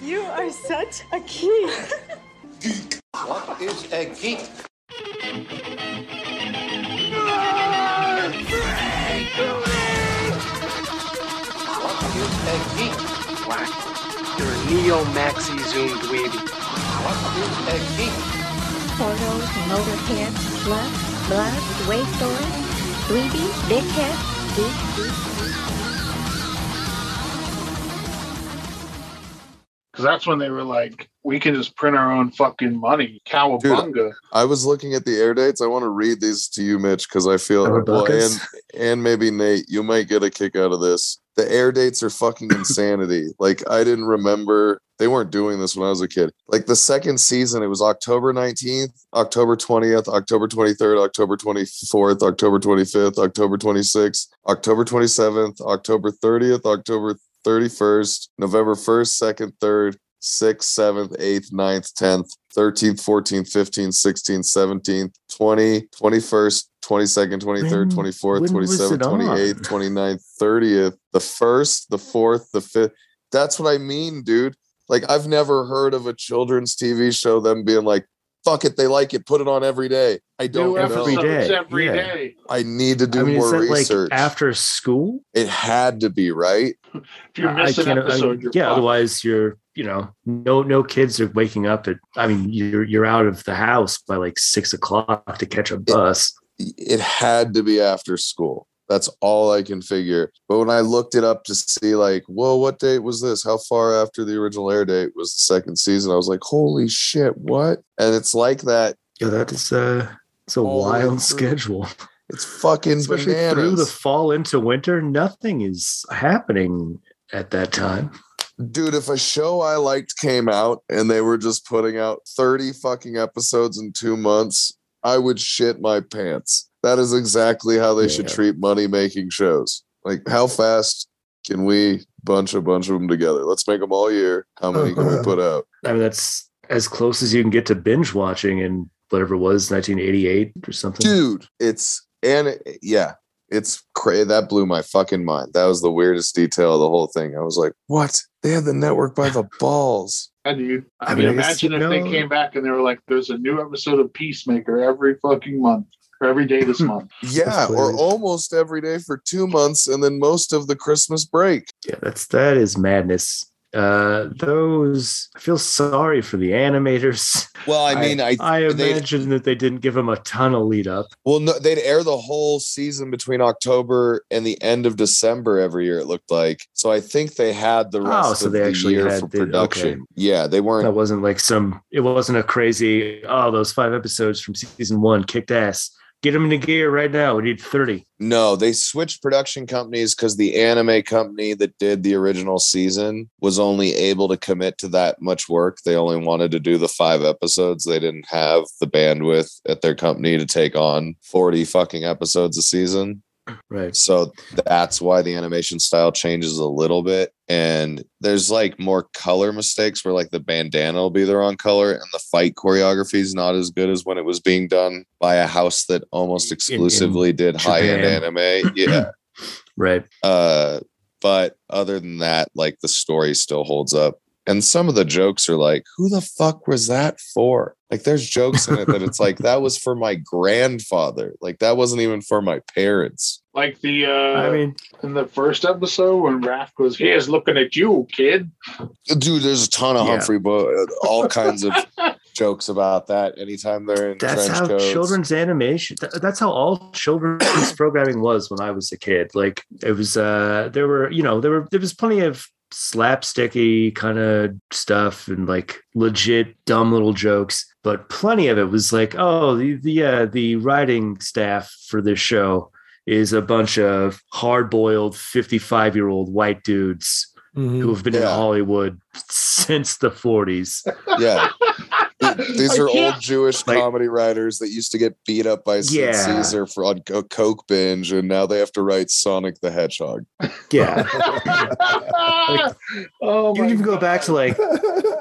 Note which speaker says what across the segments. Speaker 1: You are such a geek.
Speaker 2: What is a geek? What is a geek?
Speaker 3: You're a neo maxi zoom dweeby.
Speaker 2: What is a geek?
Speaker 4: Portals, motorhead, slut, blood, wasteland, 3D, dickhead, geek, geek,
Speaker 5: Because that's when they were like, we can just print our own fucking money. Cowabunga.
Speaker 6: I was looking at the air dates. I want to read these to you, Mitch, because I feel
Speaker 7: Our
Speaker 6: well, and
Speaker 7: buckets?
Speaker 6: and maybe Nate, you might get a kick out of this. The air dates are fucking insanity. Like I didn't remember they weren't doing this when I was a kid. Like the second season, it was October 19th, October 20th, October 23rd, October 24th, October 25th, October 26th, October 27th, October 30th, October 31st, November 1st, 2nd, 3rd, 6th, 7th, 8th, 9th, 10th, 13th, 14th, 15th, 16th, 17th, 20, 21st, 22nd, 23rd,
Speaker 7: When-
Speaker 6: 24th,
Speaker 7: when was
Speaker 6: 27th,
Speaker 7: it on?
Speaker 6: 28th, 29th, 30th, the 1st, the 4th, the 5th. That's what I mean, dude. Like, I've never heard of a children's TV show them being like, fuck it, they like it, put it on every day. I don't
Speaker 5: New
Speaker 7: every
Speaker 6: know.
Speaker 5: episodes
Speaker 7: day,
Speaker 5: every
Speaker 7: yeah.
Speaker 5: day.
Speaker 6: I need to do
Speaker 7: I mean, is
Speaker 6: more
Speaker 7: that
Speaker 6: research.
Speaker 7: like after school?
Speaker 6: it had to be, right?
Speaker 5: If you miss
Speaker 7: I
Speaker 5: an
Speaker 7: can't- I-
Speaker 5: episode, you're
Speaker 7: yeah.
Speaker 5: fucked.
Speaker 7: Otherwise, you're you know no no kids are waking up at. I mean, you're you're out of the house by like six o'clock to catch a bus.
Speaker 6: it had to be after school. That's all I can figure. But when I looked it up to see, like, whoa, what date was this? How far after the original air date was the second season? I was like, holy shit, what? And it's like that.
Speaker 7: Yeah, that is a it's a
Speaker 6: All the way through.
Speaker 7: wild schedule.
Speaker 6: It's fucking
Speaker 7: Especially
Speaker 6: bananas.
Speaker 7: through the fall into winter, nothing is happening at that time.
Speaker 6: Dude, if a show I liked came out and they were just putting out 30 fucking episodes in two months, I would shit my pants. That is exactly how they should
Speaker 7: Yeah.
Speaker 6: treat money making shows. Like, how fast can we bunch a bunch of them together? Let's make them all year. How many can we put out?
Speaker 7: I mean, that's as close as you can get to binge watching in whatever it was 1988 or something.
Speaker 6: Dude, it's, and it, yeah, it's crazy. That blew my fucking mind. That was the weirdest detail of the whole thing. I was like, what? They had the network by the balls.
Speaker 5: And you,
Speaker 7: I
Speaker 5: I mean,
Speaker 7: mean, I guess,
Speaker 5: imagine
Speaker 7: you
Speaker 5: if they
Speaker 7: know-
Speaker 5: came back and they were like, "There's a new episode of Peacemaker every fucking month or every day
Speaker 7: Hmm.
Speaker 5: this month."
Speaker 6: Yeah, or
Speaker 7: hilarious.
Speaker 6: almost every day for two months and then most of the Christmas break.
Speaker 7: Yeah, that's that is madness. Uh, those I feel sorry for the animators.
Speaker 6: Well, I
Speaker 7: I-
Speaker 6: mean, I,
Speaker 7: I
Speaker 6: they'd-
Speaker 7: imagine that they didn't give them a ton of lead up.
Speaker 6: well, no, they'd air the whole season between October and the end of December every year. It looked like, so I think they had the rest
Speaker 7: Oh, so
Speaker 6: of
Speaker 7: they
Speaker 6: the
Speaker 7: actually
Speaker 6: year
Speaker 7: had
Speaker 6: for
Speaker 7: the-
Speaker 6: production.
Speaker 7: okay.
Speaker 6: Yeah, they
Speaker 7: That
Speaker 6: weren't.
Speaker 7: wasn't like some. It wasn't a crazy. Oh, those five episodes from season one kicked ass. Get them into gear right now. We need thirty.
Speaker 6: No, they switched production companies because the anime company that did the original season was only able to commit to that much work. They only wanted to do the five episodes. They didn't have the bandwidth at their company to take on forty fucking episodes a season.
Speaker 7: Right.
Speaker 6: So that's why the animation style changes a little bit. And there's like more color mistakes where like the bandana will be the wrong color and the fight choreography is not as good as when it was being done by a house that almost
Speaker 7: In- in
Speaker 6: exclusively did high end
Speaker 7: Japan.
Speaker 6: anime. Yeah.
Speaker 7: Right.
Speaker 6: Uh, but other than that, like the story still holds up. And some of the jokes are like, who the fuck was that for? Like, there's jokes in it that it's like, that was for my grandfather. Like, that wasn't even for my parents.
Speaker 5: Like the uh,
Speaker 7: I mean,
Speaker 5: in the first episode when Raph goes, "Here's looking at you, kid."
Speaker 6: dude there's a ton of
Speaker 7: Yeah.
Speaker 6: humphrey Bo- uh, all kinds of jokes about that anytime they're in
Speaker 7: that's
Speaker 6: trench
Speaker 7: how
Speaker 6: coats.
Speaker 7: children's animation th- that's how all children's programming was when i was a kid like it was uh there were you know there were there was plenty of slapsticky kind of stuff and like legit dumb little jokes but plenty of it was like oh the the uh, the writing staff for this show is a bunch of hard-boiled 55-year-old white dudes who have been in
Speaker 6: Yeah.
Speaker 7: Hollywood since the 40s.
Speaker 6: yeah these
Speaker 5: I
Speaker 6: are
Speaker 5: can't-
Speaker 6: old jewish
Speaker 7: Like-
Speaker 6: comedy writers that used to get beat up by Sid
Speaker 7: Yeah.
Speaker 6: caesar for on a coke binge and now they have to write sonic the hedgehog
Speaker 7: Yeah.
Speaker 5: oh my
Speaker 7: you can even go
Speaker 5: God.
Speaker 7: back to like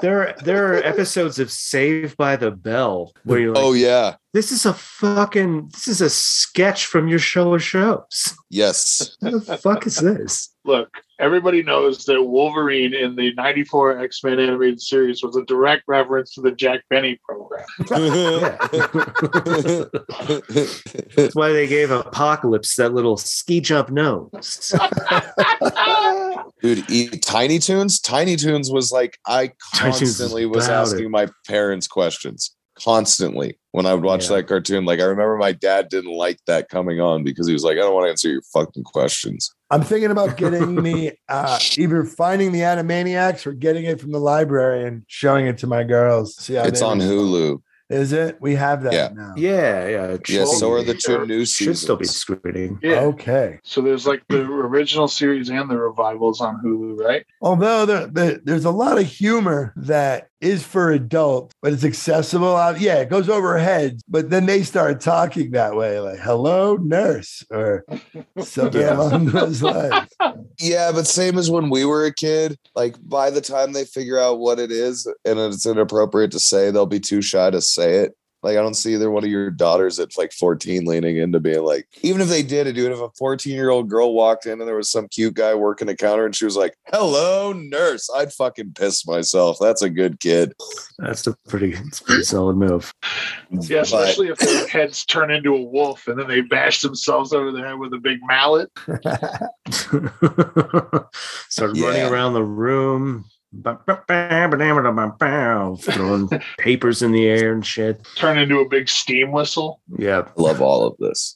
Speaker 7: there are, there are episodes of Saved by the Bell where you're like,
Speaker 6: oh yeah
Speaker 7: this is a fucking this is a sketch from your show of shows.
Speaker 6: yes
Speaker 7: What the fuck is this?
Speaker 5: Look, everybody knows that Wolverine in the 94 X Men animated series was a direct reference to the Jack Benny program.
Speaker 7: That's why they gave Apocalypse that little ski jump nose.
Speaker 6: Dude, e- Tiny Toons? Tiny Toons was like, I
Speaker 7: Tiny Toons is
Speaker 6: constantly was
Speaker 7: about
Speaker 6: asking
Speaker 7: it.
Speaker 6: my parents questions. Constantly when I would watch
Speaker 7: Yeah.
Speaker 6: that cartoon. Like, I remember my dad didn't like that coming on because he was like, I don't want to answer your fucking questions.
Speaker 8: I'm thinking about getting the uh, either finding the Animaniacs or getting it from the library and showing it to my girls. See how
Speaker 6: it's
Speaker 8: they
Speaker 6: on Hulu.
Speaker 8: Is it? We have that
Speaker 6: Yeah.
Speaker 8: now.
Speaker 7: yeah, yeah. it
Speaker 6: Yeah,
Speaker 7: should
Speaker 6: so
Speaker 7: be-
Speaker 6: are the two new
Speaker 7: should
Speaker 6: seasons.
Speaker 7: still be screening.
Speaker 5: Yeah.
Speaker 8: Oh. Okay.
Speaker 5: So there's like the original series and the revivals on Hulu, right?
Speaker 8: Although there, there, there's a lot of humor that is for adults, but it's accessible. Out, yeah, it goes over heads, but then they start talking that way, like "Hello, nurse," or something
Speaker 7: Yeah.
Speaker 8: along those lines.
Speaker 6: Yeah, but same as when we were a kid. Like by the time they figure out what it is and it's inappropriate to say, they'll be too shy to say it. Like I don't see either one of your daughters at like 14 leaning into being like, even if they did it, dude, if a 14 year old girl walked in and there was some cute guy working the counter and she was like, hello, nurse, I'd fucking piss myself. That's a good kid.
Speaker 7: That's a pretty, it's a pretty solid move.
Speaker 5: Yeah,
Speaker 6: But-
Speaker 5: especially if their heads turn into a wolf and then they bash themselves over the head with a big mallet.
Speaker 7: Start running
Speaker 6: Yeah.
Speaker 7: around the room, throwing papers in the air and shit.
Speaker 5: Turn into a big steam whistle.
Speaker 7: Yeah.
Speaker 6: I love all of this.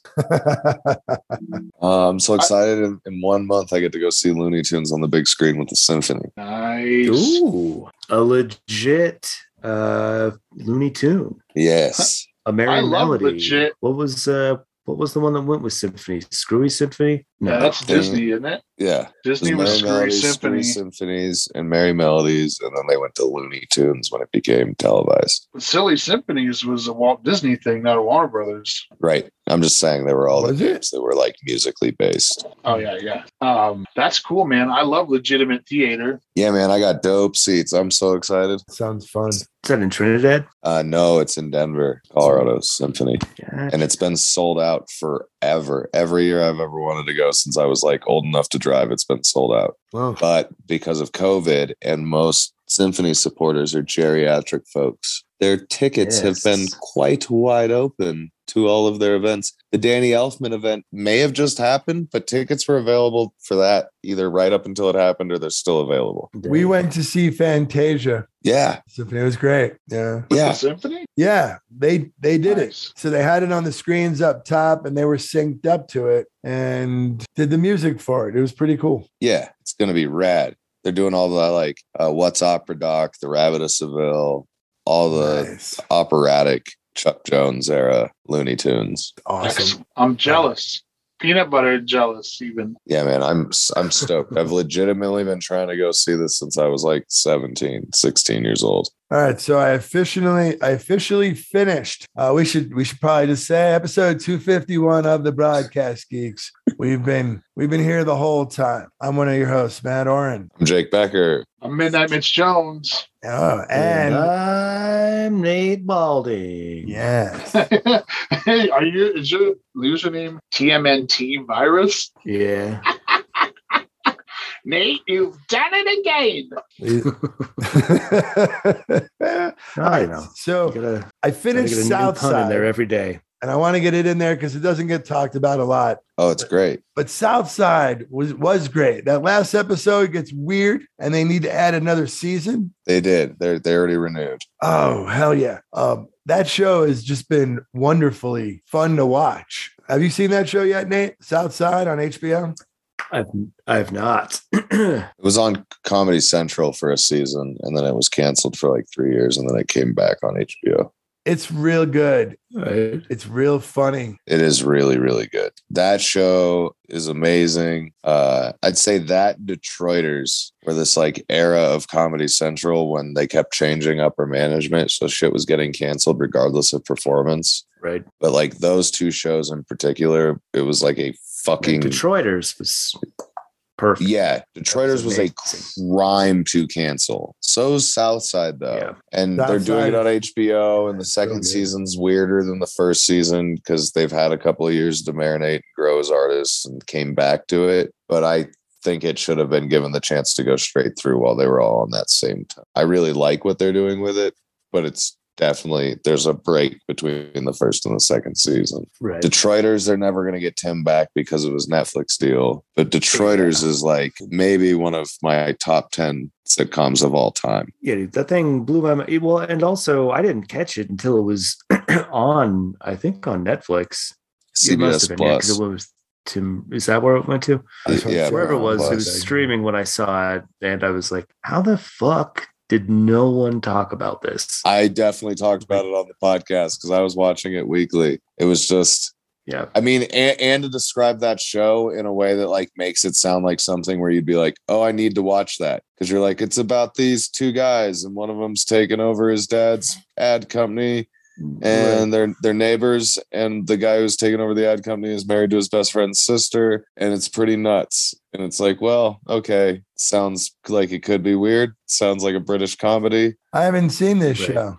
Speaker 6: Uh, I'm so excited. in, in one month, I get to go see Looney Tunes on the big screen with the symphony.
Speaker 5: Nice.
Speaker 7: Ooh, a legit uh, Looney Tune,
Speaker 6: Yes.
Speaker 7: a merry
Speaker 5: I love
Speaker 7: melody.
Speaker 5: legit.
Speaker 7: What was uh, what was the one that went with Symphony? Screwy Symphony?
Speaker 5: Yeah,
Speaker 7: No,
Speaker 5: that's Disney, isn't it?
Speaker 6: Yeah.
Speaker 5: Disney
Speaker 6: It
Speaker 5: was
Speaker 6: was Merry
Speaker 5: Screwy
Speaker 6: Melodies,
Speaker 5: Symphony.
Speaker 6: Screwy Symphonies, and Merry Melodies, and then they went to Looney Tunes when it became televised.
Speaker 5: Silly Symphonies was a Walt Disney thing, not a Warner Brothers.
Speaker 6: Right. I'm just saying they were all the
Speaker 8: Was it?
Speaker 6: games that were like musically based.
Speaker 5: Oh yeah, yeah. Um, that's cool, man. I love legitimate theater.
Speaker 6: Yeah, man, I got dope seats. I'm so excited.
Speaker 8: Sounds fun.
Speaker 7: is that in Trinidad?
Speaker 6: Uh no, it's in Denver, Colorado Symphony.
Speaker 7: Yeah.
Speaker 6: And it's been sold out forever. Every year I've ever wanted to go since I was like old enough to drive, it's been sold out.
Speaker 8: Wow.
Speaker 6: but because of COVID and most symphony supporters are geriatric folks, their tickets have been
Speaker 7: Yes.
Speaker 6: quite wide open to all of their events. The Danny Elfman event may have just happened, but tickets were available for that either right up until it happened or they're still available.
Speaker 8: We went to see Fantasia.
Speaker 6: Yeah.
Speaker 8: Symphony was great. Yeah.
Speaker 5: The
Speaker 6: Yeah.
Speaker 5: symphony?
Speaker 8: Yeah, they they did
Speaker 5: Nice.
Speaker 8: it. So they had it on the screens up top and they were synced up to it and did the music for it. It was pretty cool.
Speaker 6: Yeah. It's going to be rad. They're doing all the like uh, What's Opera Doc, The Rabbit of Seville, all the
Speaker 8: nice.
Speaker 6: operatic Chuck Jones era Looney Tunes.
Speaker 8: Awesome.
Speaker 5: I'm jealous. Peanut butter jealous, even.
Speaker 6: yeah man i'm i'm stoked i've legitimately been trying to go see this since i was like 17 16 years old
Speaker 8: All right, so I officially I officially finished. Uh, we should we should probably just say episode 251 of the Broadcast Geeks. We've been we've been here the whole time. I'm one of your hosts, Matt Oren.
Speaker 6: i'm jake becker
Speaker 5: I'm Midnight Mitch Jones.
Speaker 8: Oh,
Speaker 7: and
Speaker 8: and
Speaker 7: I'm Nate Balding.
Speaker 8: yes.
Speaker 5: hey, are you is your username TMNT virus?
Speaker 7: Yeah.
Speaker 5: Nate, you've done it again.
Speaker 7: I know. You
Speaker 8: So
Speaker 7: gotta,
Speaker 8: I
Speaker 7: gotta get
Speaker 8: finished
Speaker 7: a new pun in
Speaker 8: Southside.
Speaker 7: there every day.
Speaker 8: and I want to get it in there because it doesn't get talked about a lot.
Speaker 6: oh it's great
Speaker 8: But Southside was was great. That last episode gets weird, and they need to add another season.
Speaker 6: they did they're they already renewed
Speaker 8: Oh hell yeah! Um, that show has just been wonderfully fun to watch. Have you seen that show yet, Nate? Southside on HBO.
Speaker 7: I've I've not.
Speaker 6: it was on comedy central for a season and then it was canceled for like three years and then it came back on hbo
Speaker 8: It's real good.
Speaker 7: Right.
Speaker 8: It's real funny.
Speaker 6: it is really really good that show is amazing uh i'd say that detroiters were this like era of comedy central when they kept changing upper management so shit was getting canceled regardless of performance
Speaker 7: right.
Speaker 6: but like those two shows in particular, it was like a fucking
Speaker 7: Detroiters was perfect.
Speaker 6: yeah. Detroiters was a
Speaker 7: amazing.
Speaker 6: crime to cancel. So's Southside though,
Speaker 7: Yeah.
Speaker 6: and they're doing it
Speaker 8: Southside-
Speaker 6: on HBO. And the
Speaker 8: so
Speaker 6: second
Speaker 8: good.
Speaker 6: season's weirder than the first season because they've had a couple of years to marinate and grow as artists and came back to it. But I think it should have been given the chance to go straight through while they were all on that same time. I really like what they're doing with it, but it's definitely there's a break between the first and the second season.
Speaker 7: Right.
Speaker 6: Detroiters, they're never going to get Tim back because of his Netflix deal. But Detroiters is like maybe one of my top 10 sitcoms of all time.
Speaker 7: yeah, dude, that thing blew my mind. Well, and also I didn't catch it until it was on, I think, on Netflix. It must have
Speaker 6: CBS
Speaker 7: been, yeah, 'cause
Speaker 6: Plus. Oh,
Speaker 7: it was Tim. Is that where it went to?
Speaker 8: That's what
Speaker 6: Yeah,
Speaker 8: I'm saying.
Speaker 7: Wherever it was, it was streaming when I saw it, and I was like, "How the fuck did no one talk about this?"
Speaker 6: I definitely talked about it on the podcast because I was watching it weekly. It was just
Speaker 7: Yeah,
Speaker 6: I mean, and, and to describe that show in a way that like makes it sound like something where you'd be like, "Oh, I need to watch that," because you're like, it's about these two guys, and one of them's taking over his dad's ad company, and they're they're neighbors, and the guy who's taking over the ad company is married to his best friend's sister, and it's pretty nuts. And it's like, well, okay, sounds like it could be weird. Sounds like a British comedy,
Speaker 8: I haven't seen this
Speaker 7: Right.
Speaker 8: show.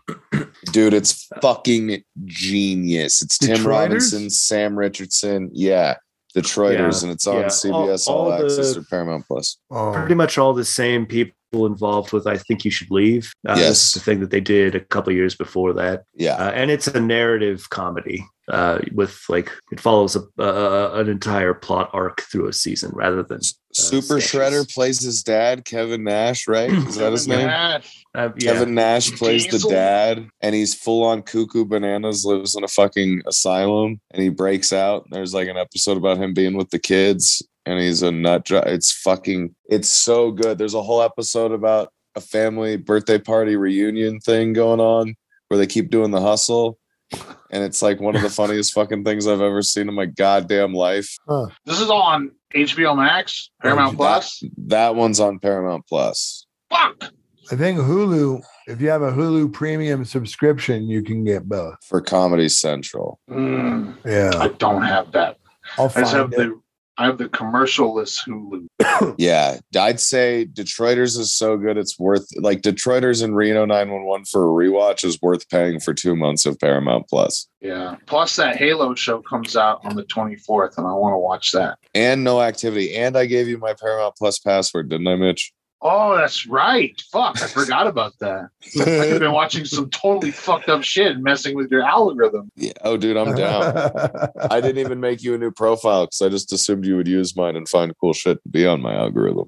Speaker 6: dude. It's fucking genius. It's Tim
Speaker 7: Detroiters?
Speaker 6: Robinson, Sam Richardson, yeah. Detroiters,
Speaker 7: Yeah,
Speaker 6: and it's on
Speaker 7: yeah.
Speaker 6: CBS All,
Speaker 7: All- all
Speaker 6: Access
Speaker 7: the-
Speaker 6: or Paramount Plus.
Speaker 8: Oh.
Speaker 7: pretty much all the same people involved with "I Think You Should Leave." Uh,
Speaker 6: Yes.
Speaker 7: this is the thing that they did a couple years before that,
Speaker 6: Yeah,
Speaker 7: uh, and it's a narrative comedy uh, with like it follows a, uh, an entire plot arc through a season rather than
Speaker 6: Super
Speaker 7: sketches.
Speaker 6: Shredder plays his dad, Kevin Nash. Right? Is that his name?
Speaker 5: Nash.
Speaker 7: uh, yeah.
Speaker 6: Kevin Nash plays
Speaker 5: Diesel.
Speaker 6: the dad, and he's full on cuckoo bananas. Lives in a fucking asylum, and he breaks out. There's like an episode about him being with the kids, and he's a nut. jo- It's fucking. It's so good. There's a whole episode about a family birthday party reunion thing going on where they keep doing the hustle. And it's like one of the funniest fucking things I've ever seen in my goddamn life.
Speaker 5: This is on HBO Max, Paramount
Speaker 6: That-
Speaker 5: Plus.
Speaker 6: That one's on Paramount Plus.
Speaker 5: Fuck.
Speaker 8: I think Hulu, if you have a Hulu premium subscription, you can get both.
Speaker 6: for Comedy Central.
Speaker 5: Mm,
Speaker 8: Yeah.
Speaker 5: I don't have that.
Speaker 8: I'll
Speaker 5: I just have
Speaker 8: find it.
Speaker 5: the I have the commercialless Hulu.
Speaker 6: Yeah, I'd say Detroiters is so good it's worth like Detroiters and Reno 911 for a rewatch is worth paying for 2 months of Paramount Plus.
Speaker 5: Yeah. Plus that Halo show comes out on the 24th and I want to watch that.
Speaker 6: And no activity and I gave you my Paramount Plus password, didn't I, Mitch?
Speaker 5: Oh, that's right. Fuck, I forgot about that. I've been watching some totally fucked up shit and messing with your algorithm.
Speaker 6: Yeah. Oh dude, I'm down. I didn't even make you a new profile cuz I just assumed you would use mine and find cool shit to be on my algorithm.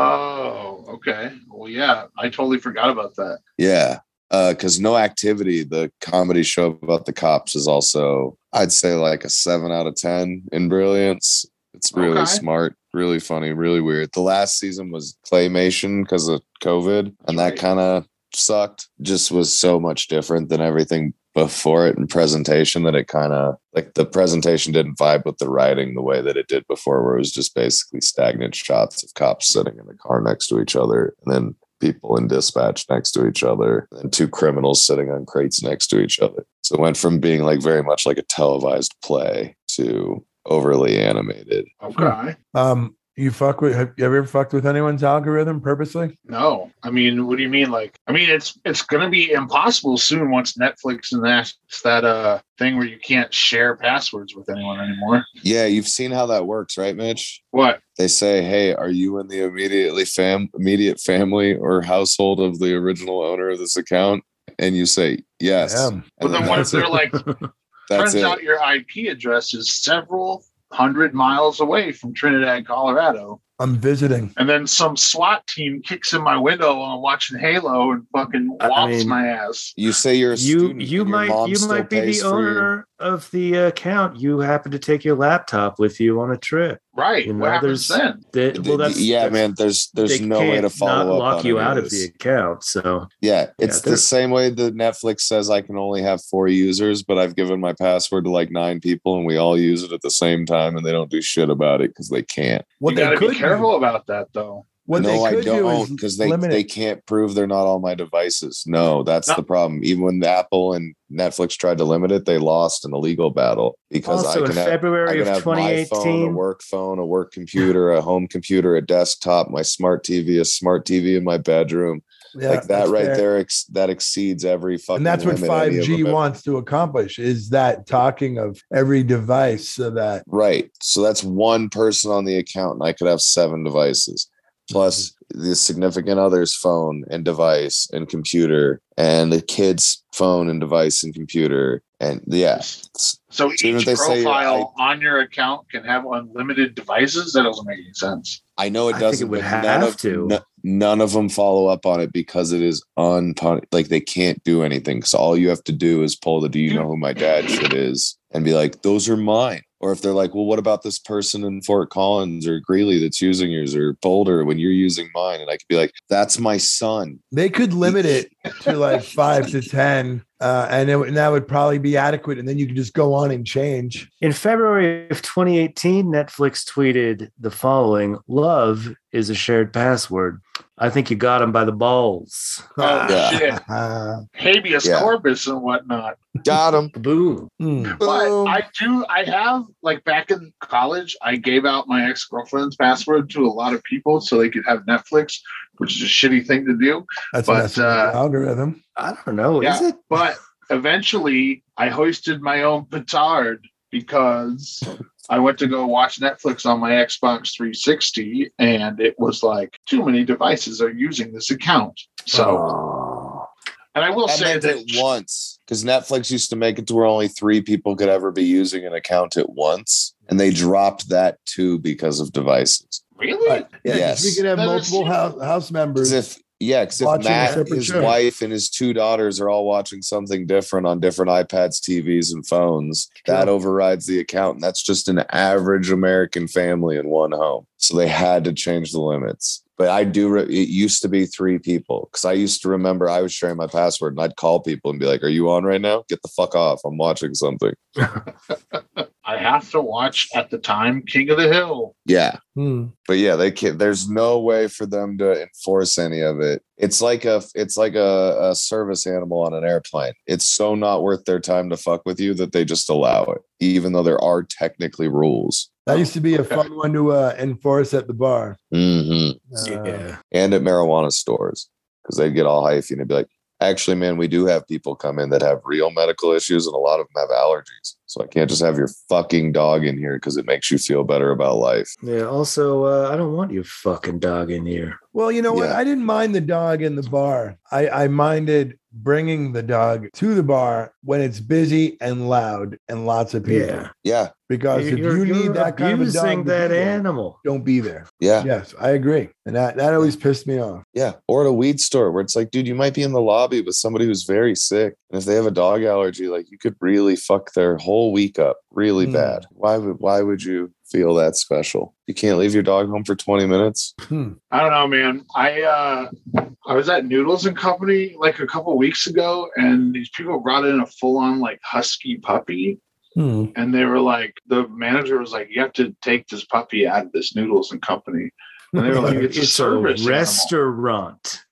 Speaker 5: Oh, okay. Well, yeah, I totally forgot about that.
Speaker 6: Yeah. Uh, cause no activity, the comedy show about the cops is also, I'd say like a seven out of 10 in brilliance. It's really
Speaker 5: Okay.
Speaker 6: smart, really funny, really weird. The last season was claymation because of COVID and that
Speaker 5: Right.
Speaker 6: kind of sucked. Just was so much different than everything before it in presentation that it kind of like the presentation didn't vibe with the writing the way that it did before, where it was just basically stagnant shots of cops sitting in the car next to each other and then people in dispatch next to each other and two criminals sitting on crates next to each other. So it went from being like very much like a televised play to overly animated. Hmm.
Speaker 5: Okay.
Speaker 8: um, you fuck with? Have you ever fucked with anyone's algorithm purposely?
Speaker 5: No, I mean, what do you mean? Like, I mean, it's it's going to be impossible soon once Netflix and that's that uh thing where you can't share passwords with anyone anymore.
Speaker 6: Yeah, you've seen how that works, right, Mitch?
Speaker 5: What?
Speaker 6: They say, "Hey, are you in the immediately fam immediate family or household of the original owner of this account?" And you say, "Yes."
Speaker 8: I am.
Speaker 5: But
Speaker 6: And
Speaker 5: then
Speaker 6: then
Speaker 5: what if
Speaker 6: that's it.
Speaker 5: they're like,
Speaker 6: That's
Speaker 5: turns
Speaker 6: it.
Speaker 5: out your IP address is several hundred miles away from Trinidad, Colorado,
Speaker 8: I'm visiting.
Speaker 5: and then some SWAT team kicks in my window while I'm watching Halo and fucking
Speaker 7: I
Speaker 5: whops
Speaker 7: mean-
Speaker 5: my ass.
Speaker 6: You say you're a
Speaker 7: you
Speaker 6: student.
Speaker 7: you
Speaker 6: and your
Speaker 7: might
Speaker 6: mom
Speaker 7: you
Speaker 6: still
Speaker 7: might be
Speaker 6: pays
Speaker 7: the
Speaker 6: for your-
Speaker 7: owner of the account. You happen to take your laptop with you on a trip.
Speaker 5: Right?
Speaker 7: You know,
Speaker 5: what happens
Speaker 7: there's-
Speaker 5: then?
Speaker 7: That- well, that's
Speaker 6: yeah,
Speaker 7: that's-
Speaker 6: man. There's there's
Speaker 7: they
Speaker 6: no way
Speaker 7: can't
Speaker 6: to follow
Speaker 7: not
Speaker 6: up.
Speaker 7: lock
Speaker 6: on
Speaker 7: you
Speaker 6: any of
Speaker 7: out of
Speaker 6: this.
Speaker 7: the account. So
Speaker 6: Yeah, it's the
Speaker 7: they're-
Speaker 6: same way that Netflix says I can only have four users, but I've given my password to like nine people and we all use it at the same time and they don't do shit about it because they can't.
Speaker 8: What
Speaker 5: you
Speaker 8: they
Speaker 5: got to
Speaker 8: could
Speaker 5: be careful
Speaker 8: do,
Speaker 5: about that though.
Speaker 8: what
Speaker 6: no,
Speaker 8: they
Speaker 6: I
Speaker 8: could do is
Speaker 6: don't because they,
Speaker 8: limit
Speaker 6: they
Speaker 8: it.
Speaker 6: can't prove they're not all my devices. No, that's
Speaker 5: No.
Speaker 6: the problem. Even when Apple and Netflix tried to limit it, they lost in a legal battle because
Speaker 7: also
Speaker 6: I
Speaker 7: in
Speaker 6: can have I
Speaker 7: February
Speaker 6: can
Speaker 7: of
Speaker 6: have my phone, a
Speaker 7: 2018,
Speaker 6: work phone, a work computer, a home computer, a desktop, my smart TV, a smart TV in my bedroom,
Speaker 8: Yeah,
Speaker 6: like that
Speaker 8: that's
Speaker 6: right
Speaker 8: fair.
Speaker 6: there, ex- that exceeds every fucking.
Speaker 8: and that's what
Speaker 6: limit any of
Speaker 8: 5G
Speaker 6: them-
Speaker 8: wants to accomplish is that talking of every device so that
Speaker 6: Right. So that's one person on the account, and I could have seven devices plus the significant other's phone and device and computer, and the kid's phone and device and computer. And yeah,
Speaker 5: So
Speaker 6: Even if
Speaker 5: each
Speaker 6: they say,
Speaker 5: profile on your account can have unlimited devices. That doesn't make any sense.
Speaker 6: I know
Speaker 7: I
Speaker 6: it
Speaker 7: think it
Speaker 6: doesn't.
Speaker 7: would
Speaker 6: but
Speaker 7: have
Speaker 6: none of,
Speaker 7: to.
Speaker 6: no- none of them follow up on it because it is unpun. Like they can't do anything. Because all you have to do is pull the "Do you know who my dad shit is?" and be like, "Those are mine." Or if they're like, "Well, what about this person in Fort Collins or Greeley that's using yours or Boulder when you're using mine?" And I could be like, "That's my son."
Speaker 8: they could limit it to like five to 10. Uh, and, it, would- and that would probably be adequate. And then you could just go on and change.
Speaker 7: In February of 2018, Netflix tweeted the following Love is a shared password. I think you got him by the balls.
Speaker 5: Oh
Speaker 6: Yeah.
Speaker 5: shit!
Speaker 8: Uh,
Speaker 5: Habeas
Speaker 6: Yeah.
Speaker 5: corpus and whatnot.
Speaker 6: Got him.
Speaker 7: Boom.
Speaker 8: hmm.
Speaker 5: But I do. I have like back in college, I gave out my ex girlfriend's password to a lot of people so they could have Netflix, which is a shitty thing to do.
Speaker 8: That's
Speaker 5: But,
Speaker 8: messing with
Speaker 5: uh,
Speaker 8: the algorithm.
Speaker 7: I don't know. Is
Speaker 5: Yeah.
Speaker 7: it?
Speaker 5: But eventually, I hoisted my own petard because I went to go watch Netflix on my Xbox 360, and it was like too many devices are using this account. So, and I will
Speaker 6: I
Speaker 5: say
Speaker 6: meant
Speaker 5: that
Speaker 6: it once because Netflix used to make it to where only three people could ever be using an account at once, and they dropped that too because of devices.
Speaker 5: really,
Speaker 8: Yeah, 'cause we
Speaker 6: yes.
Speaker 8: could have
Speaker 5: That is-
Speaker 8: multiple house, house members.
Speaker 6: Because if yeah, because if
Speaker 8: Watching a
Speaker 6: Matt,
Speaker 8: separate
Speaker 6: his
Speaker 8: show.
Speaker 6: wife, and his two daughters are all watching something different on different iPads, TVs, and phones, that overrides the account, and that's just an average American family in one home. So they had to change the limits. But I do. Re- it used to be three people because I used to remember I was sharing my password, and I'd call people and be like, "Are you on right now? Get the fuck off! I'm watching something."
Speaker 5: I have to watch at the time King of the Hill.
Speaker 6: Yeah.
Speaker 8: Hmm.
Speaker 6: but yeah they can't there's no way for them to enforce any of it it's like a it's like a, a service animal on an airplane it's so not worth their time to fuck with you that they just allow it even though there are technically rules
Speaker 8: That used to be a
Speaker 5: Okay.
Speaker 8: fun one to uh, enforce at the bar.
Speaker 6: mm-hmm.
Speaker 8: Uh,
Speaker 7: yeah.
Speaker 6: and at marijuana stores because they'd get all hyphy and they'd be like actually man we do have people come in that have real medical issues and a lot of them have allergies so i can't just have your fucking dog in here because it makes you feel better about life
Speaker 7: Yeah. Also, uh, I don't want your fucking dog in here.
Speaker 8: Well, you know what?
Speaker 6: Yeah.
Speaker 8: I didn't mind the dog in the bar. I, I minded bringing the dog to the bar when it's busy and loud and lots of people.
Speaker 7: Yeah.
Speaker 6: yeah
Speaker 8: Because if you need that kind of a dog,
Speaker 7: abusing
Speaker 8: to
Speaker 7: that
Speaker 8: be there,
Speaker 7: animal.
Speaker 8: don't be there.
Speaker 6: yeah
Speaker 8: Yes, I agree. And that, that always pissed me off.
Speaker 6: Yeah, or at a weed store where it's like, dude, you might be in the lobby with somebody who's very sick, and if they have a dog allergy, like you could really fuck their whole week up really
Speaker 8: Mm.
Speaker 6: bad. Why would why would you feel that special? You can't leave your dog home for twenty minutes.
Speaker 5: I don't know, man. I uh, I was at Noodles and Company like a couple weeks ago, and these people brought in a full on like husky puppy, and they were like, the manager was like, you have to take this puppy out of this Noodles and Company, and they were like, it's, a service animal.
Speaker 7: restaurant.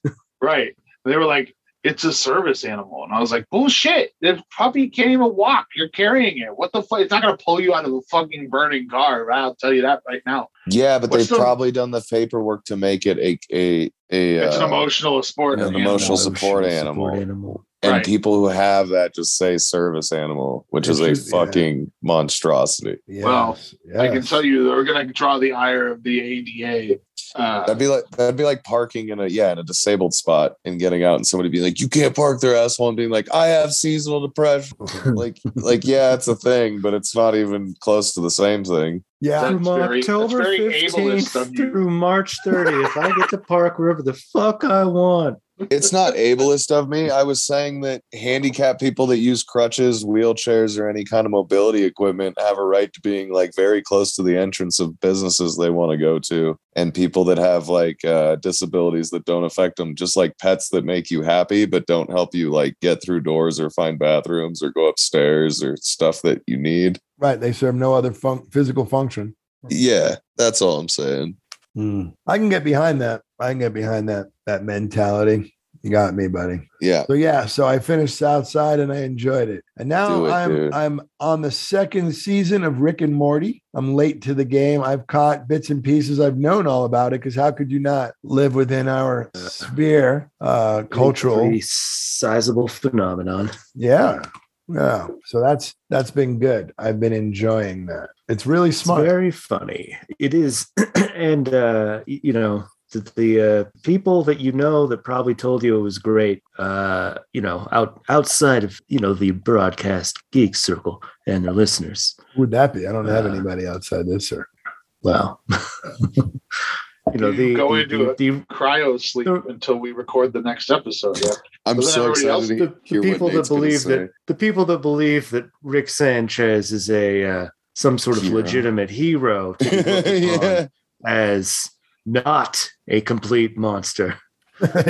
Speaker 5: right? And they were like, it's a service animal, and I was like, bullshit. The puppy can't even walk. You're carrying it. What the fuck? It's not gonna pull you out of a fucking burning car. I'll tell you that right now.
Speaker 6: Yeah, but
Speaker 5: What's
Speaker 6: they've
Speaker 5: the-
Speaker 6: probably done the paperwork to make it a a a
Speaker 5: it's an
Speaker 6: uh,
Speaker 5: emotional sport.
Speaker 6: an
Speaker 5: animal.
Speaker 6: emotional support animal. and
Speaker 5: right.
Speaker 6: people who have that just say service animal, which is a
Speaker 8: It's just- yeah.
Speaker 6: fucking monstrosity.
Speaker 8: Yes,
Speaker 5: Well, I can
Speaker 8: yes.
Speaker 5: tell you that we're going to draw the ire of the ADA. Uh,
Speaker 6: That'd be like that'd be like parking in a yeah in a disabled spot and getting out and somebody being like you can't park there asshole and being like I have seasonal depression like like yeah it's a thing but it's not even close to the same thing
Speaker 8: Yeah.
Speaker 5: That's
Speaker 7: From
Speaker 5: very- that's
Speaker 7: October
Speaker 5: very ableist of
Speaker 7: 15th
Speaker 5: you.
Speaker 7: through March 30th, I get to park wherever the fuck I want.
Speaker 6: it's not ableist of me I was saying that handicapped people that use crutches wheelchairs or any kind of mobility equipment have a right to being like very close to the entrance of businesses they want to go to and people that have like uh, disabilities that don't affect them, just like pets that make you happy but don't help you like get through doors or find bathrooms or go upstairs or stuff that you need.
Speaker 8: Right. They serve no other fun- physical function.
Speaker 7: Hmm.
Speaker 6: Yeah, that's all I'm saying.
Speaker 8: I can get behind that. I can get behind that that mentality. You got me, buddy.
Speaker 6: Yeah.
Speaker 8: So yeah, so I finished Southside and I enjoyed it. And now
Speaker 6: Do it,
Speaker 8: I'm
Speaker 6: dude.
Speaker 8: I'm on the second season of Rick and Morty. I'm late to the game. I've caught bits and pieces. I've known all about it because how could you not live within our sphere, uh, cultural?
Speaker 7: Pretty sizable phenomenon.
Speaker 8: Yeah, yeah. So that's that's been good. I've been enjoying that. It's really smart.
Speaker 7: It's very funny. It is, and uh, y- you know the, the uh, people that you know that probably told you it was great. Uh, you know, out outside of you know the broadcast geek circle and their listeners.
Speaker 8: Who Would that be? I don't have
Speaker 7: Uh,
Speaker 8: anybody outside this, sir.
Speaker 7: Wow. you know the
Speaker 5: You go
Speaker 7: the,
Speaker 5: into
Speaker 7: the, the-
Speaker 5: Cryo sleep
Speaker 7: There-
Speaker 5: until we record the next episode. Yeah.
Speaker 6: I'm
Speaker 5: But then
Speaker 6: so
Speaker 5: everybody
Speaker 6: excited
Speaker 5: else-
Speaker 6: to
Speaker 7: the, the
Speaker 6: hear what
Speaker 7: people that
Speaker 6: Nate's gonna
Speaker 7: believe
Speaker 6: say.
Speaker 7: that the people that believe that Rick Sanchez is a uh, some sort of
Speaker 6: Hero.
Speaker 7: legitimate hero to be looked upon
Speaker 6: yeah.
Speaker 7: as not a complete monster.
Speaker 8: Yeah.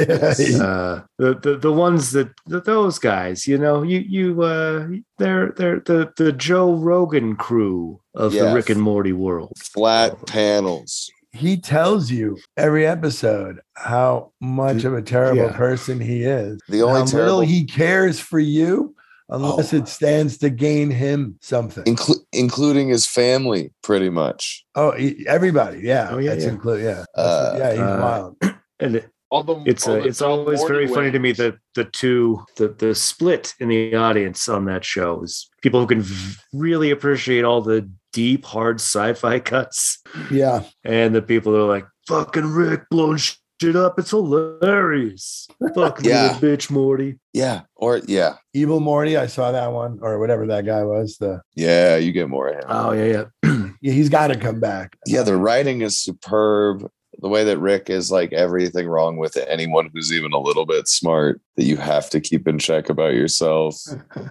Speaker 7: uh, the, the the ones that th- those guys, you know, you you uh, they're they're the the Joe Rogan crew of
Speaker 6: Yes.
Speaker 7: the Rick and Morty world.
Speaker 6: Flat panels.
Speaker 8: he tells you every episode how much of a terrible
Speaker 7: Yeah.
Speaker 8: person he is.
Speaker 6: The only
Speaker 8: how
Speaker 6: terrible-
Speaker 8: little he cares for you unless
Speaker 6: Oh.
Speaker 8: it stands to gain him something.
Speaker 6: Inclu- including his family, pretty much.
Speaker 8: Oh, e- everybody. Yeah.
Speaker 7: Oh, yeah,
Speaker 8: That's
Speaker 7: yeah.
Speaker 8: include. Yeah. That's-
Speaker 6: Uh,
Speaker 8: yeah. He's
Speaker 7: uh,
Speaker 8: wild.
Speaker 7: And it-
Speaker 5: All the,
Speaker 7: it's
Speaker 5: all
Speaker 7: uh,
Speaker 5: the
Speaker 7: it's
Speaker 5: Del
Speaker 7: always
Speaker 5: Morty
Speaker 7: very funny to me
Speaker 5: ways.
Speaker 7: that the two the the split in the audience on that show is people who can v- really appreciate all the deep hard sci-fi cuts
Speaker 8: Yeah.
Speaker 7: and the people that are like fucking Rick blowing shit up. It's hilarious. Fuck me,
Speaker 6: Yeah.
Speaker 7: bitch, Morty.
Speaker 6: Yeah. Or yeah.
Speaker 8: Evil Morty. I saw that one or whatever that guy was. The
Speaker 6: Yeah, you get more of him.
Speaker 7: Oh yeah, yeah.
Speaker 8: yeah, he's got to come back.
Speaker 6: yeah, the writing is superb. The way that Rick is like everything wrong with anyone who's even a little bit smart that you have to keep in check about yourself.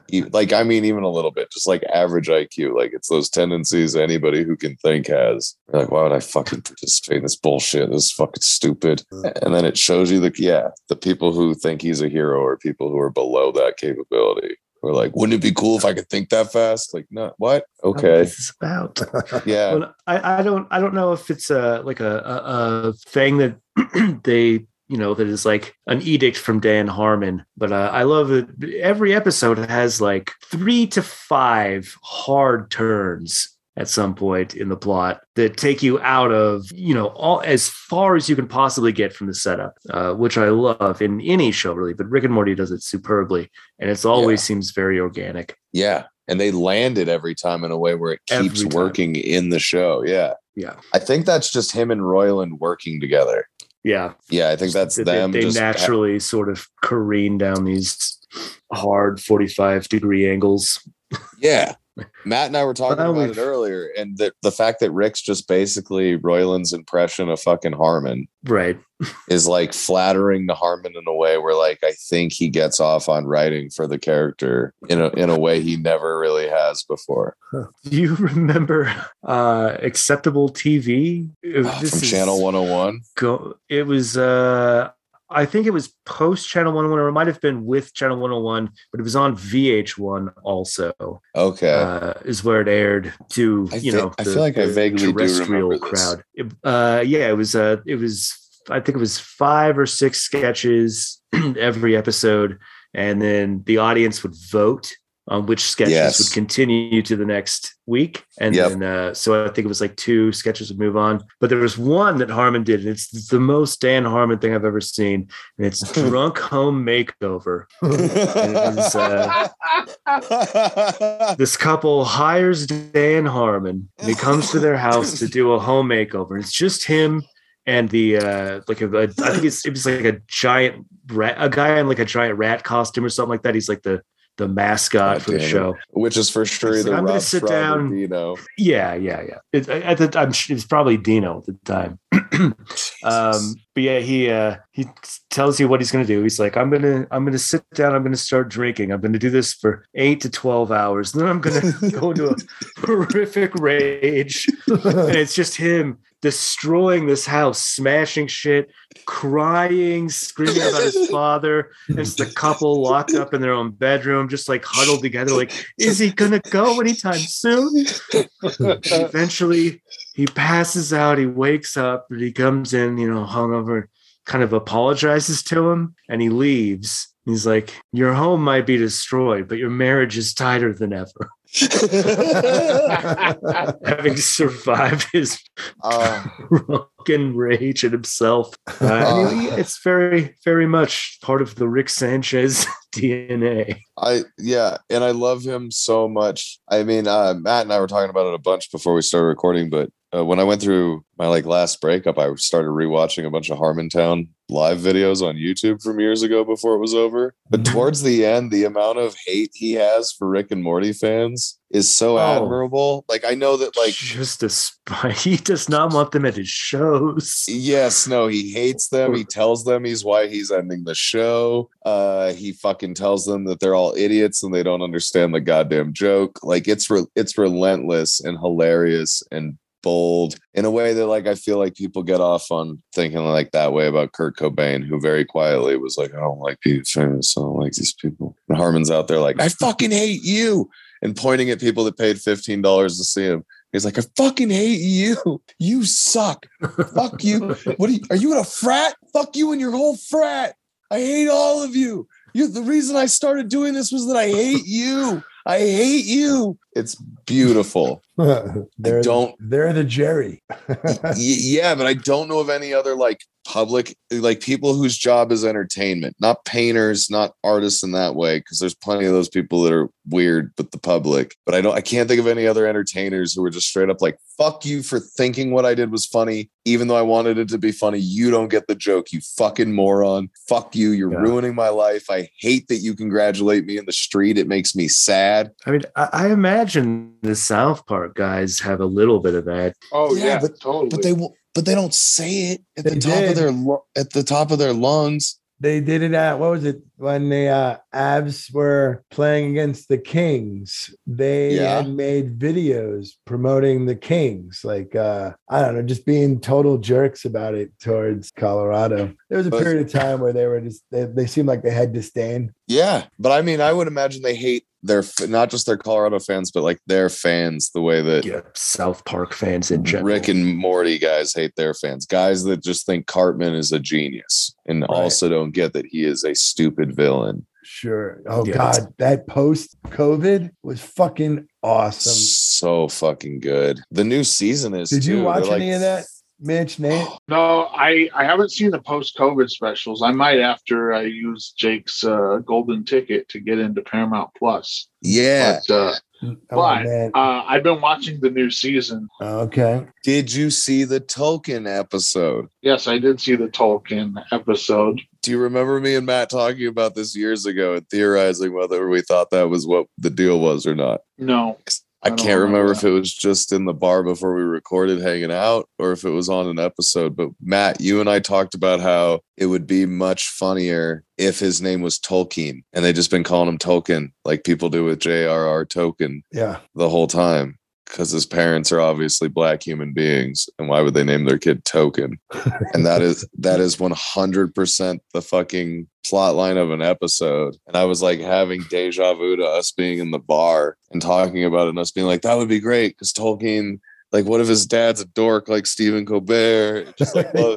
Speaker 6: E- like, I mean, even a little bit, just like average IQ. Like, it's those tendencies anybody who can think has. You're like, why would I fucking participate in this bullshit? This is fucking stupid. And then it shows you, like, yeah, the people who think he's a hero are people who are below that capability. We're like, wouldn't it be cool if I could think that fast? Like, no, what? Okay.
Speaker 7: This is about.
Speaker 6: Yeah.
Speaker 7: Well, I, I don't I don't know if it's a like a a, a thing that they you know that is like an edict from Dan Harmon, but uh, I love that every episode has like three to five hard turns at some point in the plot that take you out of you know all as far as you can possibly get from the setup uh, which i love in any show really but rick and morty does it superbly and it's always seems very organic
Speaker 6: Yeah. And they land it every time in a way where it keeps
Speaker 7: Every time.
Speaker 6: working in the show. Yeah.
Speaker 7: Yeah.
Speaker 6: I think that's just him and Royland working together.
Speaker 7: yeah
Speaker 6: Yeah. I think that's
Speaker 7: that
Speaker 6: them.
Speaker 7: They, they
Speaker 6: just-
Speaker 7: naturally sort of careen down these hard 45 degree angles.
Speaker 6: Yeah. Matt and I were talking
Speaker 7: Well,
Speaker 6: about
Speaker 7: we've-
Speaker 6: it earlier. And the, the fact that Rick's just basically Royland's impression of fucking Harmon
Speaker 7: Right.
Speaker 6: is like flattering to Harmon in a way where like I think he gets off on writing for the character in a in a way he never really has before.
Speaker 7: Do you remember uh acceptable TV? It-
Speaker 6: Ah,
Speaker 7: this
Speaker 6: From
Speaker 7: is
Speaker 6: Channel 101.
Speaker 7: go- it was uh I think it was post Channel 101, or it might have been with Channel 101, but it was on VH1 also,
Speaker 6: Okay.
Speaker 7: uh, is where it aired to,
Speaker 6: I
Speaker 7: you
Speaker 6: fe-
Speaker 7: know,
Speaker 6: I feel like I vaguely do
Speaker 7: terrestrial
Speaker 6: remember this.
Speaker 7: crowd. It- uh, yeah, it was, uh, it was, I think it was five or six sketches every episode. And then the audience would vote on which sketches
Speaker 6: Yes.
Speaker 7: would continue to the next week. And
Speaker 6: Yep.
Speaker 7: then, uh, so I think it was like two sketches would move on. But there was one that Harmon did. And it's the most Dan Harmon thing I've ever seen. And it's Drunk Home Makeover. And it was, uh, this couple hires Dan Harmon and he comes to their house to do a home makeover. It's just him and the uh like a, a I think it's it was like a giant rat a guy in like a giant rat costume or something like that. He's like the the mascot
Speaker 6: God
Speaker 7: for the
Speaker 6: damn it.
Speaker 7: show.
Speaker 6: Which is for sure
Speaker 7: He's
Speaker 6: the
Speaker 7: like, "I'm
Speaker 6: Rob
Speaker 7: gonna
Speaker 6: sit
Speaker 7: sit
Speaker 6: down.
Speaker 7: down." Yeah, yeah, yeah. It, I, I think I'm sure it's probably Dino at the time. um, but yeah, he uh, he tells you what he's going to do. He's like, I'm gonna I'm gonna sit down. I'm gonna start drinking. I'm gonna do this for eight to twelve hours. Then I'm gonna go into a horrific rage. And it's just him destroying this house, smashing shit, crying, screaming about his father. It's the couple locked up in their own bedroom, just like huddled together. Like, is he gonna go anytime soon? And eventually he passes out he wakes up and he comes in you know hungover kind of apologizes to him and he leaves. He's like, Your home might be destroyed, but your marriage is tighter than ever. Having survived his
Speaker 6: Uh,
Speaker 7: drunken rage at himself. Uh, I mean, it's very, very much part of the Rick Sanchez DNA.
Speaker 6: I yeah, and I love him so much. I mean, uh, Matt and I were talking about it a bunch before we started recording, but uh, when I went through my like last breakup, I started rewatching a bunch of Harmontown live videos on YouTube from years ago before it was over. But
Speaker 7: Mm-hmm.
Speaker 6: towards the end, the amount of hate he has for Rick and Morty fans is so
Speaker 7: Oh.
Speaker 6: admirable. Like I know that like
Speaker 7: just a spy. He does not want them at his shows.
Speaker 6: Yes, no, he hates them. He tells them he's why he's ending the show. Uh, he fucking tells them that they're all idiots and they don't understand the goddamn joke. Like it's re- it's relentless and hilarious and bold in a way that like I feel like people get off on thinking like that way about Kurt Cobain, who very quietly was like, I don't like being famous. I don't like these people. And Harmon's out there like, I fucking hate you, and pointing at people that paid fifteen dollars to see him. He's like, I fucking hate you. You suck. Fuck you. What are you, are you in a frat? Fuck you and your whole frat. I hate all of you. You the reason I started doing this was that I hate you. I hate you. It's beautiful.
Speaker 8: they're,
Speaker 6: don't-
Speaker 8: They're the Jerry.
Speaker 6: Y- yeah, but I don't know of any other like public like people whose job is entertainment, not painters, not artists in that way because there's plenty of those people that are weird with the public. But I don't I can't think of any other entertainers who are just straight up like fuck you for thinking what I did was funny even though I wanted it to be funny. You don't get the joke, you fucking moron. Fuck you, you're
Speaker 7: Yeah.
Speaker 6: ruining my life. I hate that you congratulate me in the street. It makes me sad.
Speaker 7: I mean, I, I imagine the South Park guys have a little bit of that.
Speaker 5: Oh
Speaker 6: Yeah,
Speaker 5: yeah,
Speaker 6: but-
Speaker 5: totally.
Speaker 6: But they won't but they don't say it at
Speaker 8: They
Speaker 6: the top of
Speaker 8: did.
Speaker 6: their lu- at the top of their lungs.
Speaker 8: They did it at what was it when the uh, Abs were playing against the Kings? They
Speaker 6: Yeah.
Speaker 8: had made videos promoting the Kings, like uh, I don't know, just being total jerks about it towards Colorado. There was a
Speaker 6: But-
Speaker 8: period of time where they were just they, they seemed like they had disdain.
Speaker 6: Yeah, but I mean, I would imagine they hate their f- not just their Colorado fans, but like their fans the way that
Speaker 7: Yeah, South Park fans in general.
Speaker 6: Rick and Morty guys hate their fans. Guys that just think Cartman is a genius and
Speaker 8: Right.
Speaker 6: also don't get that he is a stupid villain.
Speaker 8: Sure. Oh
Speaker 7: Yeah.
Speaker 8: God, that post COVID was fucking awesome.
Speaker 6: So fucking good. The new season is.
Speaker 8: Did you
Speaker 6: too.
Speaker 8: watch
Speaker 6: They're, like,
Speaker 8: any of that, Mitch? Nate?
Speaker 5: No, I, I haven't seen the post COVID specials. I might after I use Jake's uh, golden ticket to get into Paramount Plus.
Speaker 6: Yeah.
Speaker 5: But, uh,
Speaker 8: Oh
Speaker 5: Why?
Speaker 8: man.
Speaker 5: uh, I've been watching the new season.
Speaker 8: Okay.
Speaker 6: Did you see the Tolkien episode?
Speaker 5: Yes, I did see the Tolkien episode.
Speaker 6: Do you remember me and Matt talking about this years ago and theorizing whether we thought that was what the deal was or not?
Speaker 5: No, I
Speaker 6: I
Speaker 5: don't
Speaker 6: can't remember
Speaker 5: remember
Speaker 6: if it was just in the bar before we recorded hanging out or if it was on an episode. But Matt, you and I talked about how it would be much funnier if his name was Tolkien and they just been calling him Tolkien, like people do with J.R.R. Tolkien
Speaker 8: Yeah.
Speaker 6: the whole time. Because his parents are obviously black human beings, and why would they name their kid Token? and that is that is one hundred percent the fucking plot line of an episode. And I was like having deja vu to us being in the bar and talking about it, and us being like, "That would be great," because Tolkien, like, what if his dad's a dork like Stephen Colbert? Just like, well,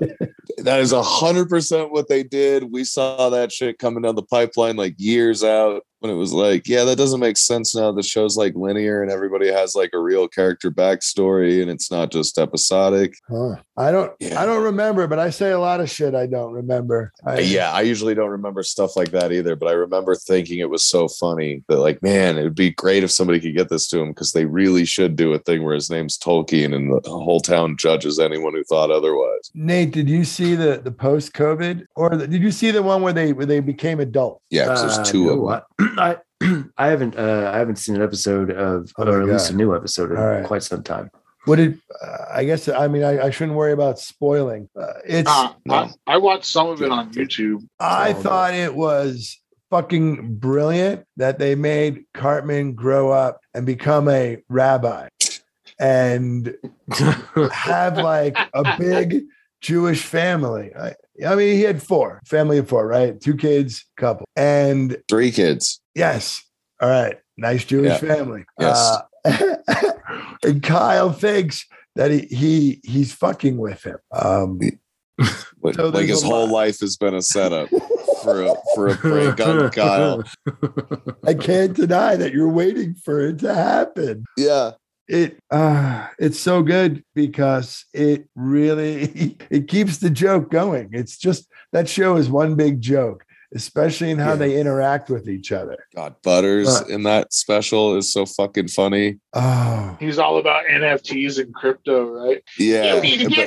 Speaker 6: that is hundred percent what they did. We saw that shit coming down the pipeline like years out when it was like, yeah, that doesn't make sense now. The show's like linear and everybody has like a real character backstory and it's not just episodic.
Speaker 8: Huh. I don't
Speaker 6: Yeah.
Speaker 8: I don't remember, but I say a lot of shit I don't remember. I,
Speaker 6: yeah, I usually don't remember stuff like that either, but I remember thinking it was so funny that like, man, it would be great if somebody could get this to him because they really should do a thing where his name's Tolkien and the whole town judges anyone who thought otherwise.
Speaker 8: Nate, did you see the the post COVID or the, did you see the one where they where they became adults?
Speaker 6: Yeah, 'cause
Speaker 7: Uh,
Speaker 6: there's two
Speaker 7: no,
Speaker 6: of them.
Speaker 7: I, I, I haven't uh, I haven't seen an episode of
Speaker 8: Oh my
Speaker 7: or at least a
Speaker 8: God.
Speaker 7: new episode in
Speaker 8: All right.
Speaker 7: quite some time.
Speaker 8: What did uh, I guess? I mean, I, I shouldn't worry about spoiling. Uh, it's
Speaker 5: uh,
Speaker 6: no.
Speaker 5: I, I watched some of it on YouTube.
Speaker 6: Oh,
Speaker 8: I
Speaker 7: so-
Speaker 8: thought it was fucking brilliant that they made Cartman grow up and become a rabbi and have like a big Jewish family. I, I mean, he had four family of four, right? Two kids, couple, and
Speaker 6: Three kids.
Speaker 8: Yes. All right. Nice Jewish
Speaker 6: Yeah.
Speaker 8: family.
Speaker 6: Yes.
Speaker 8: Uh, and Kyle thinks that he, he he's fucking with him. Um,
Speaker 6: Like,
Speaker 8: So
Speaker 6: like
Speaker 8: there's
Speaker 6: his
Speaker 8: a
Speaker 6: whole
Speaker 8: lot.
Speaker 6: life has been a setup for a for a prank on Kyle.
Speaker 8: I can't deny that you're waiting for it to happen.
Speaker 6: Yeah.
Speaker 8: It uh it's so good because it really it keeps the joke going. It's just that show is one big joke, especially in how
Speaker 6: Yeah.
Speaker 8: they interact with each other.
Speaker 6: God, Butters
Speaker 7: Uh.
Speaker 6: in that special is so fucking funny.
Speaker 8: Oh,
Speaker 5: He's all about NFTs and crypto, right?
Speaker 6: Yeah.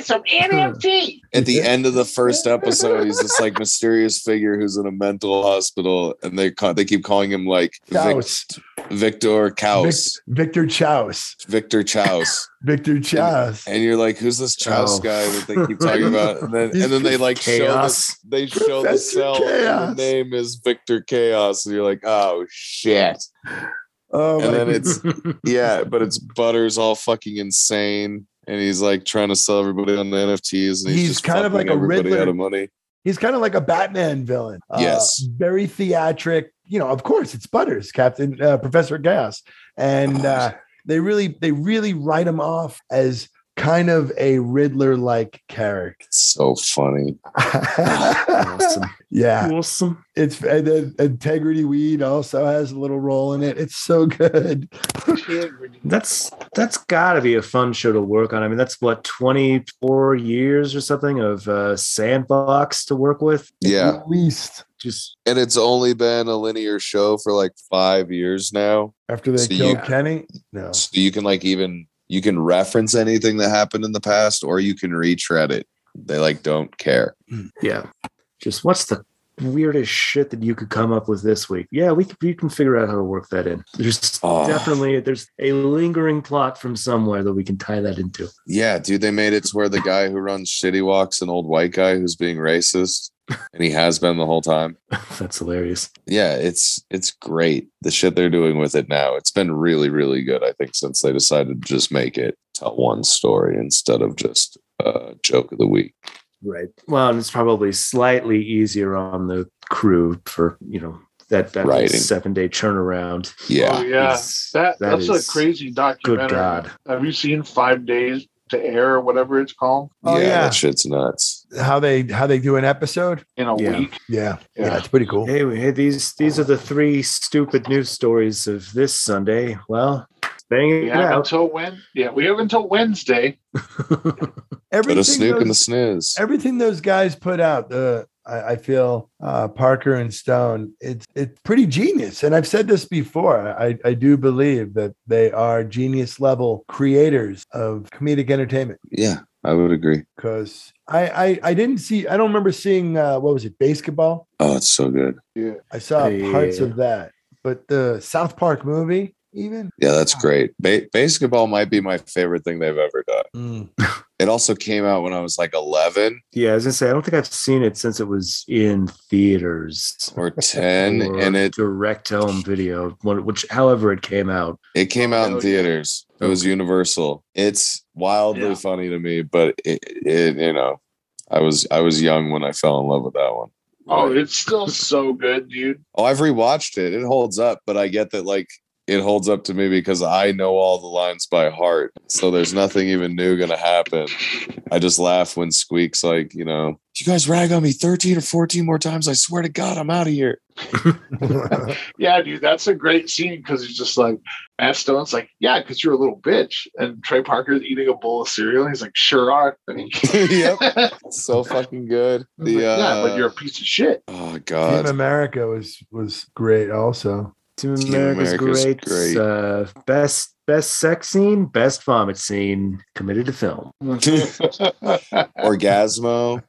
Speaker 5: some NFT.
Speaker 6: At the end of the first episode, he's this like mysterious figure who's in a mental hospital, and they ca- they keep calling him like Vic-
Speaker 8: Chaos.
Speaker 6: Victor Kaus,
Speaker 8: Victor Chaos.
Speaker 6: Victor Chaus,
Speaker 8: Victor Chaos.
Speaker 6: and you're like, who's this Chaus
Speaker 7: Oh.
Speaker 6: guy that they keep talking about? And then and then they like
Speaker 7: Chaos.
Speaker 6: show the, they show the
Speaker 8: Professor
Speaker 6: cell.
Speaker 8: Chaos.
Speaker 6: And the name is Victor Chaos, and you're like, oh shit.
Speaker 8: Oh,
Speaker 6: and
Speaker 8: my
Speaker 6: then it's yeah, but it's Butters all fucking insane, and he's like trying to sell everybody on the NFTs, and he's,
Speaker 8: He's
Speaker 6: just
Speaker 8: kind of
Speaker 6: fucking
Speaker 8: like a
Speaker 6: everybody
Speaker 8: Riddler.
Speaker 6: out of money.
Speaker 8: He's kind of like a Batman villain. Uh,
Speaker 6: Yes.
Speaker 8: Very theatric. You know, of course, it's Butters, Captain uh, Professor Gas, and uh, they really, they really write him off as kind of a Riddler-like character.
Speaker 6: It's so funny.
Speaker 7: awesome.
Speaker 8: yeah,
Speaker 7: Awesome.
Speaker 8: it's and then Integrity Weed also has a little role in it. It's so good.
Speaker 7: That's that's got to be a fun show to work on. I mean, that's what twenty four years or something of uh, sandbox to work with.
Speaker 6: Yeah,
Speaker 8: at least
Speaker 7: Just
Speaker 6: and it's only been a linear show for like five years now,
Speaker 8: after they
Speaker 6: So you-
Speaker 8: kill Kenny. No,
Speaker 6: so you can like even you can reference anything that happened in the past, or you can retread it. They like don't care.
Speaker 7: yeah, just what's the weirdest shit that you could come up with this week? Yeah, we can, we can figure out how to work that in. There's
Speaker 6: Oh.
Speaker 7: definitely there's a lingering plot from somewhere that we can tie that into.
Speaker 6: Yeah, dude, they made it to where the guy who runs Shitty Walks, an old white guy who's being racist, and he has been the whole time.
Speaker 7: That's hilarious.
Speaker 6: yeah it's it's great the shit they're doing with it now it's been really really good i think since they decided to just make it tell one story instead of just uh joke of the week
Speaker 7: Right. Well, and it's probably slightly easier on the crew for you know that that
Speaker 6: Writing.
Speaker 7: seven day turnaround.
Speaker 5: Oh,
Speaker 6: yeah
Speaker 5: yeah.
Speaker 7: Is-
Speaker 5: That,
Speaker 7: that
Speaker 5: that's
Speaker 7: is-
Speaker 5: a crazy documentary.
Speaker 7: Good God.
Speaker 5: Have you seen Five Days to Air or whatever it's called
Speaker 8: Oh, yeah.
Speaker 6: that shit's nuts
Speaker 8: how they how they do an episode?
Speaker 5: in a
Speaker 7: Yeah.
Speaker 5: week?
Speaker 8: Yeah, yeah,
Speaker 5: Yeah.
Speaker 8: it's pretty cool.
Speaker 7: Hey, hey, these these are the three stupid news stories of this Sunday. Well, bang
Speaker 5: We
Speaker 7: it
Speaker 5: have
Speaker 7: out.
Speaker 5: until when? Yeah, we have until Wednesday.
Speaker 6: put
Speaker 8: Everything
Speaker 6: a snook in the
Speaker 8: goes-
Speaker 6: snooze
Speaker 8: everything those guys put out the I, I feel uh, Parker and Stone, it's it's pretty genius. And I've said this before. I, I do believe that they are genius level creators of comedic entertainment.
Speaker 6: yeah i would agree
Speaker 8: Because I, I I didn't see I don't remember seeing uh, what was it basketball.
Speaker 6: oh it's so good
Speaker 5: Yeah.
Speaker 8: I saw parts
Speaker 7: Yeah.
Speaker 8: of that, but the South Park movie even.
Speaker 6: yeah that's great ba- basketball might be my favorite thing they've ever done it also came out when i was like 11
Speaker 7: Yeah, I was gonna say I don't think I've seen it since it was in theaters
Speaker 6: or 10
Speaker 7: or
Speaker 6: and it
Speaker 7: direct to home video, one- which however it came out.
Speaker 6: It came out
Speaker 5: Oh,
Speaker 6: in
Speaker 5: yeah.
Speaker 6: theaters. It was Universal. It's wildly
Speaker 5: Yeah.
Speaker 6: funny to me, but it, it, you know, I was I was young when I fell in love with that one.
Speaker 5: Oh, it's still so good, dude.
Speaker 6: Oh, I've rewatched it. It holds up, but I get that like it holds up to me because I know all the lines by heart. So there's nothing even new gonna happen. I just laugh when Squeak's like, you know, you guys rag on me 13 or 14 more times. I swear to God, I'm out of here. Oh,
Speaker 5: Yeah, dude, that's a great scene because he's just like Matt Stone's like, yeah, because you're a little bitch, and Trey Parker's eating a bowl of cereal. And he's like, sure are. I mean,
Speaker 6: yep. So fucking good.
Speaker 5: I was like,
Speaker 6: The,
Speaker 5: yeah, but
Speaker 6: uh,
Speaker 5: you're a piece of shit.
Speaker 6: oh
Speaker 8: Team
Speaker 6: God.
Speaker 8: America was was great also.
Speaker 7: Team
Speaker 6: Team
Speaker 7: America's,
Speaker 6: America's
Speaker 7: great.
Speaker 6: great.
Speaker 7: Uh, best best sex scene, best vomit scene, committed to film.
Speaker 6: Orgasmo.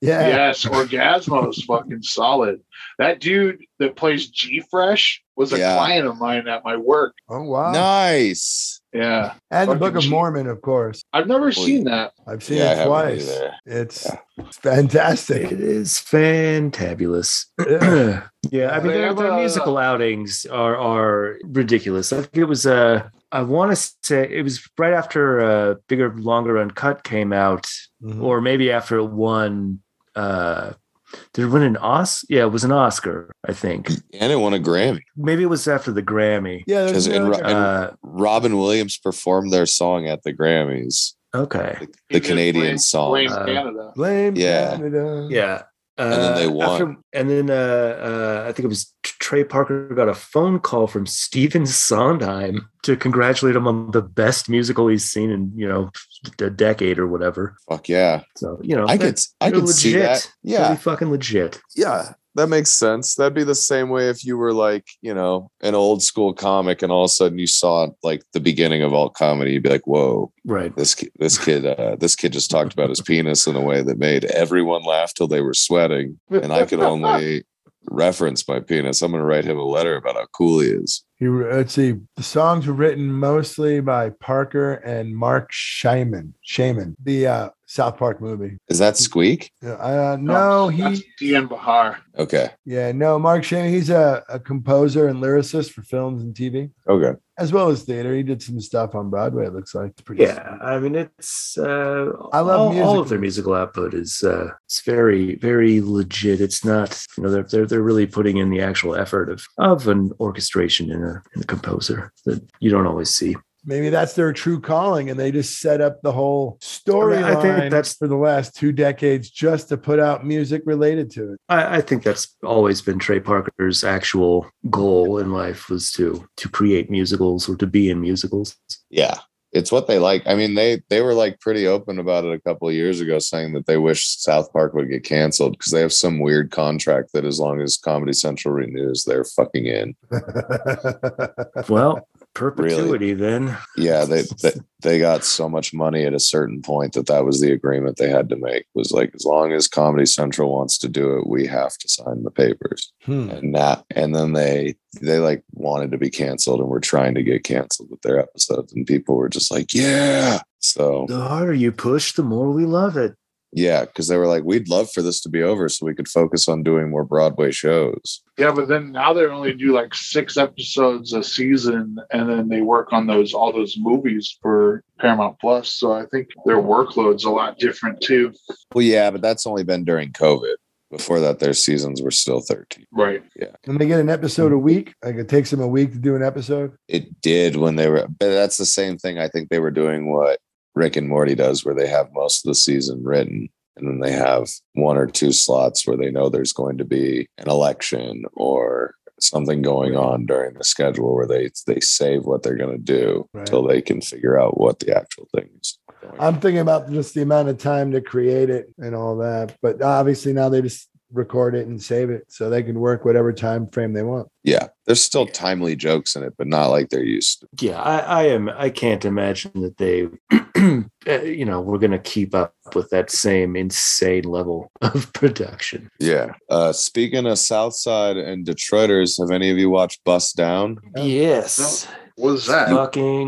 Speaker 8: yeah.
Speaker 5: Yes, Orgasmo is fucking solid. That dude that plays G Fresh was a
Speaker 6: Yeah.
Speaker 5: client of mine at my work.
Speaker 8: Oh wow.
Speaker 6: Nice.
Speaker 5: Yeah.
Speaker 8: and the Book
Speaker 5: fucking
Speaker 8: of
Speaker 5: cheap.
Speaker 8: Mormon, of course.
Speaker 5: I've never
Speaker 6: yeah.
Speaker 5: seen that.
Speaker 8: I've seen
Speaker 6: Yeah, I
Speaker 8: it
Speaker 6: haven't
Speaker 8: twice.
Speaker 6: either.
Speaker 8: It's
Speaker 6: Yeah.
Speaker 8: it's fantastic.
Speaker 7: It is fantabulous.
Speaker 8: Yeah.
Speaker 7: yeah, I mean
Speaker 5: They
Speaker 7: their,
Speaker 5: have,
Speaker 7: their
Speaker 5: uh,
Speaker 7: musical outings are are ridiculous. I think it was uh I want to say it was right after uh, bigger, longer uncut came out,
Speaker 8: Mhm.
Speaker 7: or maybe after it won. Uh, did it win an Oscar? Yeah, it was an Oscar, I think.
Speaker 6: And it won a Grammy.
Speaker 7: Maybe it was after the Grammy.
Speaker 8: Yeah,
Speaker 6: Because
Speaker 8: there's
Speaker 6: in
Speaker 8: really
Speaker 6: Ru- uh,
Speaker 8: good-
Speaker 6: And-
Speaker 7: Uh,
Speaker 6: Robin Williams performed their song at the Grammys.
Speaker 7: Okay.
Speaker 6: The Canadian song.
Speaker 5: Blame
Speaker 7: Uh,
Speaker 5: Canada.
Speaker 8: Blame
Speaker 6: Yeah.
Speaker 8: Canada.
Speaker 7: Yeah. Uh,
Speaker 6: And then they won.
Speaker 7: after- and then uh, uh, I think it was Trey Parker got a phone call from Steven Sondheim to congratulate him on the best musical he's seen in you know a decade or whatever.
Speaker 6: Fuck yeah.
Speaker 7: So you know
Speaker 6: I could
Speaker 7: that's
Speaker 6: I could see
Speaker 7: legit.
Speaker 6: that. Yeah.
Speaker 7: pretty fucking legit.
Speaker 6: Yeah. That makes sense. That'd be the same way if you were like, you know, an old school comic and all of a sudden you saw like the beginning of alt comedy, you'd be like, whoa,
Speaker 7: Right.
Speaker 6: this ki- this kid uh, this kid just talked about his penis in a way that made everyone laugh till they were sweating and i could only reference my penis i'm going to write him a letter about how cool he is
Speaker 8: He, let's see. The songs were written mostly by Parker and Mark Shaman. Shaman, the uh, South Park movie.
Speaker 6: is that squeak
Speaker 7: Oh,
Speaker 8: Uh, no,
Speaker 5: that's
Speaker 8: he.
Speaker 5: Dean Bahar.
Speaker 6: okay
Speaker 8: Yeah, no, Mark Shaman. He's a, a composer and lyricist for films and TV,
Speaker 6: okay
Speaker 8: as well as theater. He did some stuff on Broadway. It looks like it's pretty.
Speaker 7: Yeah, I mean it's. Uh,
Speaker 8: I love
Speaker 7: all, all
Speaker 8: musicals.
Speaker 7: of their musical output is uh, it's very very legit. It's not you know they're they're, they're really putting in the actual effort of of an orchestration and a, and a composer that you don't always see.
Speaker 8: Maybe that's their true calling, and they just set up the whole storyline.
Speaker 7: I think that's-
Speaker 8: for the last two decades just to put out music related to it.
Speaker 7: I, I think that's always been Trey Parker's actual goal in life was to to create musicals or to be in musicals.
Speaker 6: yeah it's what they like i mean they they were like pretty open about it a couple of years ago saying that they wish south park would get canceled because they have some weird contract that as long as comedy central renews they're fucking in
Speaker 7: Well, perpetuity then.
Speaker 6: yeah they, they they got so much money at a certain point that that was the agreement they had to make was like as long as comedy central wants to do it we have to sign the papers
Speaker 8: Hmm.
Speaker 6: and that and then they they like wanted to be canceled and were trying to get canceled with their episodes and people were just like yeah so
Speaker 7: The harder you push, the more we love it.
Speaker 6: yeah because they were like we'd love for this to be over so we could focus on doing more broadway shows
Speaker 5: Yeah, but then now they only do like six episodes a season, and then they work on those all those movies for Paramount Plus. So I think their workload's a lot different too.
Speaker 6: well yeah but that's only been during covid before that their seasons were still 13
Speaker 5: Right.
Speaker 8: And they get an episode a week. Like it takes them a week to do an episode.
Speaker 6: it did when they were but that's the same thing i think they were doing what rick and morty does where they have most of the season written and then they have one or two slots where they know there's going to be an election or something going on during the schedule where they they save what they're going to do
Speaker 8: Right.
Speaker 6: till they can figure out what the actual thing is going on.
Speaker 8: I'm thinking about just the amount of time to create it and all that. But obviously now they just record it and save it so they can work whatever time frame they want.
Speaker 6: yeah there's still timely jokes in it but not like they're used to
Speaker 7: yeah i i am i can't imagine that they uh, you know we're gonna keep up with that same insane level of production
Speaker 6: yeah uh speaking of southside and detroiters have any of you watched bust down
Speaker 7: yes
Speaker 5: What is that?
Speaker 7: fucking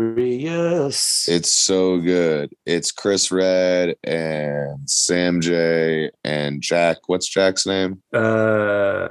Speaker 7: hilarious
Speaker 6: It's so good. It's Chris Red and Sam J and Jack. What's Jack's name?
Speaker 7: uh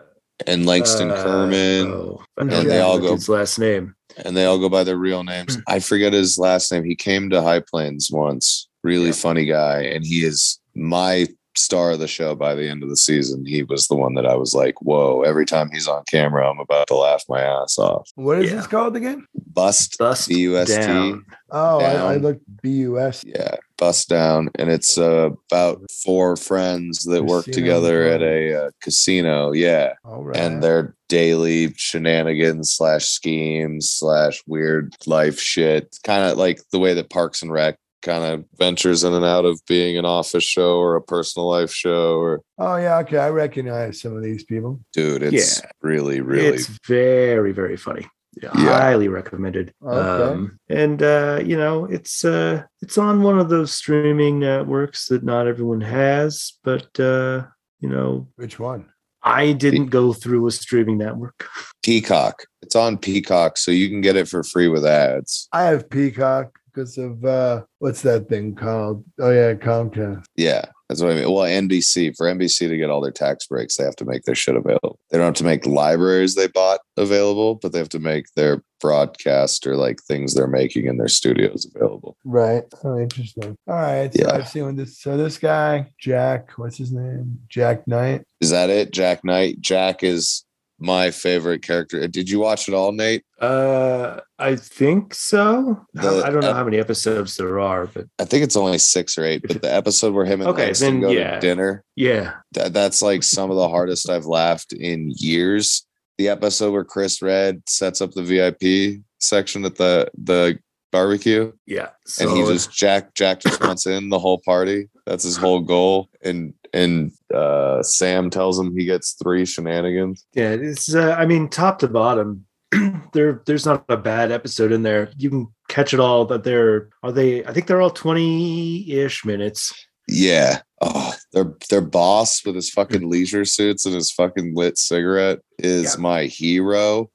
Speaker 6: And Langston
Speaker 7: uh,
Speaker 6: Kerman.
Speaker 7: oh,
Speaker 8: And
Speaker 7: and
Speaker 8: they
Speaker 7: they
Speaker 8: all
Speaker 6: go-
Speaker 7: his last name
Speaker 6: And they all go by their real names. I forget his last name. He came to High Plains once. Really funny guy. And he is my star of the show by the end of the season. He was the one that I was like, whoa, every time he's on camera, I'm about to laugh my ass off.
Speaker 8: What is
Speaker 7: Yeah.
Speaker 8: this called again?
Speaker 6: Bust.
Speaker 7: bust
Speaker 6: B-U-S-T.
Speaker 7: down
Speaker 8: Oh, I, I
Speaker 6: Down.
Speaker 8: looked BUS.
Speaker 6: Um, Yeah, bust down, and it's uh, about four friends that work
Speaker 8: Casino
Speaker 6: together at
Speaker 8: Club.
Speaker 6: a uh, casino. Yeah,
Speaker 8: All right.
Speaker 6: and their daily shenanigans slash schemes slash weird life shit, kind of like the way that Parks and Rec kind of ventures in and out of being an office show or a personal life show. Or
Speaker 8: oh yeah, okay. I recognize some of these people.
Speaker 6: dude, it's
Speaker 7: Yeah.
Speaker 6: really, really
Speaker 7: It's very, very funny. Highly recommended.
Speaker 8: Okay.
Speaker 7: Um, and uh, you know, it's uh it's on one of those streaming networks that not everyone has, but uh, you know,
Speaker 8: Which one?
Speaker 7: I didn't go through a streaming network.
Speaker 6: Peacock. It's on Peacock, so you can get it for free with ads.
Speaker 8: I have Peacock because of uh what's that thing called? Oh yeah, Comcast.
Speaker 6: Yeah, that's what I mean. Well, NBC for NBC to get all their tax breaks, they have to make their shit available. They don't have to make libraries they bought available, but they have to make their broadcast or like things they're making in their studios available.
Speaker 8: Right. Oh, interesting. All right. So
Speaker 6: Yeah.
Speaker 8: I've seen this. So this guy, Jack, what's his name? Jack Knight.
Speaker 6: Is that it, Jack Knight? Jack is my favorite character. Did you watch it all, Nate?
Speaker 7: Uh, I think so.
Speaker 6: The- uh,
Speaker 7: I don't know how many episodes there are, but
Speaker 6: I think it's only six or eight, but the episode where him and
Speaker 7: Okay,
Speaker 6: Langston
Speaker 7: then,
Speaker 6: go
Speaker 7: yeah.
Speaker 6: to dinner,
Speaker 7: yeah,
Speaker 6: that, that's like some of the hardest I've laughed in years. The episode where Chris Red sets up the VIP section at the the barbecue,
Speaker 7: yeah. So,
Speaker 6: and he just Jack Jack just wants in the whole party. That's his whole goal. And and uh, Sam tells him he gets three shenanigans.
Speaker 7: yeah, it's. Uh, I mean, top to bottom, there there's not a bad episode in there. You can catch it all, but they're are they? I think they're all twenty ish minutes.
Speaker 6: Yeah. Oh, their their boss with his fucking leisure suits and his fucking lit cigarette is my hero.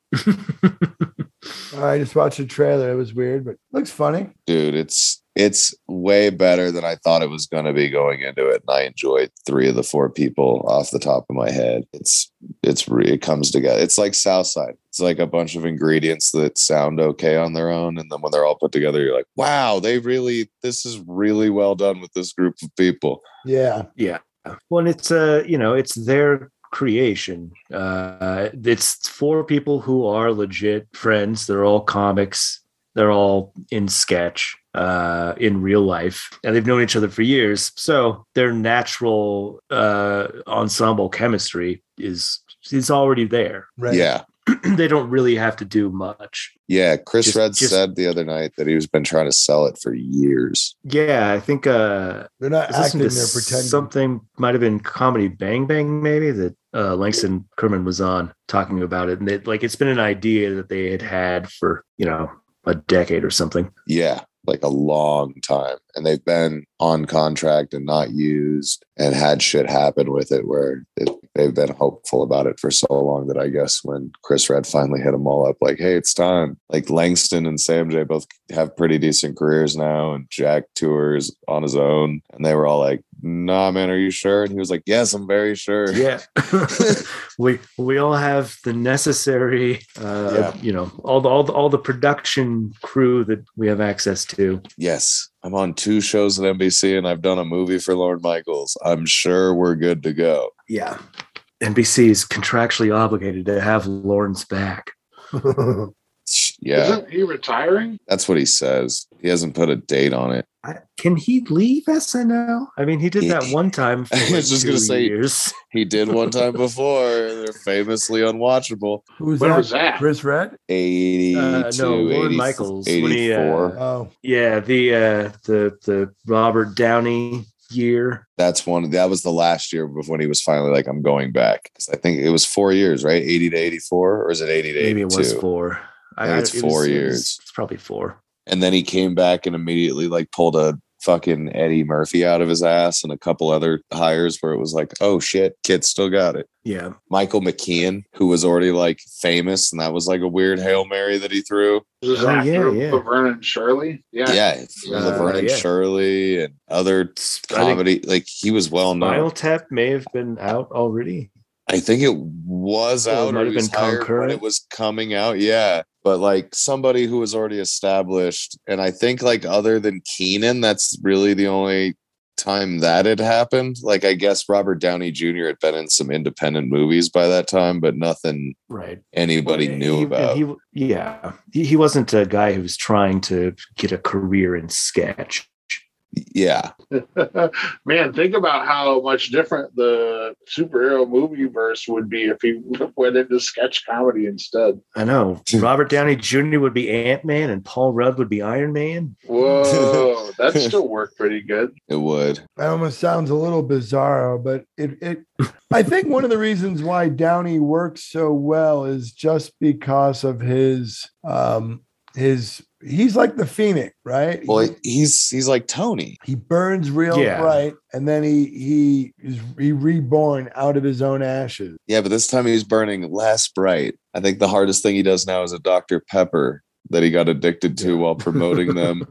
Speaker 8: I just watched the trailer. It was weird, but looks funny.
Speaker 6: dude it's it's way better than i thought it was going to be going into it and i enjoyed three of the four people off the top of my head it's it's re- it comes together it's like southside it's like a bunch of ingredients that sound okay on their own and then when they're all put together you're like wow they really this is really well done with this group of people
Speaker 8: Yeah.
Speaker 7: Yeah. Well, and it's uh, you know, it's their creation. Uh, it's four people who are legit friends. They're all comics. They're all in sketch, uh, in real life, and they've known each other for years. So their natural uh, ensemble chemistry is is already there.
Speaker 8: Right.
Speaker 6: yeah
Speaker 7: they don't really have to do much.
Speaker 6: yeah chris
Speaker 7: Just-
Speaker 6: red
Speaker 7: just-
Speaker 6: said the other night that he's been trying to sell it for years
Speaker 7: Yeah, I think uh,
Speaker 8: They're not
Speaker 7: I was
Speaker 8: acting,
Speaker 7: listening
Speaker 8: they're
Speaker 7: to
Speaker 8: pretending.
Speaker 7: Something might have been comedy Bang Bang, maybe that uh, Langston Kerman was on talking about it, and it, like it's been an idea that they had had for you know a decade or something.
Speaker 6: Yeah, like a long time. And they've been on contract and not used and had shit happen with it where it, they've been hopeful about it for so long that I guess when Chris Red finally hit them all up, like, hey, it's time. Like Langston and Sam J both have pretty decent careers now, and Jack tours on his own. And they were all like, nah, man, are you sure? And he was like, yes, I'm very sure.
Speaker 7: Yeah, we we all have the necessary, uh,
Speaker 6: Yeah.
Speaker 7: you know, all the, all the all the production crew that we have access to.
Speaker 6: Yes, I'm on two shows at NBC and I've done a movie for Lord Michaels. I'm sure we're good to go.
Speaker 7: Yeah, NBC is contractually obligated to have Lawrence back.
Speaker 6: Yeah.
Speaker 5: Isn't he retiring?
Speaker 6: That's what he says. He hasn't put a date on it.
Speaker 7: I, can he leave SNL? I mean, he did that one time. For
Speaker 6: I
Speaker 7: like
Speaker 6: was just
Speaker 7: two
Speaker 6: gonna say-
Speaker 7: years.
Speaker 6: He did one time before. They're famously unwatchable.
Speaker 8: Who's
Speaker 5: When
Speaker 8: that?
Speaker 5: was that?
Speaker 8: Chris Red?
Speaker 6: 82,
Speaker 7: Uh, no, Lorne
Speaker 6: 80
Speaker 7: Michaels, when he,
Speaker 6: 84.
Speaker 7: uh,
Speaker 8: Oh,
Speaker 7: Yeah, the uh, the the Robert Downey year.
Speaker 6: That's one. That was the last year before when he was finally like, I'm going back. 'Cause I think it was four years, right? 80 to 84, or is it 80 to 82?
Speaker 7: Maybe it was four.
Speaker 6: Yeah, it's
Speaker 7: it was-
Speaker 6: four
Speaker 7: it was-
Speaker 6: years.
Speaker 7: It's probably four.
Speaker 6: And then he came back and immediately like pulled a fucking Eddie Murphy out of his ass and a couple other hires where it was like, oh shit, kid's still got it.
Speaker 7: Yeah,
Speaker 6: Michael McKean, who was already like famous, and that was like a weird Hail Mary that he threw.
Speaker 5: Was this
Speaker 7: Oh,
Speaker 5: after
Speaker 7: yeah, yeah.
Speaker 5: Laverne and Shirley? Yeah.
Speaker 6: yeah, from
Speaker 7: Uh,
Speaker 6: Laverne and
Speaker 7: yeah.
Speaker 6: Shirley and other comedy. Like he was well
Speaker 7: Spinal
Speaker 6: known.
Speaker 7: Tap may have been out already.
Speaker 6: I think it was
Speaker 7: Or it
Speaker 6: out
Speaker 7: might
Speaker 6: or
Speaker 7: have
Speaker 6: he was
Speaker 7: been
Speaker 6: hired when
Speaker 7: concurrent.
Speaker 6: it was coming out. Yeah, but like somebody who was already established, and I think like other than Keenan, that's really the only time that had happened. Like I guess Robert Downey Jr. had been in some independent movies by that time, but nothing
Speaker 7: Right.
Speaker 6: anybody
Speaker 7: Well,
Speaker 6: knew
Speaker 7: he-
Speaker 6: about.
Speaker 7: and He, yeah, he, he wasn't a guy who was trying to get a career in sketch.
Speaker 6: yeah.
Speaker 5: Man, think about how much different the superhero movie verse would be if he went into sketch comedy instead.
Speaker 7: I know Robert Downey Jr. would be Ant Man and Paul Rudd would be Iron Man.
Speaker 5: Whoa, that still worked pretty good.
Speaker 6: It would.
Speaker 8: that almost sounds a little bizarro, but it, it I think one of the reasons why Downey works so well is just because of his um his he's like the phoenix, right?
Speaker 6: Well,
Speaker 8: he,
Speaker 6: he's he's like Tony.
Speaker 8: he burns real
Speaker 7: Yeah.
Speaker 8: bright and then he he is he reborn out of his own ashes.
Speaker 6: Yeah, but this time he's burning less bright. I think the hardest thing he does now is a Dr. Pepper that he got addicted to while promoting them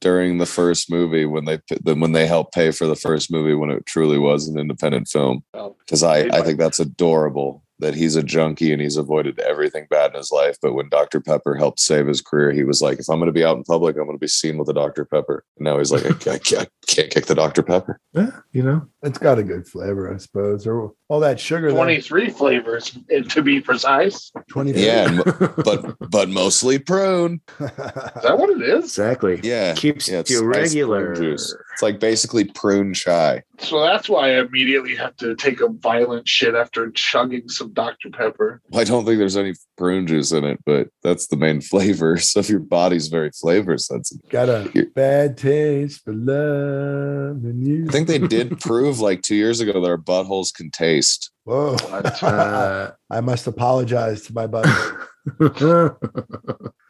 Speaker 6: during the first movie when they p- when they helped pay for the first movie when it truly was an independent film.
Speaker 5: Well,
Speaker 6: Because I
Speaker 5: They
Speaker 6: I
Speaker 5: might-
Speaker 6: think that's adorable that he's a junkie and he's avoided everything bad in his life. But when Dr. Pepper helped save his career, he was like, if I'm going to be out in public, I'm going to be seen with a Dr. Pepper. And now he's like, I, I, can't, I can't kick the Dr. Pepper.
Speaker 7: Yeah, you know.
Speaker 8: It's got a good flavor, I suppose. Or all that sugar. there.
Speaker 5: 23 flavors, eh, to be precise.
Speaker 8: 23.
Speaker 6: Yeah. and- but, but mostly prone.
Speaker 5: Is that what it is?
Speaker 7: exactly.
Speaker 6: Yeah.
Speaker 7: Keeps
Speaker 6: Yeah, it's
Speaker 7: you
Speaker 6: ice
Speaker 7: regular.
Speaker 6: prune juice. It's like basically prune chai.
Speaker 5: So that's why I immediately have to take a violent shit after chugging some Dr. Pepper.
Speaker 6: I don't think there's any prune juice in it, but that's the main flavor. So if your body's very flavor sensitive,
Speaker 8: got a bad taste for love and you.
Speaker 6: I think they did prove like two years ago that our buttholes can taste.
Speaker 8: Whoa.
Speaker 7: Uh,
Speaker 8: I must apologize to my buddy.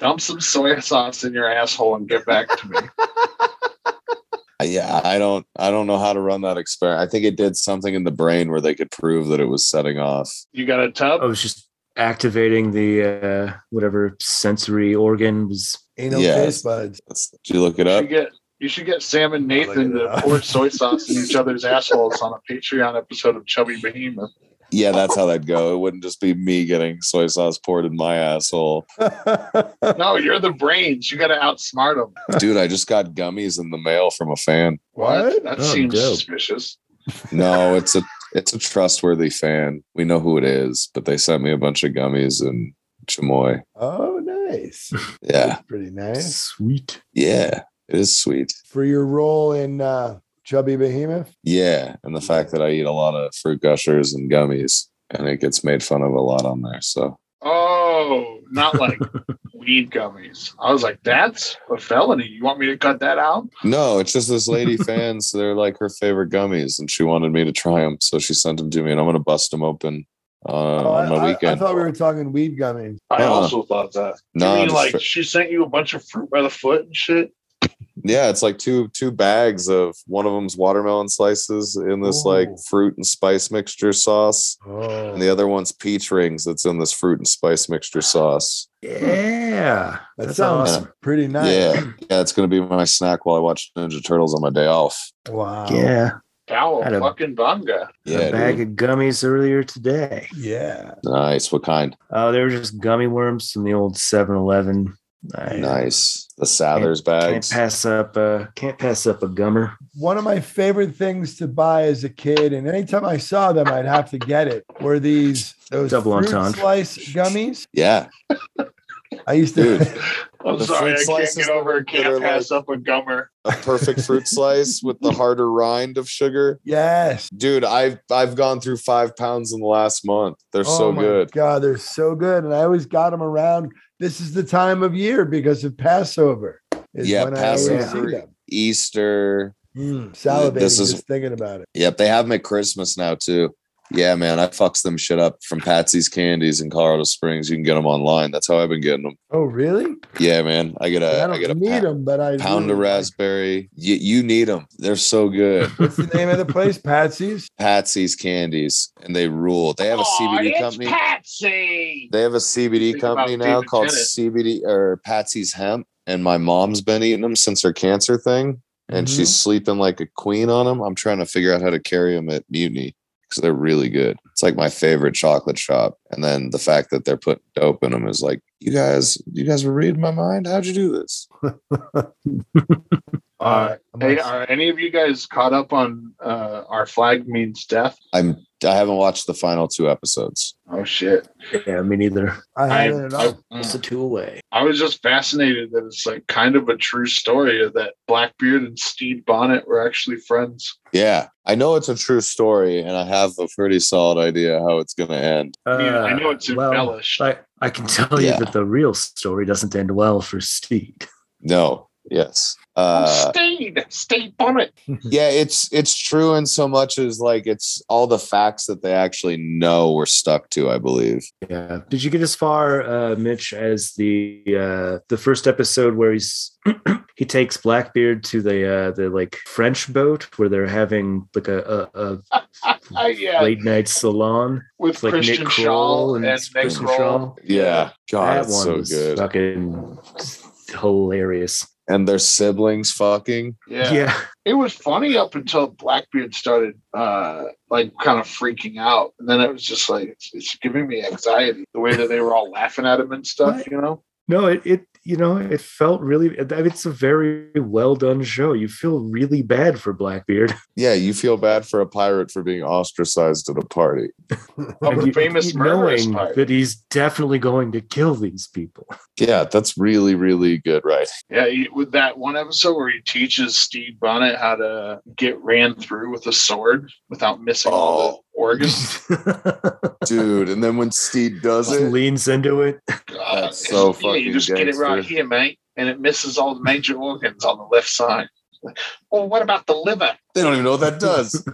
Speaker 5: Dump some soy sauce in your asshole and get back to me.
Speaker 6: I- Uh, Yeah, I don't, I don't know how to run that experiment. I think it did something in the brain where they could prove that it was setting off.
Speaker 5: You got a tub?
Speaker 7: I was just activating the uh, whatever sensory organ was.
Speaker 8: Anal
Speaker 6: Yes.
Speaker 8: taste buds.
Speaker 6: That's, did you look it
Speaker 5: You
Speaker 6: up?
Speaker 5: should get you should get Sam and Nathan
Speaker 8: Look
Speaker 5: to
Speaker 8: it up.
Speaker 5: pour soy sauce in each other's assholes on a Patreon episode of Chubby Behemoth.
Speaker 6: Yeah, that's how that'd go. It wouldn't just be me getting soy sauce poured in my asshole,
Speaker 5: No, you're the brains. You got to outsmart them.
Speaker 6: dude. I just got gummies in the mail from a fan.
Speaker 8: What?
Speaker 5: That
Speaker 7: Oh,
Speaker 5: seems
Speaker 7: dope.
Speaker 5: suspicious.
Speaker 6: No, it's a it's a trustworthy fan. We know who it is, but they sent me a bunch of gummies and chamoy.
Speaker 8: oh, nice.
Speaker 6: Yeah.
Speaker 8: Pretty nice.
Speaker 7: Sweet.
Speaker 6: Yeah. It is sweet.
Speaker 8: For your role in uh, Chubby Behemoth.
Speaker 6: Yeah. And the fact that I eat a lot of fruit gushers and gummies and it gets made fun of a lot on there. So
Speaker 5: Oh, not like weed gummies. I was like, that's a felony. You want me to cut that out?
Speaker 6: no, it's just this lady fans. They're like her favorite gummies and she wanted me to try them. So she sent them to me and I'm going to bust them open uh,
Speaker 8: Oh, I,
Speaker 6: on my
Speaker 8: I-
Speaker 6: weekend.
Speaker 8: I thought we were talking weed gummies.
Speaker 5: I
Speaker 6: Uh-uh.
Speaker 5: also thought that.
Speaker 6: No,
Speaker 5: you
Speaker 6: I'm
Speaker 5: mean
Speaker 6: just
Speaker 5: like
Speaker 6: tr-
Speaker 5: she sent you a bunch of fruit by the foot and shit?
Speaker 6: yeah, it's like two two bags of one of them's watermelon slices in this like
Speaker 8: Ooh.
Speaker 6: fruit and spice mixture sauce.
Speaker 8: Oh,
Speaker 6: and the other one's peach rings that's in this fruit and spice mixture sauce. Uh,
Speaker 7: Yeah.
Speaker 8: that
Speaker 7: That's
Speaker 8: sounds
Speaker 7: awesome.
Speaker 8: pretty nice.
Speaker 6: Yeah, yeah, it's gonna be my snack while I watch Ninja Turtles on my day off.
Speaker 8: Wow.
Speaker 7: Yeah.
Speaker 5: Cow
Speaker 7: Had a-
Speaker 5: fucking bunga.
Speaker 6: Yeah,
Speaker 7: a bag
Speaker 6: dude.
Speaker 7: of gummies earlier today.
Speaker 8: Yeah.
Speaker 6: nice. What kind?
Speaker 7: Oh, they were just gummy worms from the old 7 Eleven.
Speaker 6: Nice. The Sather's bags.
Speaker 7: Can't pass up a can't pass up a gummer.
Speaker 8: One of my favorite things to buy as a kid, and anytime I saw them, I'd have to get it. Were these those
Speaker 7: Double
Speaker 8: fruit
Speaker 7: entendre.
Speaker 8: slice gummies?
Speaker 6: Yeah,
Speaker 8: I used to.
Speaker 6: Dude.
Speaker 5: I'm
Speaker 6: The
Speaker 5: sorry,
Speaker 6: fruit
Speaker 5: I can't
Speaker 6: slices
Speaker 5: get
Speaker 6: that
Speaker 5: over
Speaker 6: are-
Speaker 5: it. Can't
Speaker 6: that are
Speaker 5: pass up a gummer.
Speaker 6: a perfect fruit slice with the harder rind of sugar.
Speaker 8: yes.
Speaker 6: Dude, I've I've gone through five pounds in the last month. They're
Speaker 8: Oh
Speaker 6: so
Speaker 8: my
Speaker 6: good.
Speaker 8: God, they're so good, and I always got them around. This is the time of year because of Passover. is
Speaker 6: Yeah,
Speaker 8: when I always
Speaker 6: Passover,
Speaker 8: see them.
Speaker 6: Easter.
Speaker 8: Mm, salivating
Speaker 6: This is-
Speaker 8: just thinking about it.
Speaker 6: Yep, they have them at Christmas now too. Yeah, man, I fucks them shit up from Patsy's Candies in Colorado Springs. You can get them online. That's how I've been getting them.
Speaker 8: Oh, really?
Speaker 6: Yeah, man. I get
Speaker 8: I
Speaker 6: a Uh, I,
Speaker 8: don't
Speaker 6: get a
Speaker 8: need
Speaker 6: pa-
Speaker 8: them, but I
Speaker 6: pound of
Speaker 8: really like
Speaker 6: raspberry. You, you need them. They're so good.
Speaker 8: What's the name of the place? Patsy's.
Speaker 6: Patsy's candies, and they rule. They have a CBD company.
Speaker 5: Patsy.
Speaker 6: they have a CBD
Speaker 5: Think
Speaker 6: company
Speaker 5: about
Speaker 6: now
Speaker 5: David
Speaker 6: called
Speaker 5: Tennant.
Speaker 6: CBD or Patsy's Hemp. And my mom's been eating them since her cancer thing, and
Speaker 8: Mhm.
Speaker 6: she's sleeping like a queen on them. I'm trying to figure out how to carry them at Mutiny because they're really good. It's like my favorite chocolate shop. And then the fact that they're putting dope in them is like, you guys, you guys were reading my mind. How'd you do this?
Speaker 8: All right. I'm
Speaker 5: Hey,
Speaker 8: gonna-
Speaker 5: are any of you guys caught up on uh, Our Flag Means Death?
Speaker 6: I'm I haven't watched the final two episodes.
Speaker 5: Oh, shit.
Speaker 7: Yeah, me neither.
Speaker 8: I
Speaker 5: I,
Speaker 8: haven't at all.
Speaker 5: I-
Speaker 7: It's a two away.
Speaker 5: I was just fascinated that it's like kind of a true story of that Blackbeard and Steve Bonnet were actually friends.
Speaker 6: Yeah, I know it's a true story, and I have a pretty solid idea how it's going to end.
Speaker 5: I, mean, I know it's
Speaker 7: Uh, well,
Speaker 5: embellished.
Speaker 7: I, I can tell
Speaker 6: Yeah.
Speaker 7: you that the real story doesn't end well for Steed.
Speaker 6: No, yes, uh,
Speaker 5: Steve, Steve Bonnet.
Speaker 6: yeah, it's it's true in so much as like it's all the facts that they actually know were stuck to. I believe.
Speaker 7: Yeah. Did you get as far, uh, Mitch, as the uh, the first episode where he's he takes Blackbeard to the uh, the like French boat where they're having like a, a,
Speaker 5: Oh,
Speaker 7: a
Speaker 5: yeah.
Speaker 7: late night salon
Speaker 5: With
Speaker 7: It's like
Speaker 5: Christian
Speaker 7: Nick
Speaker 5: Shaw
Speaker 7: Kroll
Speaker 5: and,
Speaker 7: and,
Speaker 5: Nick
Speaker 7: Kristen
Speaker 5: Kroll.
Speaker 7: Shaw.
Speaker 6: Yeah, God,
Speaker 7: that
Speaker 6: it's
Speaker 7: one
Speaker 6: so
Speaker 7: was
Speaker 6: good.
Speaker 7: fucking hilarious.
Speaker 6: and their siblings fucking.
Speaker 5: Yeah. It was funny up until Blackbeard started uh like kind of freaking out. And then it was just like it's, it's giving me anxiety the way that they were all laughing at him and stuff, you know?
Speaker 7: No, it, it you know, it felt really I mean, it's a very well done show. You feel really bad for Blackbeard.
Speaker 6: Yeah, you feel bad for a pirate for being ostracized at a party.
Speaker 5: Of
Speaker 7: And
Speaker 5: the
Speaker 7: you
Speaker 5: famous
Speaker 7: keep
Speaker 5: murderous
Speaker 7: knowing
Speaker 5: pirate.
Speaker 7: that he's definitely going to kill these people.
Speaker 6: Yeah, that's really, really good, right?
Speaker 5: Yeah, he, with that one episode where he teaches Steve Bonnet how to get ran through with a sword without missing all
Speaker 6: Oh.
Speaker 5: the organs.
Speaker 6: Dude, and then when Steve does
Speaker 7: Just
Speaker 6: it,
Speaker 7: leans into it.
Speaker 5: God,
Speaker 6: That's so
Speaker 5: it's- yeah,
Speaker 6: fucking
Speaker 5: You just get it right
Speaker 6: gangster.
Speaker 5: here, mate, and it misses all the major organs on the left side. Like, Well, what about the liver,
Speaker 6: they don't even know what that does.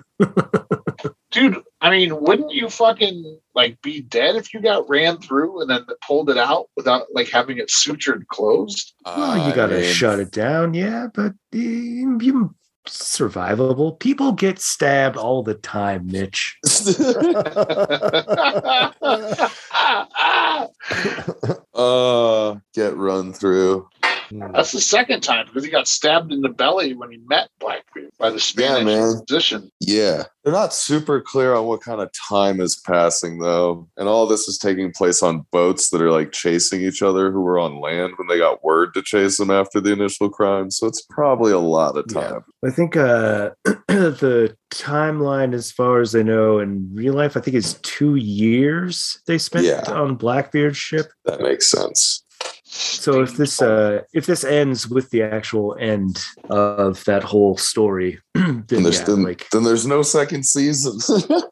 Speaker 5: dude? I mean, wouldn't you fucking like be dead if you got ran through and then pulled it out without like having it sutured closed?
Speaker 6: Ah,
Speaker 7: Well, Oh, you
Speaker 6: I
Speaker 7: got to
Speaker 6: mean,
Speaker 7: shut it down. Yeah, but eh, you survivable. People get stabbed all the time, Mitch.
Speaker 5: That's
Speaker 6: uh, get run through.
Speaker 5: the second time because he got stabbed in the belly when he met Blackbeard by the Spanish
Speaker 6: man.
Speaker 5: physician.
Speaker 6: Yeah. They're not super clear on what kind of time is passing, though. And all this is taking place on boats that are like chasing each other who were on land when they got word to chase them after the initial crime. So it's probably a lot of
Speaker 7: Yeah.
Speaker 6: time.
Speaker 7: I think uh, the timeline, as far as I know, in real life, I think is two years they spent
Speaker 6: Yeah.
Speaker 7: on Blackbeard's ship.
Speaker 6: That makes sense.
Speaker 7: So if this uh, if this ends with the actual end of that whole story, then
Speaker 6: And there's,
Speaker 7: yeah,
Speaker 6: then,
Speaker 7: like
Speaker 6: then there's no second season.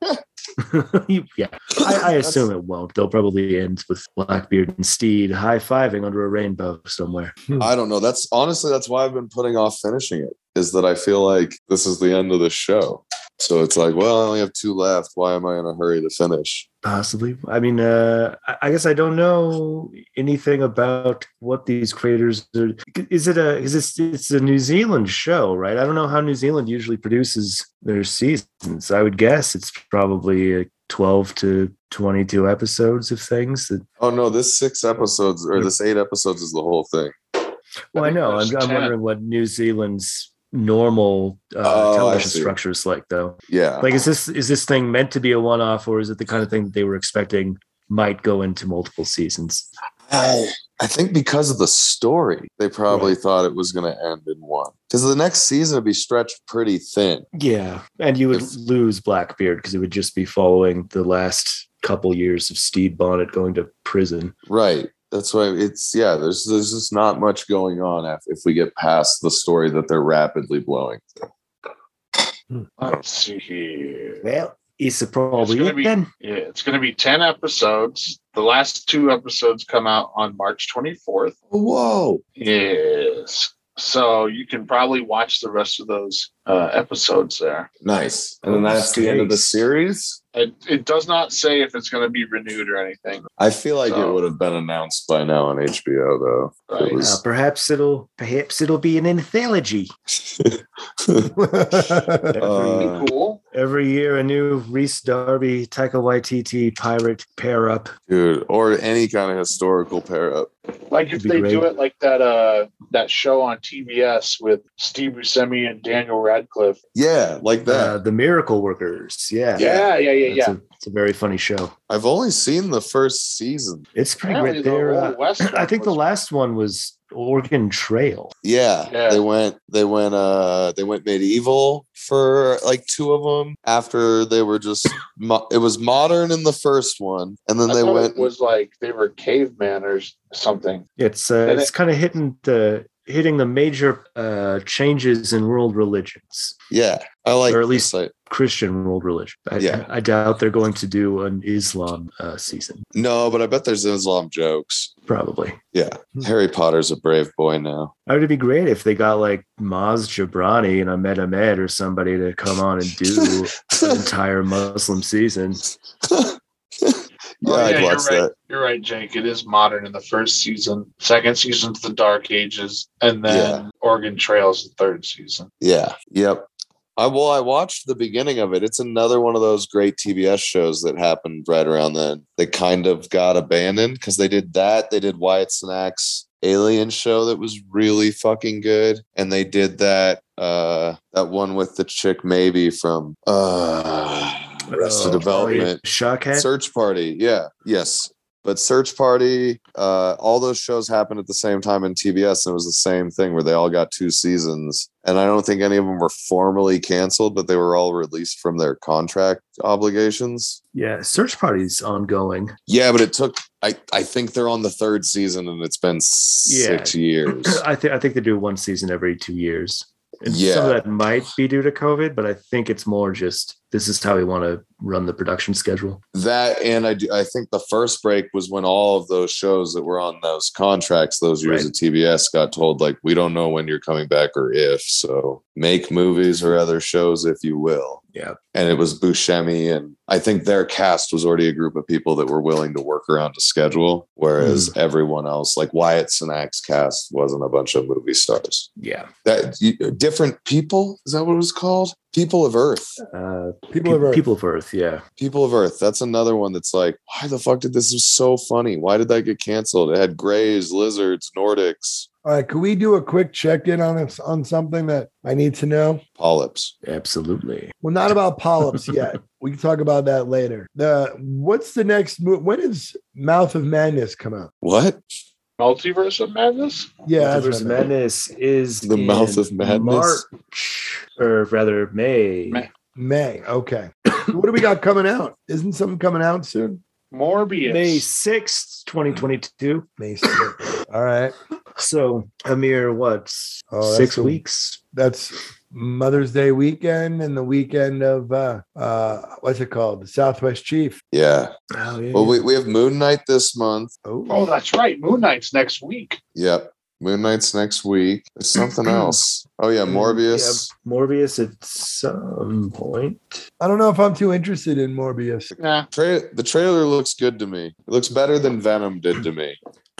Speaker 7: yeah, I, I assume it won't. They'll probably end with Blackbeard and Steed high fiving under a rainbow somewhere.
Speaker 6: I don't know. That's honestly that's why I've been putting off finishing it. Is that I feel like this is the end of the show. So it's like, well, I only have two left. Why am I in a hurry to finish?
Speaker 7: Possibly. I mean, uh, I- I guess I don't know anything about what these creators are. Is it a? Is this? It's a New Zealand show, right? I don't know how New Zealand usually produces their seasons. I would guess it's probably uh, twelve to twenty-two episodes of things. That,
Speaker 6: Oh no, this six episodes or this eight episodes is the whole thing.
Speaker 7: well, I
Speaker 5: think
Speaker 7: know.
Speaker 5: there's
Speaker 7: I'm, I'm
Speaker 5: 10.
Speaker 7: wondering what New Zealand's normal uh,
Speaker 6: Oh, I
Speaker 7: television
Speaker 6: see.
Speaker 7: structure is like, though.
Speaker 6: Yeah.
Speaker 7: Like, is this is this thing meant to be a one-off, or is it the kind of thing that they were expecting might go into multiple seasons?
Speaker 6: I, I think because of the story, they probably thought it was going to end in one. Because the next season would be stretched pretty thin.
Speaker 7: Yeah, and you would
Speaker 6: If-
Speaker 7: lose Blackbeard because it would just be following the last couple years of Steve Bonnet going to prison.
Speaker 6: Right. That's why it's yeah. There's there's just not much going on if, if we get past the story that they're rapidly blowing.
Speaker 5: Let's see here.
Speaker 7: Well, it's
Speaker 5: It's
Speaker 7: probably
Speaker 5: gonna
Speaker 7: it
Speaker 5: be-
Speaker 7: then.
Speaker 5: Yeah, it's going to be 10 episodes. The last two episodes come out on March 24th.
Speaker 6: Oh, Whoa!
Speaker 5: Yes. So you can probably watch the rest of those uh, episodes there.
Speaker 6: Nice.
Speaker 5: Oh,
Speaker 6: And then that's the end of the series.
Speaker 5: It, it does not say if it's going to be renewed or anything.
Speaker 6: I feel like
Speaker 5: So-
Speaker 6: it would have been announced by now on HBO though. It
Speaker 5: Right.
Speaker 7: Uh,
Speaker 6: was
Speaker 7: perhaps it'll perhaps it'll be an anthology.
Speaker 8: Hmm.
Speaker 7: Every,
Speaker 6: Uh,
Speaker 5: cool.
Speaker 7: every year, a new Reese Darby Taika Waititi pirate pair up.
Speaker 6: dude, or any kind of historical pair up.
Speaker 5: Like if
Speaker 7: be
Speaker 5: they do
Speaker 7: great.
Speaker 5: it like that uh that show on TBS with Steve Buscemi and Daniel Radcliffe.
Speaker 6: Yeah, like that.
Speaker 7: Uh, the Miracle Workers. Yeah,
Speaker 5: Yeah, yeah, yeah, yeah.
Speaker 7: That's A, it's a very funny show.
Speaker 6: I've only seen the first season.
Speaker 7: It's pretty
Speaker 5: Apparently
Speaker 7: great.
Speaker 5: the
Speaker 7: There,
Speaker 5: Old
Speaker 7: uh,
Speaker 5: West
Speaker 7: I
Speaker 5: one
Speaker 7: think the
Speaker 5: was-
Speaker 7: last one was Oregon Trail.
Speaker 6: Yeah,
Speaker 5: Yeah.
Speaker 6: they went they went uh they went medieval for like two of them after they were just mo- it was modern in the first one and then
Speaker 5: I
Speaker 6: they
Speaker 5: thought
Speaker 6: went
Speaker 5: it was like they were cavemen or s- something.
Speaker 7: It's uh,
Speaker 5: And
Speaker 7: it's kind of hitting the hitting the major uh, changes in world religions,
Speaker 6: yeah, I like
Speaker 7: Or at least-
Speaker 6: this, like-
Speaker 7: Christian world religion. I,
Speaker 6: Yeah.
Speaker 7: I doubt they're going to do an Islam uh, season,
Speaker 6: no, but I bet there's Islam jokes.
Speaker 7: probably.
Speaker 6: Yeah,
Speaker 7: Hmm.
Speaker 6: Harry Potter's a brave boy now.
Speaker 7: I would be great if they got like Maz Jabrani and Ahmed Ahmed or somebody to come on and do an entire Muslim season.
Speaker 6: yeah, I'd watch
Speaker 5: Oh, you're
Speaker 6: that.
Speaker 5: Right. You're right, Jake. It is modern in the first season. Second season's the Dark Ages, and then Oregon Trail's the third season.
Speaker 6: Yeah. Yep. I well, I watched the beginning of it. It's another one of those great TBS shows that happened right around then. They kind of got abandoned because they did that. They did Wyatt Snacks alien show that was really fucking good and they did that uh that one with the chick maybe from uh
Speaker 7: Oh,
Speaker 6: Arrested Development
Speaker 7: Shockhead.
Speaker 6: Search Party. Yeah. Yes. But Search Party, uh, all those shows happened at the same time in TBS, and it was the same thing where they all got two seasons. And I don't think any of them were formally canceled, but they were all released from their contract obligations.
Speaker 7: yeah, search party's ongoing.
Speaker 6: Yeah, but it took. I I think they're on the third season, and it's been six years.
Speaker 7: I think I think they do one season every two years. And some
Speaker 6: Yeah.
Speaker 7: of that might be due to COVID, but I think it's more just this is how we want to run the production schedule.
Speaker 6: That and I do, I think the first break was when all of those shows that were on those contracts those years
Speaker 7: Right.
Speaker 6: at TBS got told like we don't know when you're coming back or if so make movies or other shows if you will.
Speaker 7: Yeah.
Speaker 6: And it was Buscemi and I think their cast was already a group of people that were willing to work around a schedule whereas everyone else like Wyatt Sinak's cast wasn't a bunch of movie stars.
Speaker 7: Yeah.
Speaker 6: That you- different people is that what it was called? People of Earth.
Speaker 7: Uh,
Speaker 8: People of Earth.
Speaker 7: people of Earth. Yeah.
Speaker 6: People of Earth. That's another one that's like, why the fuck did this is so funny? Why did that get canceled? It had Greys, lizards, Nordics,
Speaker 8: All right, can we do a quick check-in on this on something that I need to know?
Speaker 6: polyps.
Speaker 7: Absolutely.
Speaker 8: Well, not about polyps yet. We can talk about that later. The what's the next move? When does Mouth of Madness come out?
Speaker 6: What?
Speaker 5: Multiverse of Madness?
Speaker 8: Yeah,
Speaker 7: Multiverse
Speaker 8: that's what I meant.
Speaker 7: Madness is
Speaker 6: The
Speaker 7: in
Speaker 6: Mouth of Madness?
Speaker 7: March, or rather May.
Speaker 5: May.
Speaker 8: May. Okay. So what do we got coming out? Isn't something coming out soon?
Speaker 5: Morbius.
Speaker 7: May sixth, twenty twenty two.
Speaker 8: May 6th. All right.
Speaker 7: So a mere what six
Speaker 8: Oh, that's the-
Speaker 7: weeks?
Speaker 8: That's Mother's Day weekend and the weekend of uh uh what's it called? The Southwest Chief.
Speaker 6: Yeah.
Speaker 7: Oh yeah.
Speaker 6: Well, we, we have Moon Knight this month.
Speaker 5: Oh, that's right. Moon Knight's next week.
Speaker 6: Yep. Moon Knight's next week. There's something else. Oh
Speaker 8: Mm,
Speaker 6: yeah, Morbius.
Speaker 7: Yeah, Morbius at some point.
Speaker 8: I don't know if I'm too interested in Morbius.
Speaker 5: Yeah.
Speaker 6: Tra- the trailer looks good to me. It looks better than Venom did to me.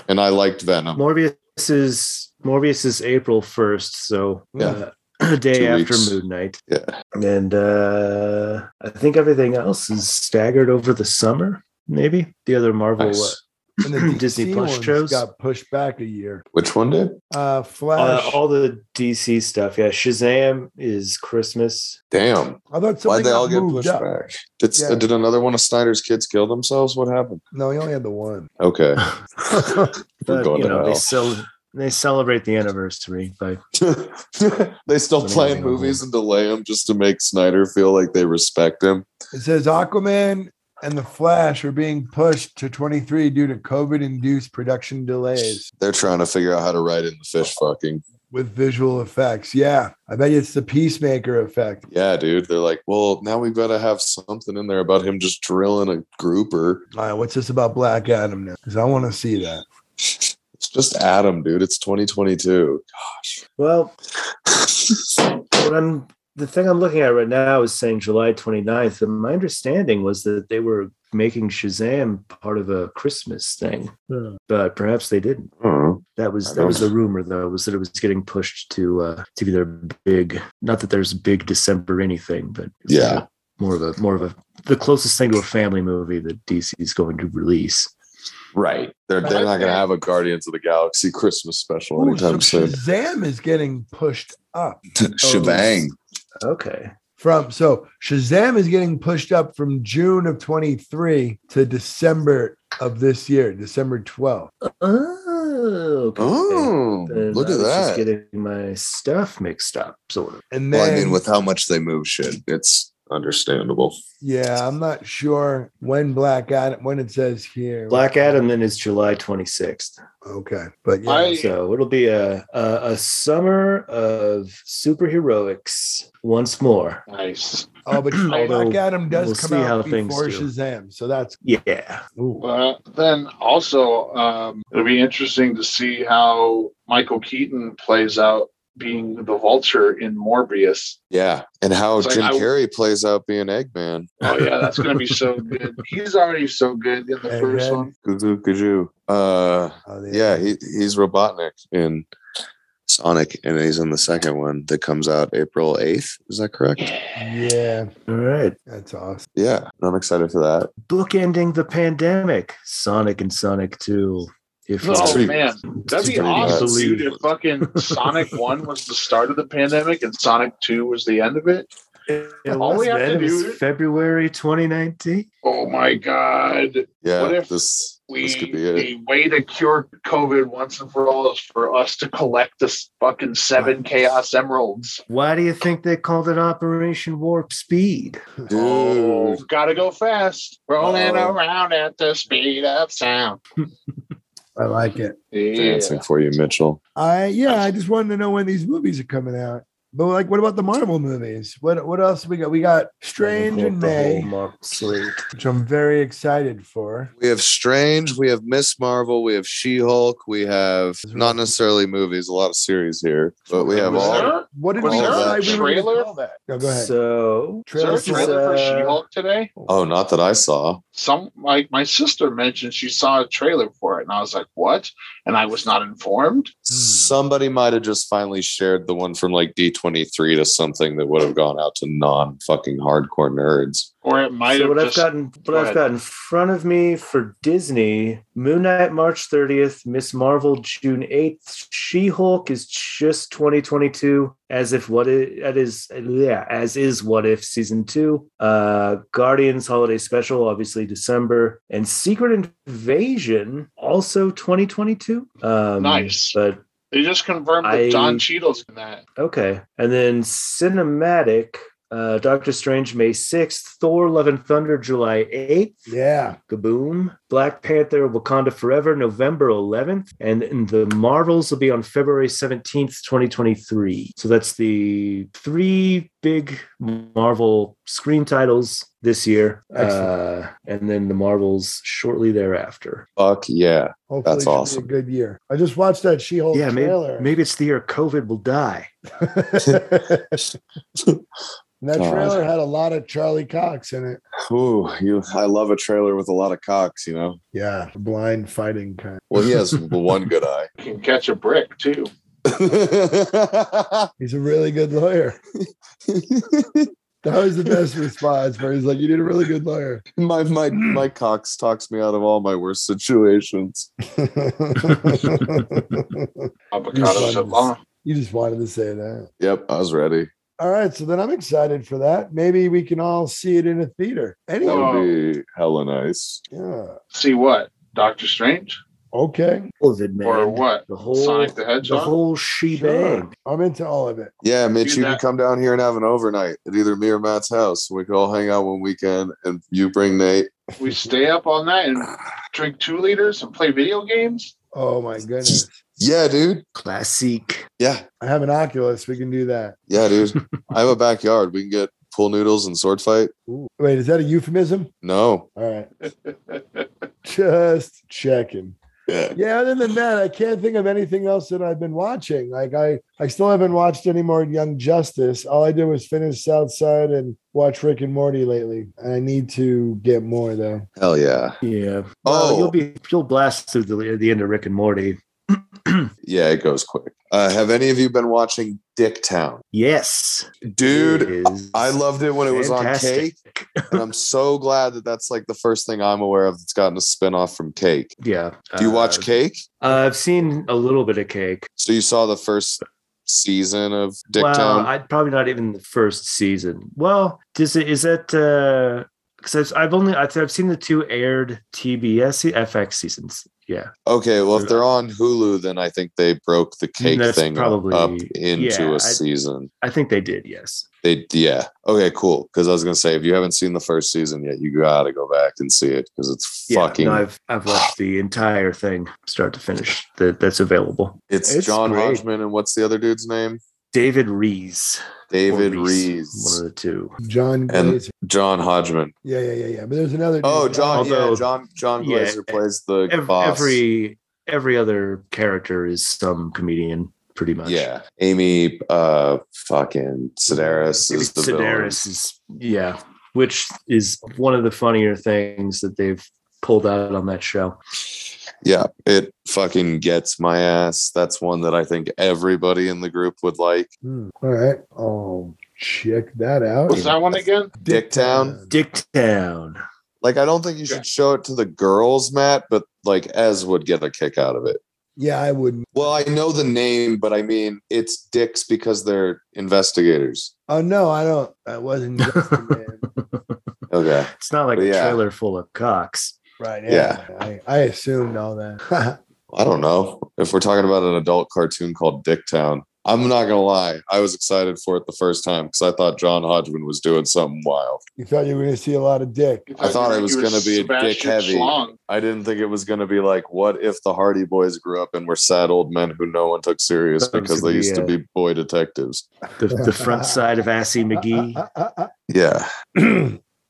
Speaker 6: And I liked Venom.
Speaker 7: Morbius is Morbius is April first, so
Speaker 6: Yeah.
Speaker 7: uh, a day
Speaker 6: Two
Speaker 7: after
Speaker 6: weeks.
Speaker 7: Moon Knight.
Speaker 6: Yeah.
Speaker 7: and uh, I think everything else is staggered over the summer. Maybe the other Marvel.
Speaker 6: Nice.
Speaker 8: And the
Speaker 7: Disney
Speaker 8: DC
Speaker 7: Plus
Speaker 8: ones
Speaker 7: shows?
Speaker 8: got pushed back a year.
Speaker 6: Which one did?
Speaker 8: Uh Flash.
Speaker 7: Uh, all the DC stuff, yeah. Shazam is Christmas.
Speaker 6: Damn.
Speaker 8: I thought something
Speaker 6: Why'd they
Speaker 8: got
Speaker 6: all get
Speaker 8: moved
Speaker 6: pushed
Speaker 8: up.
Speaker 6: back? Did,
Speaker 8: Yeah.
Speaker 6: did another one of Snyder's kids kill themselves? What happened?
Speaker 8: No, he only had the one.
Speaker 6: Okay.
Speaker 7: but
Speaker 6: We're going
Speaker 7: you
Speaker 6: to
Speaker 7: know they
Speaker 6: hell.
Speaker 7: still they celebrate the anniversary by
Speaker 6: they still
Speaker 7: Putting
Speaker 6: plan
Speaker 7: everything on
Speaker 6: movies and delay them just to make Snyder feel like they respect him.
Speaker 8: It says Aquaman and the Flash are being pushed to 23 due to COVID-induced production delays
Speaker 6: They're trying to figure out how to write in the fish fucking.
Speaker 8: with visual effects. Yeah, I bet it's the Peacemaker effect.
Speaker 6: Yeah, dude. They're like, well, now we better have something in there about him just drilling a grouper.
Speaker 8: All right, what's this about Black Adam now? Because I want to see that.
Speaker 6: It's just Adam, dude. It's 2022.
Speaker 7: Well, what I'm the thing I'm looking at right now is saying July 29th, and my understanding was that they were making Shazam part of a Christmas thing, but perhaps they didn't.
Speaker 6: Hmm.
Speaker 7: That was
Speaker 6: I
Speaker 7: that was the
Speaker 6: don't-
Speaker 7: rumor though, was that it was getting pushed to uh to be their big not that there's a big December anything, but
Speaker 6: Yeah.
Speaker 7: more of a more of a the closest thing to a family movie that DC is going to release.
Speaker 6: Right. They're, they're not going to have a Guardians of the Galaxy Christmas special
Speaker 8: Ooh, so
Speaker 6: anytime soon.
Speaker 8: Shazam is getting pushed up
Speaker 6: Shebang.
Speaker 7: Okay.
Speaker 8: from so Shazam is getting pushed up from June of 23 to December of this year, December 12th.
Speaker 7: Oh, okay.
Speaker 6: Oh,
Speaker 7: Then
Speaker 6: look
Speaker 7: I
Speaker 6: at
Speaker 7: was Just
Speaker 6: that.
Speaker 7: getting my stuff mixed up, sort of.
Speaker 8: And then
Speaker 6: Well, I mean, with how much they move shit, it's understandable.
Speaker 8: yeah, I'm not sure when Black Adam when it says here.
Speaker 7: Black Adam then is July 26th.
Speaker 8: Okay, but yeah,
Speaker 5: I-
Speaker 7: So it'll be a, a a summer of superheroics once more.
Speaker 5: Nice.
Speaker 8: oh, but Black
Speaker 7: Although,
Speaker 8: Adam does
Speaker 7: we'll
Speaker 8: come
Speaker 7: see
Speaker 8: out
Speaker 7: how things
Speaker 8: before
Speaker 7: do.
Speaker 8: Shazam, so that's
Speaker 7: Yeah.
Speaker 8: ooh.
Speaker 5: But then also, um, it'll be interesting to see how Michael Keaton plays out being the vulture in Morbius.
Speaker 6: Yeah, and how
Speaker 5: It's like
Speaker 6: Jim
Speaker 5: I-
Speaker 6: Carrey plays out being Eggman.
Speaker 5: Oh, yeah, that's going to be so good. He's already so good in the
Speaker 8: Hey,
Speaker 5: first
Speaker 8: man.
Speaker 5: one.
Speaker 6: Gazoo, gazoo. Uh,
Speaker 8: Oh, they-
Speaker 6: yeah, he he's Robotnik in Sonic, and he's in the second one that comes out April eighth. Is that correct? Yeah.
Speaker 8: yeah,
Speaker 7: All right.
Speaker 8: that's awesome.
Speaker 6: I'm excited for that.
Speaker 7: Bookending the pandemic. Sonic and Sonic 2. If
Speaker 5: Oh
Speaker 6: It's pretty-
Speaker 5: man, that'd
Speaker 6: it's
Speaker 5: be
Speaker 6: pretty
Speaker 5: awesome,
Speaker 6: nuts.
Speaker 5: dude. If fucking Sonic One was the start of the pandemic and Sonic Two was the end of it.
Speaker 7: It
Speaker 5: All
Speaker 7: was,
Speaker 5: we have
Speaker 7: man.
Speaker 5: to
Speaker 7: It was
Speaker 5: do-
Speaker 7: February 2019.
Speaker 5: Oh my god,
Speaker 6: Yeah,
Speaker 5: What if
Speaker 6: this
Speaker 5: we
Speaker 6: this could be it.
Speaker 5: the way to cure COVID once and for all is for us to collect this fucking seven chaos emeralds.
Speaker 7: Why do you think they called it Operation Warp Speed?
Speaker 6: Dude,
Speaker 5: Oh, gotta go fast, rolling
Speaker 6: Uh-oh.
Speaker 5: around at the speed of sound.
Speaker 8: I like it.
Speaker 5: Yeah.
Speaker 6: dancing for you, Mitchell.
Speaker 8: I yeah, I just wanted to know when these movies are coming out. But like, what about the Marvel movies? What what else we got? We got Strange in May, which I'm very excited for.
Speaker 6: We have Strange, we have Miss Marvel, we have She Hulk, we have not necessarily movies, a lot of series here, but we have
Speaker 5: Was
Speaker 6: all.
Speaker 5: there,
Speaker 8: What did
Speaker 5: was
Speaker 8: we
Speaker 6: all
Speaker 5: there a
Speaker 6: that.
Speaker 8: decide we were gonna
Speaker 5: trailer?
Speaker 8: call
Speaker 5: Was
Speaker 8: that? No, go ahead.
Speaker 7: So,
Speaker 5: there a
Speaker 8: This is,
Speaker 5: trailer for
Speaker 7: uh,
Speaker 5: She-Hulk today?
Speaker 6: Oh, not that I saw.
Speaker 5: some like my sister mentioned she saw a trailer for it and i was like what and i was not informed
Speaker 6: Somebody might have just finally shared the one from like D23 to something that would have gone out to non fucking hardcore nerds.
Speaker 5: or it might
Speaker 7: so
Speaker 5: have
Speaker 7: what
Speaker 5: just
Speaker 7: I've gotten, what
Speaker 5: go ahead.
Speaker 7: I've got in front of me for Disney: Moon Knight, March thirtieth; Miss Marvel, June eighth; She Hulk is just twenty twenty two. As if what it that is, yeah, as is what if season two. Uh, Guardians Holiday Special, obviously December, and Secret Invasion also twenty twenty two.
Speaker 5: Nice.
Speaker 7: but
Speaker 5: they just confirmed
Speaker 7: I-
Speaker 5: that john cheadle's in that
Speaker 7: Okay. And then cinematic, uh, Doctor Strange May 6th, Thor Love and Thunder July 8th,
Speaker 8: yeah,
Speaker 7: Kaboom, Black Panther Wakanda Forever November 11th, and then the Marvels will be on February 17th, 2023. So that's the three big Marvel screen titles this year.
Speaker 8: Excellent.
Speaker 7: Uh, and then the Marvels shortly thereafter.
Speaker 6: Fuck yeah.
Speaker 8: hopefully
Speaker 6: That's
Speaker 8: it should be
Speaker 6: awesome.
Speaker 8: A good year. I just watched that She-Hulk
Speaker 7: yeah,
Speaker 8: trailer.
Speaker 7: maybe, maybe it's the year COVID will die.
Speaker 8: And that
Speaker 6: God.
Speaker 8: trailer had a lot of Charlie Cox in it.
Speaker 6: Ooh, you, I love a trailer with a lot of cocks, you know?
Speaker 8: Yeah, blind fighting kind.
Speaker 6: Well, he has one good eye.
Speaker 5: You can catch a brick too
Speaker 8: He's a really good lawyer. That was the best response where he's like, You did a really good lawyer.
Speaker 6: my my my Cox talks me out of all my worst situations.
Speaker 5: avocados
Speaker 8: Yes.
Speaker 5: at law
Speaker 8: you just wanted to say that.
Speaker 6: Yep, I was ready.
Speaker 8: All right. So then I'm excited for that. Maybe we can all see it in a theater.
Speaker 6: That
Speaker 8: Anyway.
Speaker 5: Oh.
Speaker 6: would be hella nice.
Speaker 8: Yeah.
Speaker 5: see what doctor strange
Speaker 8: Okay.
Speaker 7: COVID, man.
Speaker 5: or what
Speaker 7: The
Speaker 6: Oh,
Speaker 7: whole,
Speaker 5: sonic the
Speaker 7: the
Speaker 5: hedgehog
Speaker 7: whole shebang.
Speaker 8: Sure. I'm into all of it.
Speaker 6: Yeah, Mitch,
Speaker 5: Do
Speaker 6: you can
Speaker 5: that.
Speaker 6: come down here and have an overnight at either me or Matt's house. We could all hang out one weekend, and you bring Nate.
Speaker 5: we stay up all night and drink two liters and play video games
Speaker 8: Oh my goodness.
Speaker 6: Yeah, dude.
Speaker 7: Classic.
Speaker 6: Yeah,
Speaker 8: I have an Oculus. We can do that.
Speaker 6: yeah, dude. I have a backyard. We can get pool noodles and sword fight.
Speaker 8: Ooh. Wait, is that a euphemism?
Speaker 6: No.
Speaker 8: All right. Just checking.
Speaker 6: Yeah.
Speaker 8: Yeah, other than that, I can't think of anything else that I've been watching. Like I, I still haven't watched any more Young Justice. All I did was finish Southside and watch Rick and Morty lately, and I need to get more though.
Speaker 6: Hell yeah.
Speaker 7: Yeah.
Speaker 6: Oh.
Speaker 7: Well, you'll be you'll blast through the, the end of Rick and Morty.
Speaker 6: Yeah, it goes quick. Uh, have any of you been watching Dick Town?
Speaker 7: Yes,
Speaker 6: Dude,
Speaker 7: It is
Speaker 6: I loved it when it was on Cake.
Speaker 7: fantastic.
Speaker 6: and I'm so glad that that's like the first thing I'm aware of that's gotten a spinoff from Cake.
Speaker 7: Yeah.
Speaker 6: Do you watch
Speaker 7: Uh,
Speaker 6: Cake?
Speaker 7: I've seen a little bit of Cake.
Speaker 6: So you saw the first season of
Speaker 7: well,
Speaker 6: Dicktown?
Speaker 7: I probably not even the first season. Well, does it is that because I've, I've only I've, I've seen the two aired TBS se- FX seasons. Yeah,
Speaker 6: okay, well if they're on Hulu, then I think they broke the Cake
Speaker 7: That's
Speaker 6: thing
Speaker 7: probably-
Speaker 6: up into
Speaker 7: yeah,
Speaker 6: a
Speaker 7: I-
Speaker 6: season.
Speaker 7: I think they did. Yes.
Speaker 6: They yeah. Okay, cool. Because I was gonna say if you haven't seen the first season yet, you gotta go back and see it because it's
Speaker 7: Yeah,
Speaker 6: fucking
Speaker 7: no, I've I've watched the entire thing, start to finish. That that's available.
Speaker 6: it's,
Speaker 7: it's
Speaker 6: John
Speaker 7: great.
Speaker 6: Hodgman and what's the other dude's name?
Speaker 7: David Rees, or
Speaker 6: David
Speaker 7: one
Speaker 6: Reeves.
Speaker 7: of the two.
Speaker 8: John
Speaker 6: And-
Speaker 8: Glazer.
Speaker 6: John Hodgman.
Speaker 8: Yeah, yeah, yeah, yeah. But there's another.
Speaker 6: Oh,
Speaker 8: dude.
Speaker 6: John. yeah,
Speaker 7: Although-
Speaker 6: John. John
Speaker 7: yeah,
Speaker 6: Glazer plays the
Speaker 7: Ev-
Speaker 6: boss.
Speaker 7: every every other character is some comedian pretty much
Speaker 6: Yeah, Amy, uh, fucking Sedaris
Speaker 7: Maybe
Speaker 6: is the
Speaker 7: Sedaris is yeah which is one of the funnier things that they've pulled out on that show
Speaker 6: villain. Yeah, it fucking gets my ass. That's one that I think everybody in the group would like.
Speaker 8: Hmm, all right. Oh, check that out.
Speaker 5: was that one again
Speaker 6: Dicktown.
Speaker 7: dick town
Speaker 6: Like, I don't think you should show it to the girls, Matt, but like Ez would get a kick out of it.
Speaker 8: Yeah, I wouldn't.
Speaker 6: Well, I know the name, but I mean, it's dicks because they're investigators.
Speaker 8: Oh no, I don't. I wasn't. investigating.
Speaker 6: Okay.
Speaker 7: It's not like a
Speaker 6: Yeah.
Speaker 7: trailer full of cocks.
Speaker 8: right.
Speaker 6: Yeah.
Speaker 8: Yeah. I, I assumed all that.
Speaker 6: I don't know. If we're talking about an adult cartoon called Dick Town, I'm not going to lie. I was excited for it the first time because I thought John Hodgman was doing something wild.
Speaker 8: you thought you were going to see a lot of dick.
Speaker 6: I thought it was
Speaker 5: You were
Speaker 6: gonna be a
Speaker 5: Sebastian
Speaker 6: dick heavy.
Speaker 5: Schlong.
Speaker 6: I didn't think it was going to be like, what if the Hardy Boys grew up and were sad old men who no one took serious
Speaker 7: That was
Speaker 6: because
Speaker 7: gonna
Speaker 6: they
Speaker 7: be
Speaker 6: used to
Speaker 7: a-
Speaker 6: be boy detectives?
Speaker 7: The, the front side of Assy McGee.
Speaker 8: Uh, uh, uh, uh.
Speaker 6: Yeah.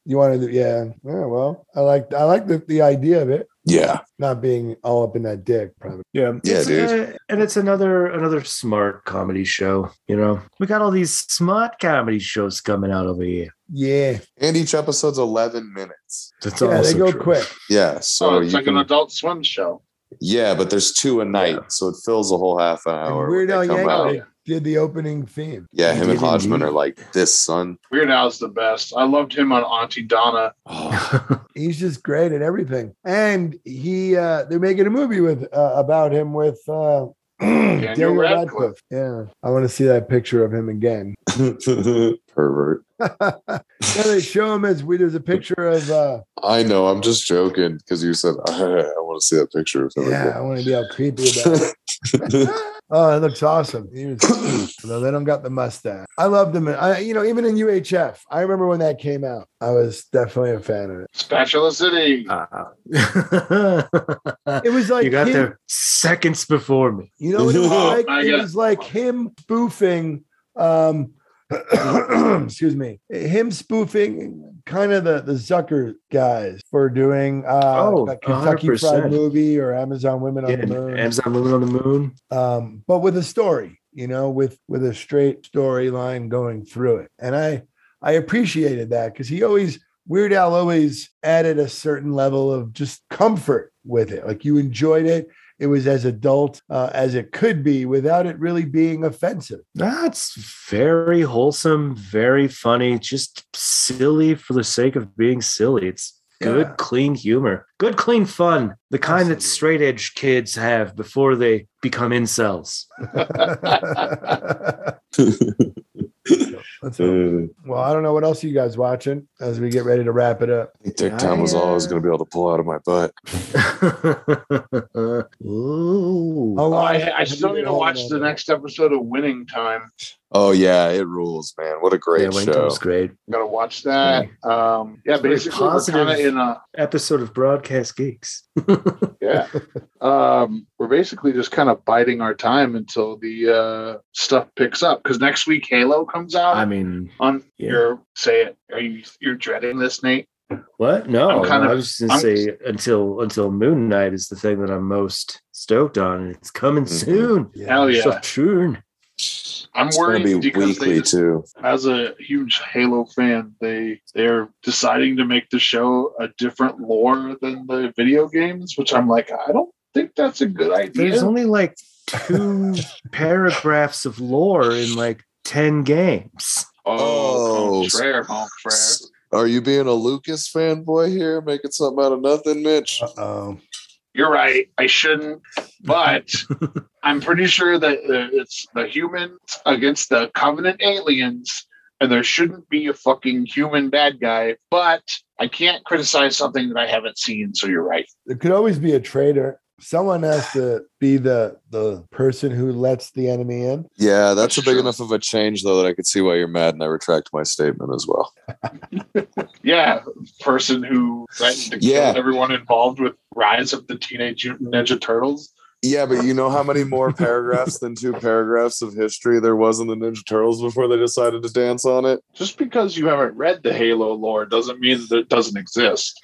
Speaker 8: you want to do? Yeah. Yeah. Well, I like I like the, the idea of it
Speaker 6: Yeah.
Speaker 8: not being all up in that dick. Probably.
Speaker 7: Yeah,
Speaker 6: Yeah,
Speaker 7: It's,
Speaker 6: dude.
Speaker 7: uh, and it's another another smart comedy show. You know, we got all these smart comedy shows coming out over here.
Speaker 8: Yeah.
Speaker 6: And each episode's 11 minutes.
Speaker 7: That's
Speaker 8: yeah. They
Speaker 7: also
Speaker 8: go
Speaker 7: true.
Speaker 8: quick.
Speaker 6: Yeah. So
Speaker 5: oh, it's
Speaker 6: you
Speaker 5: like
Speaker 6: can,
Speaker 5: an adult swim show.
Speaker 6: yeah, but there's two a night.
Speaker 7: Yeah.
Speaker 6: So it fills a whole half an
Speaker 8: And
Speaker 6: hour. when
Speaker 8: Weird
Speaker 6: they
Speaker 8: Al
Speaker 6: come out.
Speaker 8: Yankovic did the opening theme.
Speaker 6: Yeah. Him and
Speaker 8: Didn't
Speaker 6: Hodgman
Speaker 8: he?
Speaker 6: are like, this son.
Speaker 5: Weird Al's the best. I loved him on Auntie Donna.
Speaker 6: Oh,
Speaker 8: He's just great at everything, and he uh they're making a movie with uh, about him with uh Daniel
Speaker 5: Radcliffe.
Speaker 8: Radcliffe. Yeah, I want to see that picture of him again.
Speaker 6: Pervert.
Speaker 8: Yeah, they show him as we. There's a picture of. uh
Speaker 6: I know. I'm just joking because you said I want to see that picture of him.
Speaker 8: Yeah, I
Speaker 6: again."
Speaker 8: want to be all creepy about it. Oh, it looks awesome. He was- Although they don't got the mustache, I loved him. I, you know, even in UHF, I remember when that came out. I was definitely a fan of it.
Speaker 5: Spatula City.
Speaker 6: Oh,
Speaker 7: Ah.
Speaker 8: It was like
Speaker 7: you got
Speaker 8: him-
Speaker 7: there seconds before me.
Speaker 8: You know what it was
Speaker 5: Oh,
Speaker 8: like?
Speaker 5: I
Speaker 8: it
Speaker 5: got-
Speaker 8: was like him spoofing um excuse me. Him spoofing kind of the the Zucker guys for doing uh
Speaker 7: Oh,
Speaker 8: like Kentucky Fried
Speaker 7: 100%.
Speaker 8: Movie or Amazon Women on
Speaker 7: Yeah,
Speaker 8: the Moon.
Speaker 7: Amazon Women on the Moon.
Speaker 8: um but with a story, you know, with with a straight storyline going through it. And I I appreciated that cuz he always Weird Al always added a certain level of just comfort with it. Like you enjoyed it it was as adult uh, as it could be without it really being offensive.
Speaker 7: That's very wholesome, very funny, just silly for the sake of being silly. It's good,
Speaker 8: Yeah.
Speaker 7: clean humor, good, clean fun, the kind that
Speaker 8: Absolutely.
Speaker 7: straight edge kids have before they become incels.
Speaker 8: Let's hope. well, I don't know what else you guys watching as we get ready to wrap it up.
Speaker 6: Dick Tom
Speaker 8: uh,
Speaker 6: was always going to be able to pull out of my butt.
Speaker 7: Ooh.
Speaker 8: How
Speaker 5: Oh,
Speaker 8: long-
Speaker 5: I, I still need to
Speaker 8: Hold
Speaker 5: watch
Speaker 8: on.
Speaker 5: the next episode of Winning Time.
Speaker 6: Oh yeah, it rules, man! What a great
Speaker 7: yeah, Wing
Speaker 6: show.
Speaker 7: Time's great.
Speaker 5: Gotta watch that. Um, yeah,
Speaker 7: It's very
Speaker 5: basically, we're
Speaker 7: positive.
Speaker 5: kind of in a
Speaker 7: Episode of Broadcast Geeks.
Speaker 5: yeah. um, we're basically just kind of biding our time until the uh, stuff picks up because next week Halo comes out.
Speaker 7: I mean,
Speaker 5: on
Speaker 7: Yeah.
Speaker 5: your say it. Are you you're dreading this, Nate?
Speaker 7: What? No,
Speaker 5: I'm kind
Speaker 7: I
Speaker 5: of-
Speaker 7: was just gonna
Speaker 5: I'm-
Speaker 7: say until until Moon Knight is the thing that I'm most stoked on, and it's coming
Speaker 6: Mhm.
Speaker 7: soon.
Speaker 5: Hell Mm-hmm. yeah.
Speaker 7: So soon.
Speaker 5: I'm
Speaker 6: It's going
Speaker 5: worried
Speaker 6: to be
Speaker 5: because
Speaker 6: weekly
Speaker 5: they,
Speaker 6: too.
Speaker 5: as a huge Halo fan, they they're deciding to make the show a different lore than the video games, which I'm like, I don't think that's a good idea.
Speaker 7: There's only like two paragraphs of lore in like ten games.
Speaker 5: oh,
Speaker 6: Oh.
Speaker 5: contraire, contraire.
Speaker 6: Are you being a Lucas fanboy here, making something out of nothing, Mitch?
Speaker 8: Uh-oh.
Speaker 5: You're right. I shouldn't, but I'm pretty sure that uh, it's the humans against the Covenant aliens, and there shouldn't be a fucking human bad guy. But I can't criticize something that I haven't seen. So you're right.
Speaker 8: There could always be a traitor. Someone has to be the the person who lets the enemy in.
Speaker 6: Yeah, that's, a
Speaker 5: That's
Speaker 6: big
Speaker 5: true.
Speaker 6: enough of a change though that I could see why you're mad, and I retract my statement as well.
Speaker 5: Yeah, person who threatened to
Speaker 6: Yeah.
Speaker 5: kill everyone involved with Rise of the Teenage Ninja Turtles.
Speaker 6: Yeah, but you know how many more paragraphs than two paragraphs of history there was in the Ninja Turtles before they decided to dance on it?
Speaker 5: Just because you haven't read the Halo lore doesn't mean that it doesn't exist.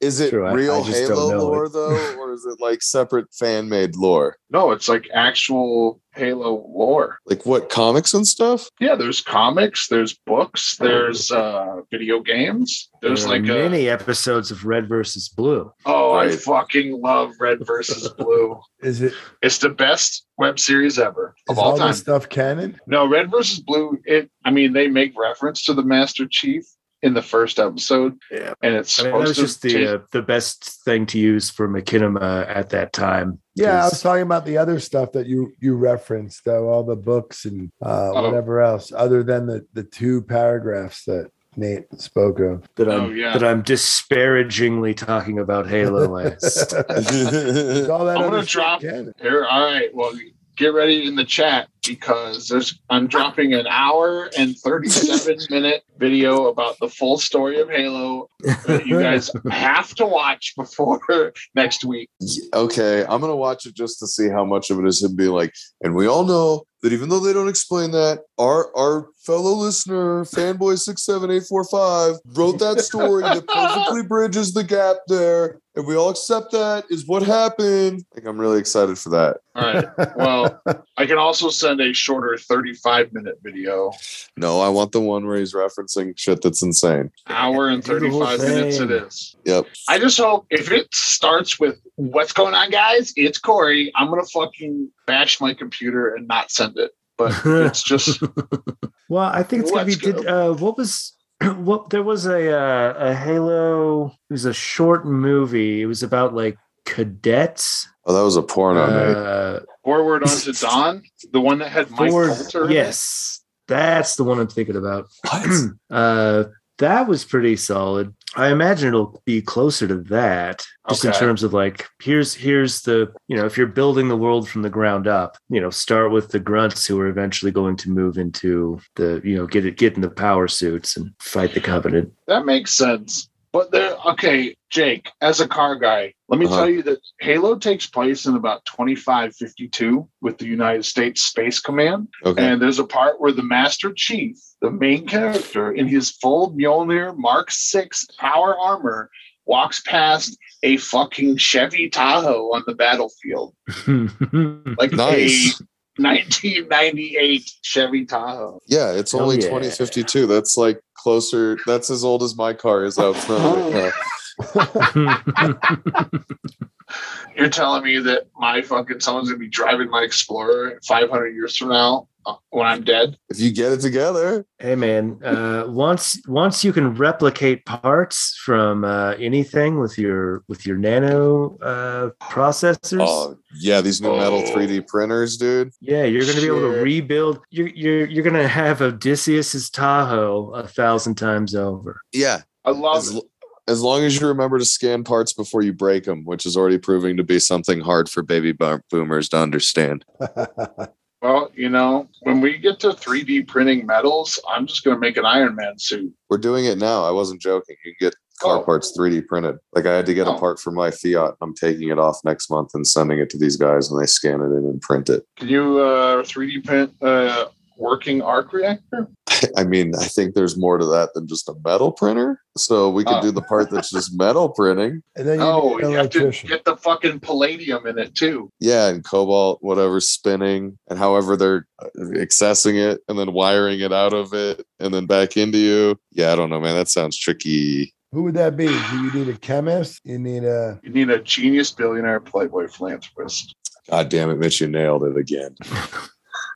Speaker 6: Is it
Speaker 7: True, I-
Speaker 6: real
Speaker 7: I just don't
Speaker 6: Halo
Speaker 7: know
Speaker 6: lore
Speaker 7: it.
Speaker 6: though, or is it like separate fan made lore?
Speaker 5: No, it's like actual Halo lore.
Speaker 6: Like what comics and stuff?
Speaker 5: Yeah, there's comics, there's books, there's uh video games. There's
Speaker 7: Oh, There uh, are
Speaker 5: like a,
Speaker 7: many episodes of Red versus Blue.
Speaker 5: oh, I
Speaker 6: Right.
Speaker 5: fucking love Red versus Blue.
Speaker 8: Is it
Speaker 5: It's the best web series ever
Speaker 8: is
Speaker 5: of
Speaker 8: all
Speaker 5: all time.
Speaker 8: this stuff canon?
Speaker 5: No, Red versus Blue. It. I mean, they make reference to the Master Chief, in the first episode.
Speaker 7: Yeah.
Speaker 5: And it's
Speaker 7: I mean, that
Speaker 5: supposed
Speaker 7: was
Speaker 5: to
Speaker 7: just
Speaker 5: take-
Speaker 7: the uh, the best thing to use for McKinema at that time.
Speaker 8: Yeah, I
Speaker 7: 'Cause-
Speaker 8: was talking about the other stuff that you you referenced, though, all the books and uh,
Speaker 5: Oh.
Speaker 8: whatever else, other than the the two paragraphs that Nate spoke of.
Speaker 7: that
Speaker 5: Oh,
Speaker 7: I'm
Speaker 5: yeah.
Speaker 7: that I'm disparagingly talking about Halo as.
Speaker 8: all
Speaker 5: I'm
Speaker 8: that
Speaker 5: gonna
Speaker 8: other
Speaker 5: drop-
Speaker 8: stuff can-
Speaker 5: Here, all right. Well, get ready in the chat because there's I'm dropping an hour and 37 minute video about the full story of Halo that you guys have to watch before next week.
Speaker 6: okay, I'm gonna watch it just to see how much of it is him being like, and we all know that even though they don't explain that, our our fellow listener, fanboy six seven eight four five, wrote that story that perfectly bridges the gap there, and we all accept that is what happened. Like, I'm really excited for that.
Speaker 5: All right. Well, I can also send a shorter 35 minute video.
Speaker 6: No, I want the one where he's referencing shit that's insane.
Speaker 5: Hour and
Speaker 7: Do the whole
Speaker 5: 35 minutes it
Speaker 7: thing.
Speaker 5: is.
Speaker 6: Yep.
Speaker 5: I just hope if it starts with what's going on, guys, it's Corey. I'm gonna fucking bash my computer and not send it. But it's just
Speaker 7: Well, I think it's going to
Speaker 5: Let's
Speaker 7: be. Did, uh, what was what? There was a uh, a Halo. It was a short movie. It was about like cadets.
Speaker 6: Oh, that was a porno. Nate.
Speaker 7: Uh,
Speaker 5: Forward onto Dawn, the one that had Mike
Speaker 7: Ford-
Speaker 5: Coulter. in it?
Speaker 7: yes, that's the one I'm thinking about. uh, that was pretty solid. I imagine it'll be closer to that, just in
Speaker 5: Okay.
Speaker 7: terms of like here's here's the you know if you're building the world from the ground up, you know start with the grunts who are eventually going to move into the you know get it get in the power suits and fight the Covenant.
Speaker 5: That makes sense. But there, okay, Jake, as a car guy, let me
Speaker 6: Uh-huh.
Speaker 5: tell you that Halo takes place in about 2552 with the United States Space Command.
Speaker 6: Okay.
Speaker 5: And there's a part where the Master Chief, the main character, in his full Mjolnir Mark VI power armor, walks past a fucking Chevy Tahoe on the battlefield. Like
Speaker 6: Nice.
Speaker 5: a 1998 Chevy Tahoe.
Speaker 6: Yeah, it's
Speaker 7: Hell
Speaker 6: only
Speaker 7: yeah.
Speaker 6: 2052. That's like closer. That's as old as my car is out front right now.
Speaker 5: You're telling me that my fucking someone's gonna be driving my Explorer 500 years from now uh, when I'm dead?
Speaker 6: If you get it together,
Speaker 7: Hey man, uh, once once you can replicate parts from uh, anything with your with your nano uh, processors,
Speaker 6: oh yeah, these new metal
Speaker 5: Oh.
Speaker 6: 3D printers, dude.
Speaker 7: yeah, you're going to be able to
Speaker 6: shit.
Speaker 7: rebuild. You're you're you're going to have Odysseus's Tahoe a thousand times over.
Speaker 6: Yeah,
Speaker 5: I love
Speaker 6: as,
Speaker 5: it.
Speaker 6: l- as long as you remember to scan parts before you break them, which is already proving to be something hard for baby bo- boomers to understand.
Speaker 5: Well, you know, when we get to 3D printing metals, I'm just gonna make an Iron Man suit.
Speaker 6: We're doing it now. I wasn't joking. You can get car
Speaker 5: Oh.
Speaker 6: parts 3D printed. Like I had to get
Speaker 5: Oh.
Speaker 6: a part for my Fiat. I'm taking it off next month and sending it to these guys, and they scan it in and print it.
Speaker 5: Can you uh, 3D print uh, working arc reactor?
Speaker 6: I mean, I think there's more to that than just a metal printer. So we could
Speaker 5: Oh.
Speaker 6: do the part that's just metal printing.
Speaker 8: and then you
Speaker 5: Oh,
Speaker 8: need
Speaker 5: you
Speaker 8: an
Speaker 5: have to
Speaker 8: electrician.
Speaker 5: get the fucking palladium in it too.
Speaker 6: Yeah, and cobalt, whatever, spinning, and however they're uh, accessing it, and then wiring it out of it, and then back into you. Yeah, I don't know, man. That sounds tricky.
Speaker 8: Who would that be? Do you need a chemist? You need a
Speaker 5: You need a genius billionaire playboy philanthropist.
Speaker 6: God damn it, Mitch, you nailed it again.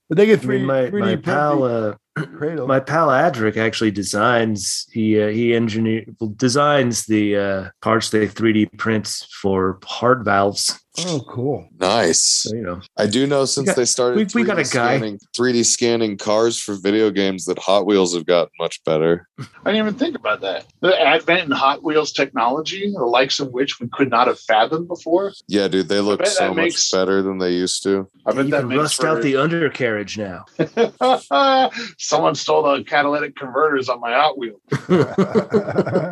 Speaker 8: but they get
Speaker 7: I
Speaker 8: three
Speaker 7: mean, my,
Speaker 8: 3D
Speaker 7: my
Speaker 8: print
Speaker 7: pal
Speaker 8: the
Speaker 7: uh,
Speaker 8: cradle.
Speaker 7: my pal Adric actually designs he uh, he engineer well, designs the uh, parts they 3D prints for heart valves.
Speaker 8: oh, cool.
Speaker 6: Nice.
Speaker 7: So you know,
Speaker 6: I do know since
Speaker 7: got-
Speaker 6: they started
Speaker 7: we- we got a guy.
Speaker 6: scanning, 3D scanning cars for video games that Hot Wheels have gotten much better.
Speaker 5: I didn't even think about that. The advent in Hot Wheels technology, the likes of which we could not have fathomed before.
Speaker 6: Yeah, dude, they look
Speaker 5: bet that
Speaker 6: so much
Speaker 5: makes-
Speaker 6: better than they used to.
Speaker 5: I bet
Speaker 7: you
Speaker 5: that
Speaker 7: can
Speaker 5: makes
Speaker 7: rust
Speaker 5: for-
Speaker 7: out the undercarriage now.
Speaker 5: Someone stole the catalytic converters on my Hot Wheel.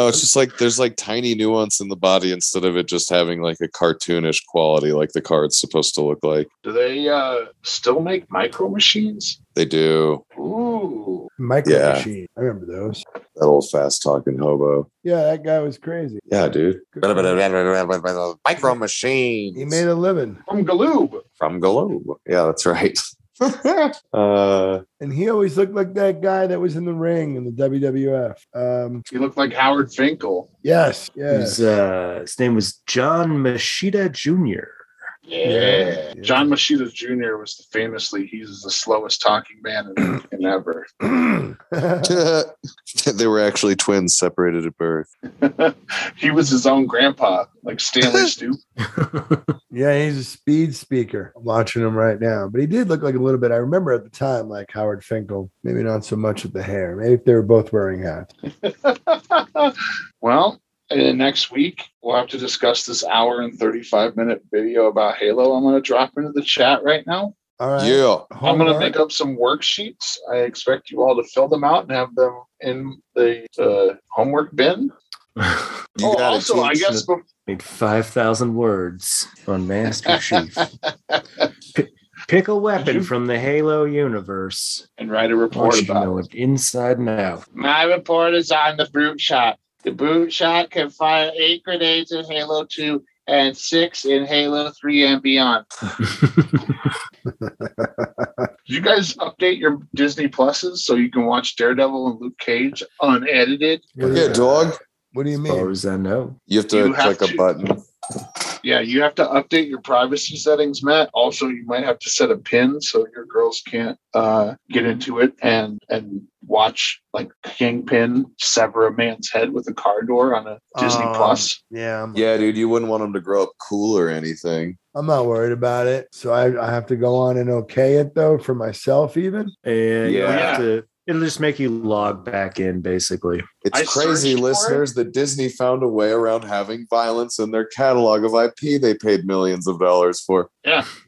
Speaker 6: Oh, it's just like there's like tiny nuance in the body instead of it just having like a cartoonish quality like the car it's supposed to look like.
Speaker 5: Do they uh, still make micro machines?
Speaker 6: They do
Speaker 5: Ooh.
Speaker 8: Micro
Speaker 6: Yeah.
Speaker 8: machine. I remember those.
Speaker 6: that old fast talking hobo.
Speaker 8: Yeah, that guy was crazy.
Speaker 6: Yeah, dude.
Speaker 8: Good for him.
Speaker 6: Micro
Speaker 8: He
Speaker 6: machines
Speaker 8: made a living.
Speaker 5: From Galoob.
Speaker 6: from Globe. Yeah, that's right. uh,
Speaker 8: And he always looked like that guy that was in the ring in the WWF. Um,
Speaker 5: He looked like Howard Finkel.
Speaker 8: yes,
Speaker 7: He was,
Speaker 8: yes.
Speaker 7: uh, his name was John Machida Jr.
Speaker 5: Yeah. John Machida Jr. was the famously he's the slowest talking man in, in ever.
Speaker 6: they were actually twins separated at birth.
Speaker 5: he was his own grandpa, like Stanley Stoop.
Speaker 8: yeah, he's a speed speaker. I'm watching him right now, but he did look like a little bit. I remember at the time, like Howard Finkel. Maybe not so much with the hair. Maybe if they were both wearing hats.
Speaker 5: well, uh, next week we'll have to discuss this hour and 35 minute video about Halo. I'm going to drop into the chat right now.
Speaker 8: All right.
Speaker 6: Yeah.
Speaker 5: I'm going to
Speaker 8: Homework.
Speaker 5: make up some worksheets. I expect you all to fill them out and have them in the uh, homework bin.
Speaker 6: You
Speaker 5: oh,
Speaker 6: gotta
Speaker 5: also, I
Speaker 6: teach
Speaker 5: guess
Speaker 6: the-
Speaker 5: bef-
Speaker 7: Need 5,000 words on Master Chief. P- pick a weapon from the Halo universe.
Speaker 5: and write a
Speaker 7: I
Speaker 5: report
Speaker 7: should
Speaker 5: about
Speaker 7: know
Speaker 5: it.
Speaker 7: it inside and out.
Speaker 5: My report is on the brute shot. The brute shot can fire eight grenades in Halo 2 and six in Halo 3 and beyond. Did you guys update your Disney Pluses so you can watch Daredevil and Luke Cage unedited?
Speaker 8: What
Speaker 6: Yeah,
Speaker 8: is-
Speaker 6: dog.
Speaker 8: What do you
Speaker 7: As far
Speaker 8: mean?
Speaker 7: as I know.
Speaker 6: You have to
Speaker 5: You have
Speaker 6: click a
Speaker 5: to-
Speaker 6: button.
Speaker 5: Yeah, you have to update your privacy settings, Matt. Also, you might have to set a pin so your girls can't uh, get
Speaker 6: Mm-hmm.
Speaker 5: into it and and watch like Kingpin sever a man's head with a car door on a Disney
Speaker 6: Oh.
Speaker 8: Um,
Speaker 5: Plus.
Speaker 8: Yeah, I'm,
Speaker 6: Yeah, dude, you wouldn't want them to grow up cool or anything.
Speaker 8: I'm not worried about it. So I, I have to go on and okay it though for myself, even.
Speaker 7: And you'll
Speaker 6: Yeah.
Speaker 7: have to, it'll just make you log back in, basically.
Speaker 6: It's
Speaker 5: I
Speaker 6: crazy,
Speaker 5: searched for
Speaker 6: listeners, that Disney found a way around having violence in their catalog of IP they paid millions of dollars for.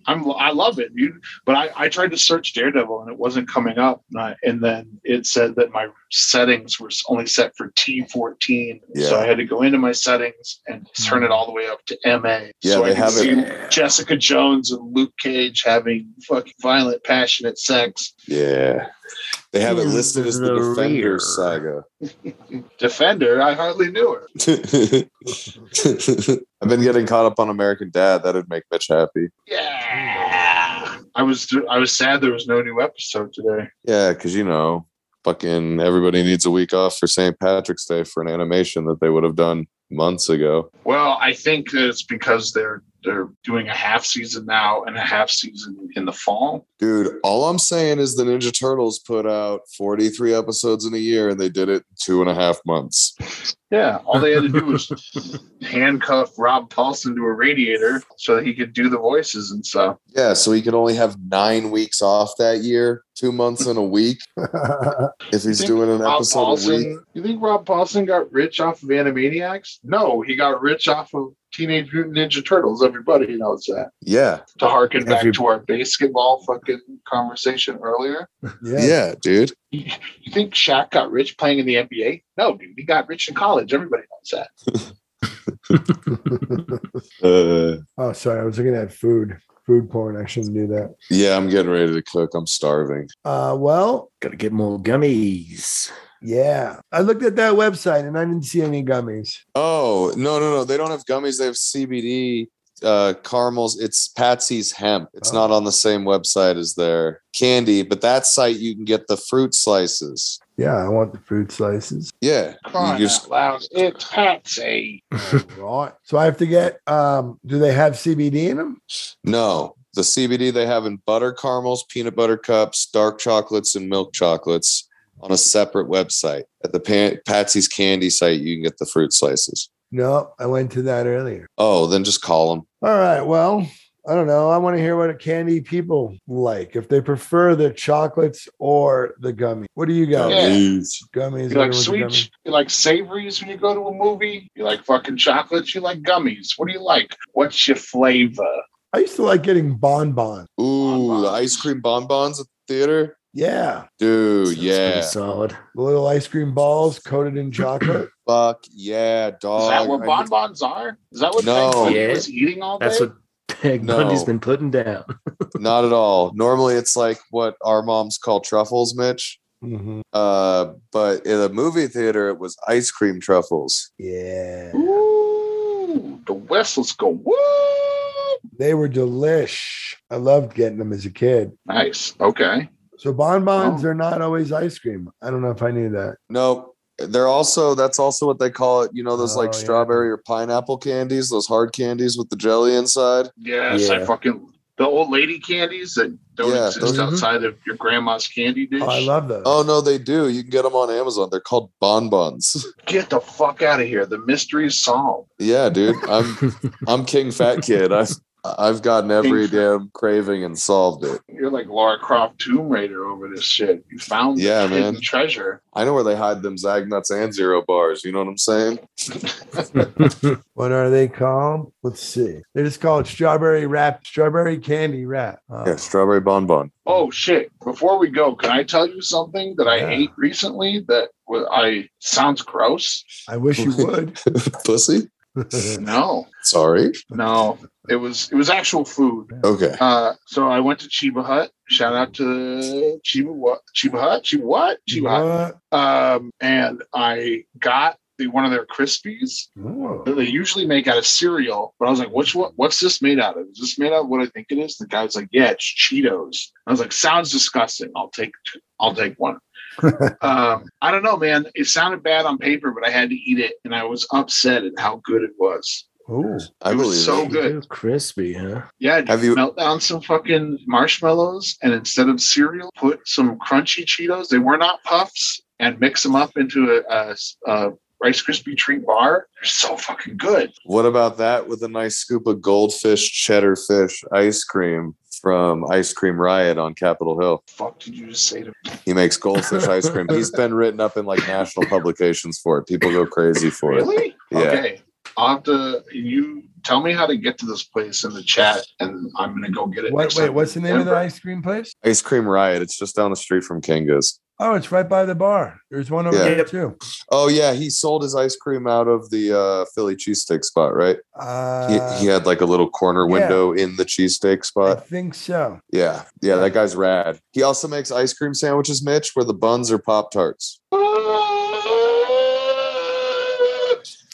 Speaker 5: I'm I love it, dude. But I, I tried to search Daredevil and it wasn't coming up, and, I, and then it said that my settings were only set for T14,
Speaker 6: Yeah. Mm-hmm.
Speaker 5: so I had to go into my settings and turn it all the way up to MA.
Speaker 6: Yeah,
Speaker 5: so
Speaker 6: they
Speaker 5: I could
Speaker 6: have it-
Speaker 5: see Jessica Jones and Luke Cage having fucking violent, passionate sex.
Speaker 6: Yeah. They have it
Speaker 7: In
Speaker 6: listed as the,
Speaker 7: the rear.
Speaker 6: Defenders saga.
Speaker 5: Defender, I hardly knew her.
Speaker 6: I've been getting caught up on American Dad. That'd make Mitch happy.
Speaker 5: Yeah, I was I was sad there was no new episode today.
Speaker 6: Yeah, because you know, fucking everybody needs a week off for St. Patrick's Day for an animation that they would have done months ago.
Speaker 5: Well, I think that it's because they're they're doing a half season now and a half season in the fall.
Speaker 6: Dude, all I'm saying is the Ninja Turtles put out 43 episodes in a year and they did it in two and a half months.
Speaker 5: Yeah, all they had to do was handcuff Rob Paulson to a radiator so that he could do the voices and stuff.
Speaker 6: Yeah, so he could only have nine weeks off that year, two months in a week. If he's
Speaker 5: think
Speaker 6: doing an
Speaker 5: Rob
Speaker 6: episode a week,
Speaker 5: Paulson, you think Rob Paulson got rich off of Animaniacs? No, he got rich off of Teenage Mutant Ninja Turtles. Everybody knows that.
Speaker 6: yeah,
Speaker 5: To harken back
Speaker 7: Every-
Speaker 5: to our basketball fucking conversation earlier,
Speaker 8: Yeah.
Speaker 6: yeah, dude.
Speaker 5: you think Shaq got rich playing in the NBA? No, dude, he got rich in college. Everybody knows that.
Speaker 6: Uh,
Speaker 8: Oh, sorry. I was looking at food, food porn. I shouldn't do that.
Speaker 6: yeah, I'm getting ready to cook. I'm starving.
Speaker 8: Uh, well,
Speaker 7: Gotta get more gummies.
Speaker 8: yeah. I looked at that website and I didn't see any gummies.
Speaker 6: Oh no, no, no! They don't have gummies. They have CBD uh, caramels. It's Patsy's Hemp. It's
Speaker 8: Oh.
Speaker 6: not on the same website as their candy, but that site you can get the fruit slices.
Speaker 8: Yeah, I want the fruit slices.
Speaker 6: Yeah, you
Speaker 5: Crying
Speaker 6: just-
Speaker 5: out loud, it's Patsy.
Speaker 8: All right. So I have to get. Um, do they have CBD in them?
Speaker 6: no. The CBD they have in butter caramels, peanut butter cups, dark chocolates, and milk chocolates on a separate website. At the pa- Patsy's Candy site, you can get the fruit slices.
Speaker 8: No, I went to that earlier.
Speaker 6: Oh, then just call them.
Speaker 8: All right. Well, I don't know. I want to hear what candy people like. If they prefer the chocolates or the gummy. What do you got?
Speaker 5: Yeah.
Speaker 8: Gummies.
Speaker 5: You like
Speaker 8: everyone's a
Speaker 5: sweet,
Speaker 8: gummy.
Speaker 5: you like savories when you go to a movie. You like fucking chocolates. You like gummies. What do you like? What's your flavor?
Speaker 8: I used to like getting bonbon.
Speaker 6: Ooh,
Speaker 5: Bonbons.
Speaker 6: the ice cream bonbons at the theater.
Speaker 8: Yeah,
Speaker 6: Dude,
Speaker 7: Sounds pretty
Speaker 6: yeah.
Speaker 7: Solid.
Speaker 8: the little ice cream balls coated in chocolate.
Speaker 6: Fuck yeah, dog.
Speaker 5: Is that what bonbons are? Is that what
Speaker 6: Uh, No.
Speaker 5: Peg Bundy
Speaker 7: Yeah.
Speaker 5: was eating all day?
Speaker 7: That's what Peg
Speaker 6: No.
Speaker 7: Bundy's been putting down.
Speaker 6: Not at all. Normally it's like what our moms call truffles, Mitch.
Speaker 8: Mhm.
Speaker 6: Uh, but in a movie theater, it was ice cream truffles.
Speaker 8: Yeah,
Speaker 5: Ooh, the whistles go woo.
Speaker 8: they were delish. I loved getting them as a kid.
Speaker 5: Nice. Okay.
Speaker 8: So bonbons
Speaker 5: Oh.
Speaker 8: are not always ice cream. I don't know if I knew that.
Speaker 6: Nope. They're also that's also what they call it. You know those
Speaker 8: Oh,
Speaker 6: like
Speaker 8: yeah.
Speaker 6: strawberry or pineapple candies, those hard candies with the jelly inside.
Speaker 5: Yes, I
Speaker 7: Yeah.
Speaker 5: fucking the old lady candies that don't
Speaker 6: Yeah,
Speaker 5: exist
Speaker 6: those-
Speaker 5: outside of your grandma's candy dish.
Speaker 8: Oh, I love those.
Speaker 6: Oh no, they do. You can get them on Amazon. They're called bonbons.
Speaker 5: Get the fuck out of here. The mystery is solved.
Speaker 6: yeah, dude. I'm I'm King Fat Kid. I've I've gotten every
Speaker 5: King
Speaker 6: damn craving and solved it.
Speaker 5: You're like Laura Croft Tomb Raider over this shit. You found
Speaker 6: Yeah,
Speaker 5: the hidden
Speaker 6: man.
Speaker 5: treasure.
Speaker 6: I know where they hide them Zag nuts and zero bars. You know what I'm saying?
Speaker 8: What are they called? Let's see. They're just called strawberry wrap, strawberry candy wrap. Oh.
Speaker 6: Yeah, strawberry bonbon.
Speaker 5: Oh shit. Before we go, can I tell you something that I
Speaker 8: Yeah.
Speaker 5: ate recently that wa- I sounds gross?
Speaker 8: I wish you would.
Speaker 6: Pussy.
Speaker 5: No.
Speaker 6: Sorry.
Speaker 5: No. It was it was actual food.
Speaker 6: Okay.
Speaker 5: Uh, so I went to Chiba Hut. Shout out to Chiba what? Chiba Hut? Chiba what? Chiba Hut.
Speaker 8: What?
Speaker 5: Um, and I got the one of their crispies that
Speaker 8: Whoa.
Speaker 5: they usually make out of cereal. But I was like, "What's what? What's this made out of? Is this made out of what I think it is?" The guy was like, "Yeah, it's Cheetos." I was like, "Sounds disgusting. I'll take two- I'll take one." um, I don't know, man. It sounded bad on paper, but I had to eat it, and I was upset at how good it was.
Speaker 8: Ooh.
Speaker 6: I
Speaker 5: it was
Speaker 6: believe
Speaker 5: so
Speaker 6: it.
Speaker 5: good.
Speaker 7: Ooh, crispy, huh?
Speaker 5: Yeah,
Speaker 6: Have
Speaker 5: have
Speaker 6: you-
Speaker 5: you melt down some fucking marshmallows and instead of cereal, put some crunchy Cheetos. They were not puffs, and mix them up into a, a s- a Rice Krispie treat bar. They're so fucking good.
Speaker 6: What about that with a nice scoop of goldfish cheddar fish ice cream from Ice Cream Riot on Capitol Hill?
Speaker 5: Fuck, did you just say to me?
Speaker 6: He makes goldfish ice cream. He's been written up in like national publications for it. People go crazy for it.
Speaker 5: Really?
Speaker 6: Yeah.
Speaker 5: Okay. I'll have to. You tell me how to get to this place in the chat, and I'm gonna go get it.
Speaker 8: What,
Speaker 5: next
Speaker 8: wait,
Speaker 5: time.
Speaker 8: what's the name of the
Speaker 5: Denver.
Speaker 8: ice cream place?
Speaker 6: Ice Cream Riot. It's just down the street from Kinga's.
Speaker 8: Oh, it's right by the bar. There's one over
Speaker 6: Yeah.
Speaker 8: there too.
Speaker 6: Oh yeah, he sold his ice cream out of the uh, Philly cheesesteak spot, right?
Speaker 8: Uh,
Speaker 6: he, he had like a little corner
Speaker 8: yeah.
Speaker 6: window in the cheesesteak
Speaker 8: Uh, I
Speaker 6: spot.
Speaker 8: think so.
Speaker 6: Yeah, yeah, that guy's rad. He also makes ice cream sandwiches, Mitch, where the buns are pop tarts.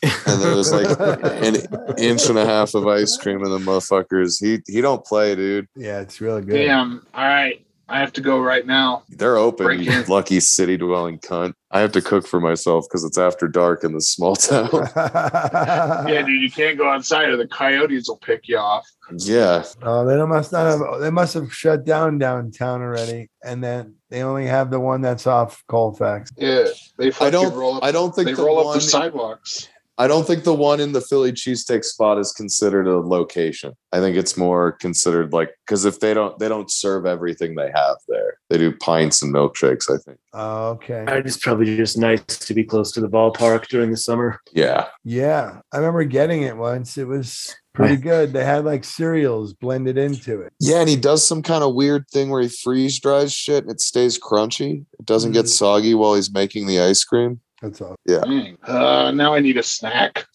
Speaker 6: and there was like an inch and a half of ice cream in the motherfuckers. He he don't play, dude.
Speaker 8: Yeah, it's really good.
Speaker 5: Damn. All right. I have to go right now.
Speaker 6: They're open,
Speaker 5: Break
Speaker 6: you
Speaker 5: in.
Speaker 6: lucky city dwelling cunt. I have to cook for myself because it's after dark in this small town.
Speaker 5: Yeah,
Speaker 8: yeah,
Speaker 5: dude, you can't go outside or the coyotes will pick you off.
Speaker 6: yeah,
Speaker 8: oh, they don't- must not have. They must have shut down downtown already, and then they only have the one that's off Colfax.
Speaker 5: Yeah, they fucking
Speaker 6: I
Speaker 5: roll
Speaker 6: don't.
Speaker 5: up.
Speaker 6: I don't think
Speaker 5: they
Speaker 6: the
Speaker 5: roll up
Speaker 6: one.
Speaker 5: the sidewalks.
Speaker 6: I don't think the one in the Philly cheesesteak spot is considered a location. I think it's more considered like because if they don't, they don't serve everything they have there. They do pints and milkshakes. I think.
Speaker 8: Oh, okay.
Speaker 7: It's probably just nice to be close to the ballpark during the summer.
Speaker 6: Yeah.
Speaker 8: Yeah, I remember getting it once. It was pretty good. They had like cereals blended into it.
Speaker 6: Yeah, and he does some kind of weird thing where he freeze dries shit and it stays crunchy. It doesn't get
Speaker 8: Mm.
Speaker 6: soggy while he's making the ice cream.
Speaker 8: That's all.
Speaker 5: Dang. Uh, now I need a snack.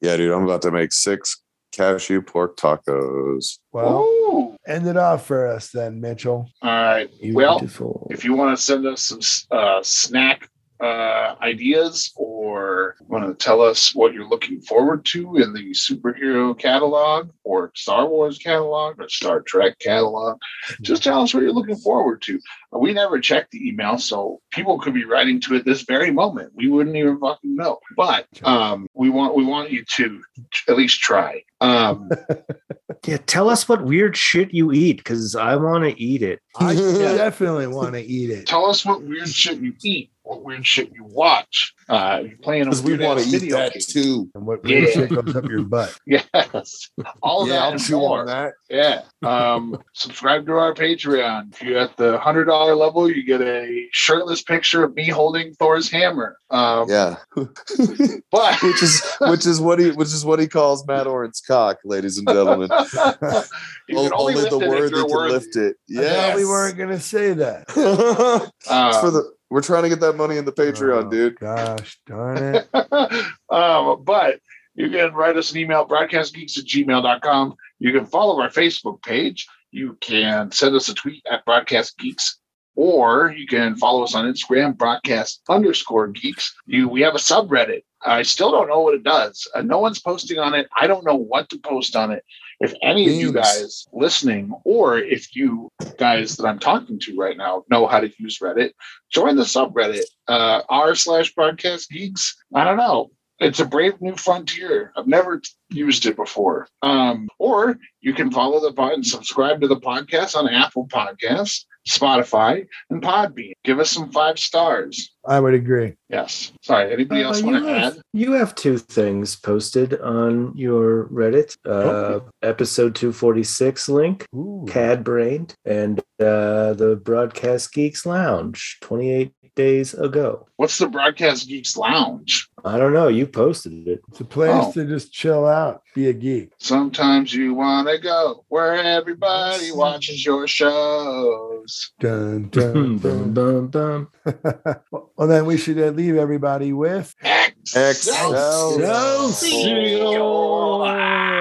Speaker 6: Yeah, dude, I'm about to make six cashew pork tacos.
Speaker 8: Well,
Speaker 5: Ooh.
Speaker 8: end it off for us then, Mitchell.
Speaker 5: All right. Well,
Speaker 7: Beautiful.
Speaker 5: if you want to send us some uh, snack uh, ideas or want to tell us what you're looking forward to in the superhero catalog or Star Wars catalog or Star Trek catalog,
Speaker 6: Mm-hmm.
Speaker 5: just tell us what you're looking forward to. Uh, We never check the email, so people could be writing to it this very moment. We wouldn't even fucking know. But um, we want we want you to t- at least try. Um,
Speaker 7: yeah, tell us what weird shit you eat because I want to eat it.
Speaker 8: I definitely want to eat it.
Speaker 5: tell us what weird shit you eat, what weird shit you watch. Uh, you're playing a
Speaker 6: Because we
Speaker 5: weird
Speaker 6: want to eat
Speaker 5: video
Speaker 6: that
Speaker 5: game.
Speaker 6: too.
Speaker 8: And what weird
Speaker 5: Yeah.
Speaker 8: shit comes up your butt?
Speaker 5: Yes. All Oh,
Speaker 6: yeah,
Speaker 5: that
Speaker 6: I'll
Speaker 5: and
Speaker 6: chew
Speaker 5: more.
Speaker 6: on that.
Speaker 5: Yeah. Um, subscribe to our Patreon. If you're at the hundred dollar level, you get a shirtless picture of me holding Thor's hammer. Um,
Speaker 6: Yeah.
Speaker 5: But
Speaker 6: which is which is what he which is what he calls Matt Oren's cock, ladies and gentlemen.
Speaker 5: you can
Speaker 6: O- only
Speaker 5: lift
Speaker 6: the
Speaker 5: it if
Speaker 6: word
Speaker 5: you're
Speaker 6: that can
Speaker 5: worthy.
Speaker 6: lift it.
Speaker 8: I thought
Speaker 6: Yeah.
Speaker 8: we weren't gonna say that.
Speaker 5: Um,
Speaker 6: for the we're trying to get that money in the Patreon,
Speaker 8: Oh,
Speaker 6: dude.
Speaker 8: Gosh darn it.
Speaker 5: um, but you can write us an email, broadcastgeeks at gmail.com. You can follow our Facebook page. You can send us a tweet at broadcastgeeks. or you can follow us on Instagram, broadcast underscore geeks. You, we have a subreddit. I still don't know what it does. Uh, no one's posting on it. I don't know what to post on it. If any of you
Speaker 6: Memes.
Speaker 5: guys listening, or if you guys that I'm talking to right now know how to use Reddit, join the subreddit uh, r slash broadcast geeks. I don't know. It's a brave new frontier. I've never t- used it before. Um, or you can follow the pod and subscribe to the podcast on Apple Podcasts, Spotify, and Podbean. Give us some five stars.
Speaker 8: I would agree.
Speaker 5: Yes. Sorry. Anybody else want
Speaker 7: you,
Speaker 5: to add?
Speaker 7: have, you have two things posted on your Reddit uh,
Speaker 8: Okay.
Speaker 7: episode 246 link,
Speaker 8: Oh. Ooh.
Speaker 7: Cad Brained, and uh, the Broadcast Geeks Lounge 28 days ago.
Speaker 5: What's the Broadcast Geeks Lounge?
Speaker 7: I don't know. You posted it.
Speaker 8: It's a place
Speaker 5: Oh.
Speaker 8: to just chill out, be a geek.
Speaker 5: Sometimes you want to go where everybody watches your shows.
Speaker 8: Dun, dun,
Speaker 7: Dum,
Speaker 8: dun.
Speaker 7: dum, dum.
Speaker 8: well, then we should uh, leave everybody with.
Speaker 5: Excel-
Speaker 6: Excelsior.
Speaker 5: Excelsior.
Speaker 8: Ah.